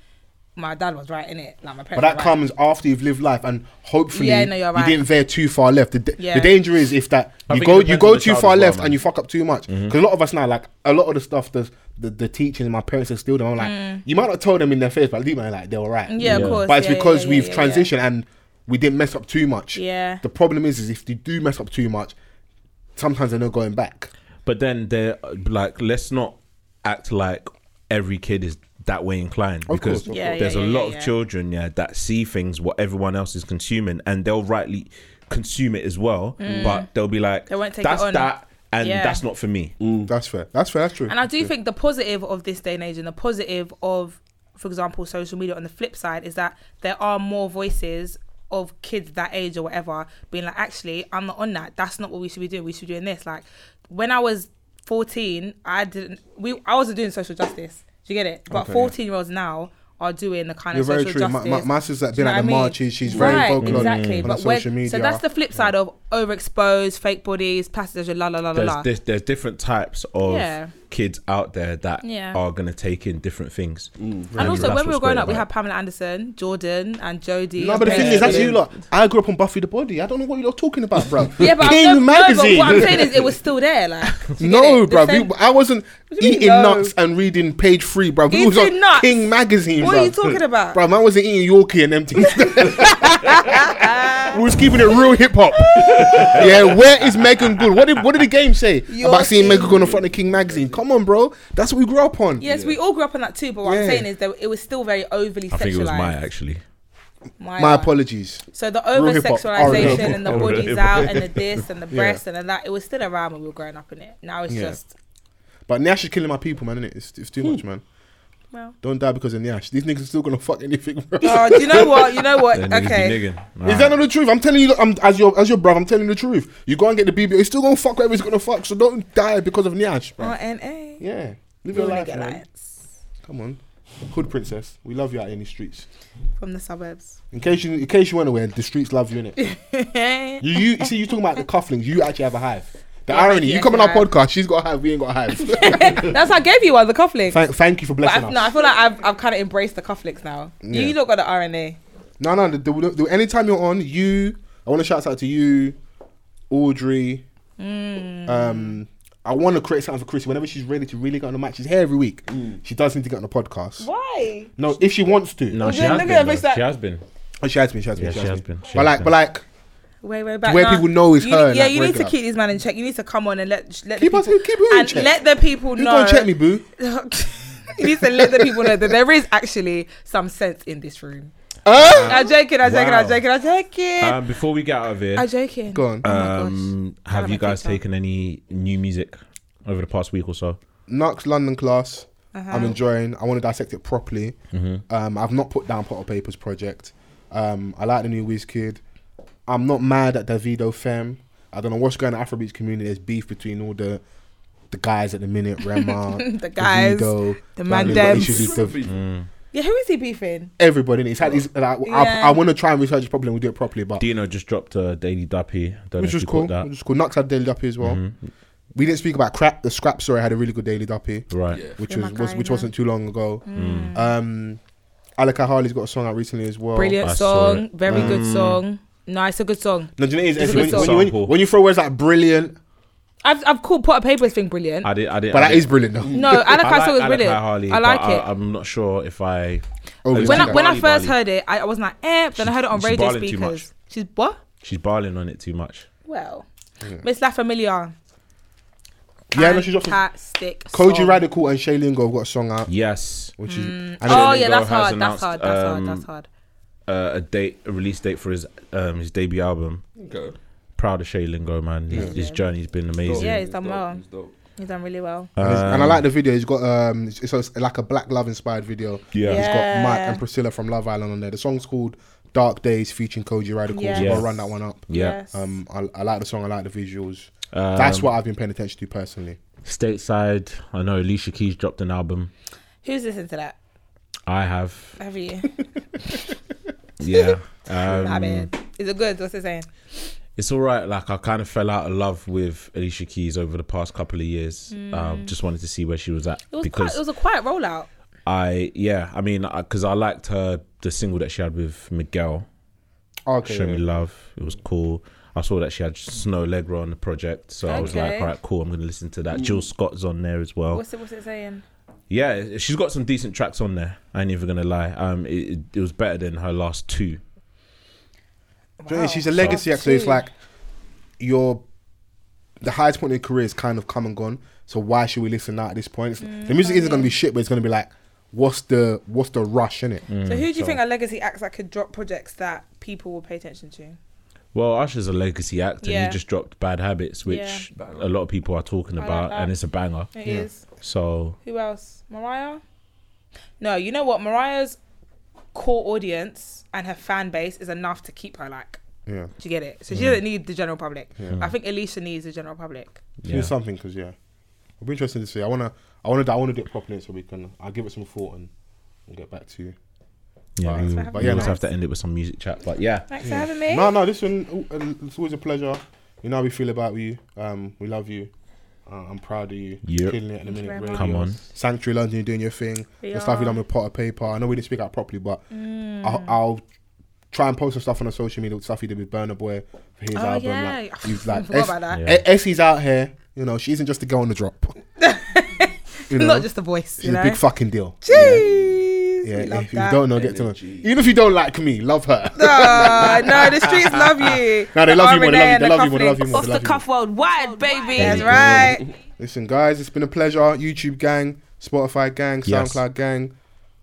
My dad was right in it. Like my But parents. that were right. comes after you've lived life, and hopefully Yeah, no, you're right. you didn't veer too far left. The, d- Yeah. the danger is if that I you think go it you depends on go the too child far as well, left man. and you fuck up too much. Because a lot of us now, like a lot of the stuff that's the, the teaching my parents instilled, I'm like, Mm. you might not tell them in their face, but deep down, like they were right. Yeah, of Yeah. course. But it's Yeah, yeah, because yeah, we've yeah, yeah. transitioned and we didn't mess up too much. Yeah. The problem is, is if you do mess up too much, sometimes they're not going back. but then they're uh, like let's not act like every kid is that way inclined because course, of Yeah, course. there's yeah, a yeah, lot yeah, of yeah. children yeah that see things what everyone else is consuming and they'll rightly consume it as well Mm. but they'll be like They won't take it that's on." that and Yeah. that's not for me. That's fair. That's fair. That's true. And I do think the positive of this day and age and the positive of, for example, social media on the flip side is that there are more voices of kids that age or whatever being like, actually, I'm not on that. That's not what we should be doing. We should be doing this. Like when I was 14, I didn't, we, I wasn't doing social justice. Do you get it? But Okay, yeah. 14 year olds now are doing the kind You're of social very true. My- justice. my- my sister's Do you been know what at the I mean? marches. She's very Right, vocal on- exactly. on but that when- social media. So that's the flip side of overexposed, fake bodies, passage, la la la la la. There's, there's there's different types of Yeah. kids out there that Yeah. are gonna take in different things. Mm, And also, that's when we what's were growing great up, we about had Pamela Anderson, Jordan, and Jodie. No, but the and thing is, that's Taylor. you lot. I grew up on Buffy the Body. I don't know what you're talking about, bro. (laughs) Yeah, but King I'm no, magazine. No, but what I'm saying is, it was still there. Like, (laughs) no, bro. we- I wasn't do you mean, eating no? nuts and reading page three, bro. We was Eating on nuts? King magazine, What bro. are you talking about? Bro, man wasn't eating Yorkie and (laughs) empty. we was keeping it real hip hop. (laughs) yeah, where is Megan Good? What did what did the game say about seeing Megan Good in front of King magazine? Come on, bro. That's what we grew up on. yes, we all grew up on that too. But what I'm Yeah. saying is, that it was still very overly I sexualized. think it was Maya actually. Maya. My apologies. So the Real over hip hop, R&B. sexualization and the Real bodies (laughs) hip out hop. and the this and the Yeah. breasts and the that, it was still around when we were growing up in it. Now it's Yeah. just But Nash is killing my people, man. Isn't it? It's, it's too much, man. Hmm. Well. Don't die because of Nash. These niggas are still gonna fuck anything. Bro. Oh, do you know what? You know what? Them niggas be Okay. Nigga. Is that not the truth? I'm telling you, I'm, as your as your brother, I'm telling you the truth. You go and get the BB, he's still gonna fuck whoever he's gonna fuck. So don't die because of Nyash, bro. RNA. Yeah, live Real your life, nigga man. Come on, hood princess, we love you out in the streets. from the suburbs. In case you in case you weren't aware, the streets love you innit. (laughs) you you see, you talking about the cufflinks. You actually have a hive. The Yeah, I irony, do you come on our actually have- podcast, she's got a hive, we ain't got (laughs) a hive. That's how I gave you one, the cufflinks. thank, thank you for But blessing I, us. no, I feel like I've, I've kind of embraced the cufflinks now. Yeah. You don't got the RNA. No, no. The, the, the, anytime you're on, you. I want to shout out to you, Audrey. Mm. Um, I want to create something for Chrissy. Whenever she's ready to really get on the mic, she's here every week. Mm. She does need to get on the podcast. Why? No, if she wants to. No, she has, been, though. she has been. Oh, she has been. She has been. Yeah, she, she has has been. been, she but has like, been. but like, Way, way back. Where Nah. people know it's You- her, Yeah, like, you need breaking to up. keep these men in check. You need to come on and let let Keep the us- people keep who in and check? let the people who's know. gonna check (laughs) me, boo? you need to let the people know that there is actually some sense in this room. Huh? I'm joking. I'm joking. I'm Wow. joking. I'm joking. Um, before we get out of here, I'm joking. Go on. Oh my Um, have you guys taken any new music over the past week or so? Knox London class. Uh-huh. I'm enjoying. I want to dissect it properly. Mhm. Um, I've not put down Potter Papers project. Um, I like the new Wizkid. I'm not mad at Davido Femme. I don't know what's going on in the Afrobeats community. There's beef between all the the guys at the (laughs) minute. Rema, The guys, Davido, the like, they've got mandems. issues with the- yeah, who is he beefing? Everybody, innit? it's had. It's, like, Yeah. I, I want to try and research it properly. and We'll do it properly, but Dino just dropped a daily duppy. Don't know which if was you caught cool. That. Which was cool. Knox had daily duppy as well. We didn't speak about crap. The scrap story had a really good daily duppy, Right. Yeah. Which You're was, my was guy which now. wasn't too long ago. Mm. Um, Alika Harley's got a song out recently as well. Brilliant song. Very Mm. good song. No, it's a good song. No, do you know it is? It's a when, good when, song. you- when you, when you throw words like brilliant, I've I've called Potter Papers thing brilliant. I did. I did. But I that did- is brilliant though. (laughs) No, Alec I like High Soul is Alec brilliant. High Harley, I but like it. I, am not sure if I. when I, when I first heard it, I, I was like, eh. But then I heard it on she's radio barling too much. speakers. She's what? she's barling on it too much. Well, Yeah. Miss La Familia. Yeah, no, she's off- fantastic. Koji song. Radical and Shay Lingo have got a song out. Yes. Which is Mm. and Oh then- yeah, that's Has hard. That's announced, hard. That's hard. That's um, hard. Uh, a date, a release date for his um his debut album. Okay. Proud of Shay Lingo, man. His, his journey's been amazing. Yeah, he's done well. He's done really well. and, it's- and I Um, like the video. He's got um, it's, it's like a Black Love inspired video. Yeah. he's got Mike Yeah. and Priscilla from Love Island on there. The song's called Dark Days featuring Koji Radical. Yes. So I'll run that one up. Yeah. Yes. um, I, I like the song. I like the visuals. Um, that's what I've been paying attention to personally. Stateside, I know Alicia Keys dropped an album. Who's listening to that? I have. (laughs) Have (laughs) you? Yeah. I Um, mean, is it good? What's it saying? it's all right. Like I kind of fell out of love with Alicia Keys over the past couple of years. Um, Mm. just wanted to see where she was at It was because quite, it was a quiet rollout. I yeah. I mean, because I, liked her the single that she had with Miguel. Okay, Show me yeah. love. It was cool. I saw that she had Snow Legra on the project, so I was like, Okay. all right, cool. I'm gonna listen to that. Mm. Jill Scott's on there as well. What's it? What's it saying? Yeah, she's got some decent tracks on there. I ain't even gonna lie. Um, it, it, it was better than her last two. So, yeah, she's a legacy act, so it's too. like your the highest point in your career is kind of come and gone. So why should we listen now at this point? It's- the music isn't gonna be shit, but it's gonna be like, what's the what's the rush in it? Mm. So who do you think are legacy acts that could drop projects that people will pay attention to? Well, Usher's a legacy act, and Yeah. he just dropped Bad Habits, which Yeah. a lot of people are talking I like about, that. and it's a banger. It Yeah. is. So Who else? Mariah? No, you know what? Mariah's core audience and her fan base is enough to keep her like. Yeah. Do you get it? So she Mhm. doesn't need the general public. Yeah. I think Alicia needs the general public. She did something because yeah, it'll be interesting to see. I wanna, I wanna, I wanna do it properly so we can. I'll give it some thought and we'll get back to you. yeah, we, but, will but Oh, yeah, no. have to end it with some music chat. But yeah, (laughs) Thanks for having me. No, no, this one, uh, it's always a pleasure. You know how we feel about you. Um, we love you. Uh, I'm proud of you. Yep. Killing it at the Thank you minute. very really. much. Come on. Sanctuary London, you're doing your thing. We the stuff are. you done with Potter Paper. I know we didn't speak out properly, but Mm. I'll, I'll try and post some stuff on the social media. Stuff you did with Burner Boy for his Oh, album. yeah. (laughs) Like, he's like, Forgot S- about that. E- Essie's out here. You know, she isn't just a girl on the drop. (laughs) You know? Not just the voice. She's you know? a big fucking deal. Jeez. Yeah, we love if you that. don't know, get to know. Even if you don't like me, (laughs) love her. Ah, (laughs) no, the streets love you. (laughs) No, they The love you more. They RNA love you. and They the love you more. They love you more. Off They the love you more. cuff world wide, baby. There you go. Listen, guys, it's been a pleasure. YouTube gang, Spotify gang, Yes. SoundCloud gang,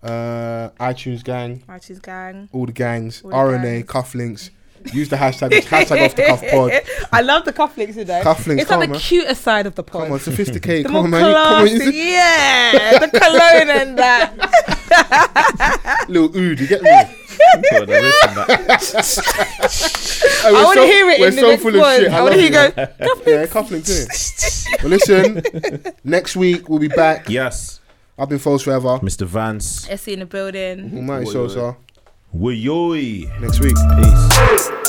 uh, iTunes gang, Archie's gang. all the gangs, All the RNA, cufflinks. Use the hashtag. It's hashtag off the (laughs) cuff pod. I love the cufflinks today. Cufflinks, It's on come the on. cutest side of the pod. Come on, sophisticated. The Come more on, man. You- Come on, classy- you- yeah, the cologne and that. little ood. You get me? Hey, we're I want to so- hear it We're in the so next full of one. shit. I want to hear you go. (laughs) cufflinks. Yeah, cufflinks. Yeah. well, listen. (laughs) Next week we'll be back. Yes. I've been false forever. Mr. Vance. Essie in the building. Almighty Oi, Sosa. Woyoy. Next week. Peace.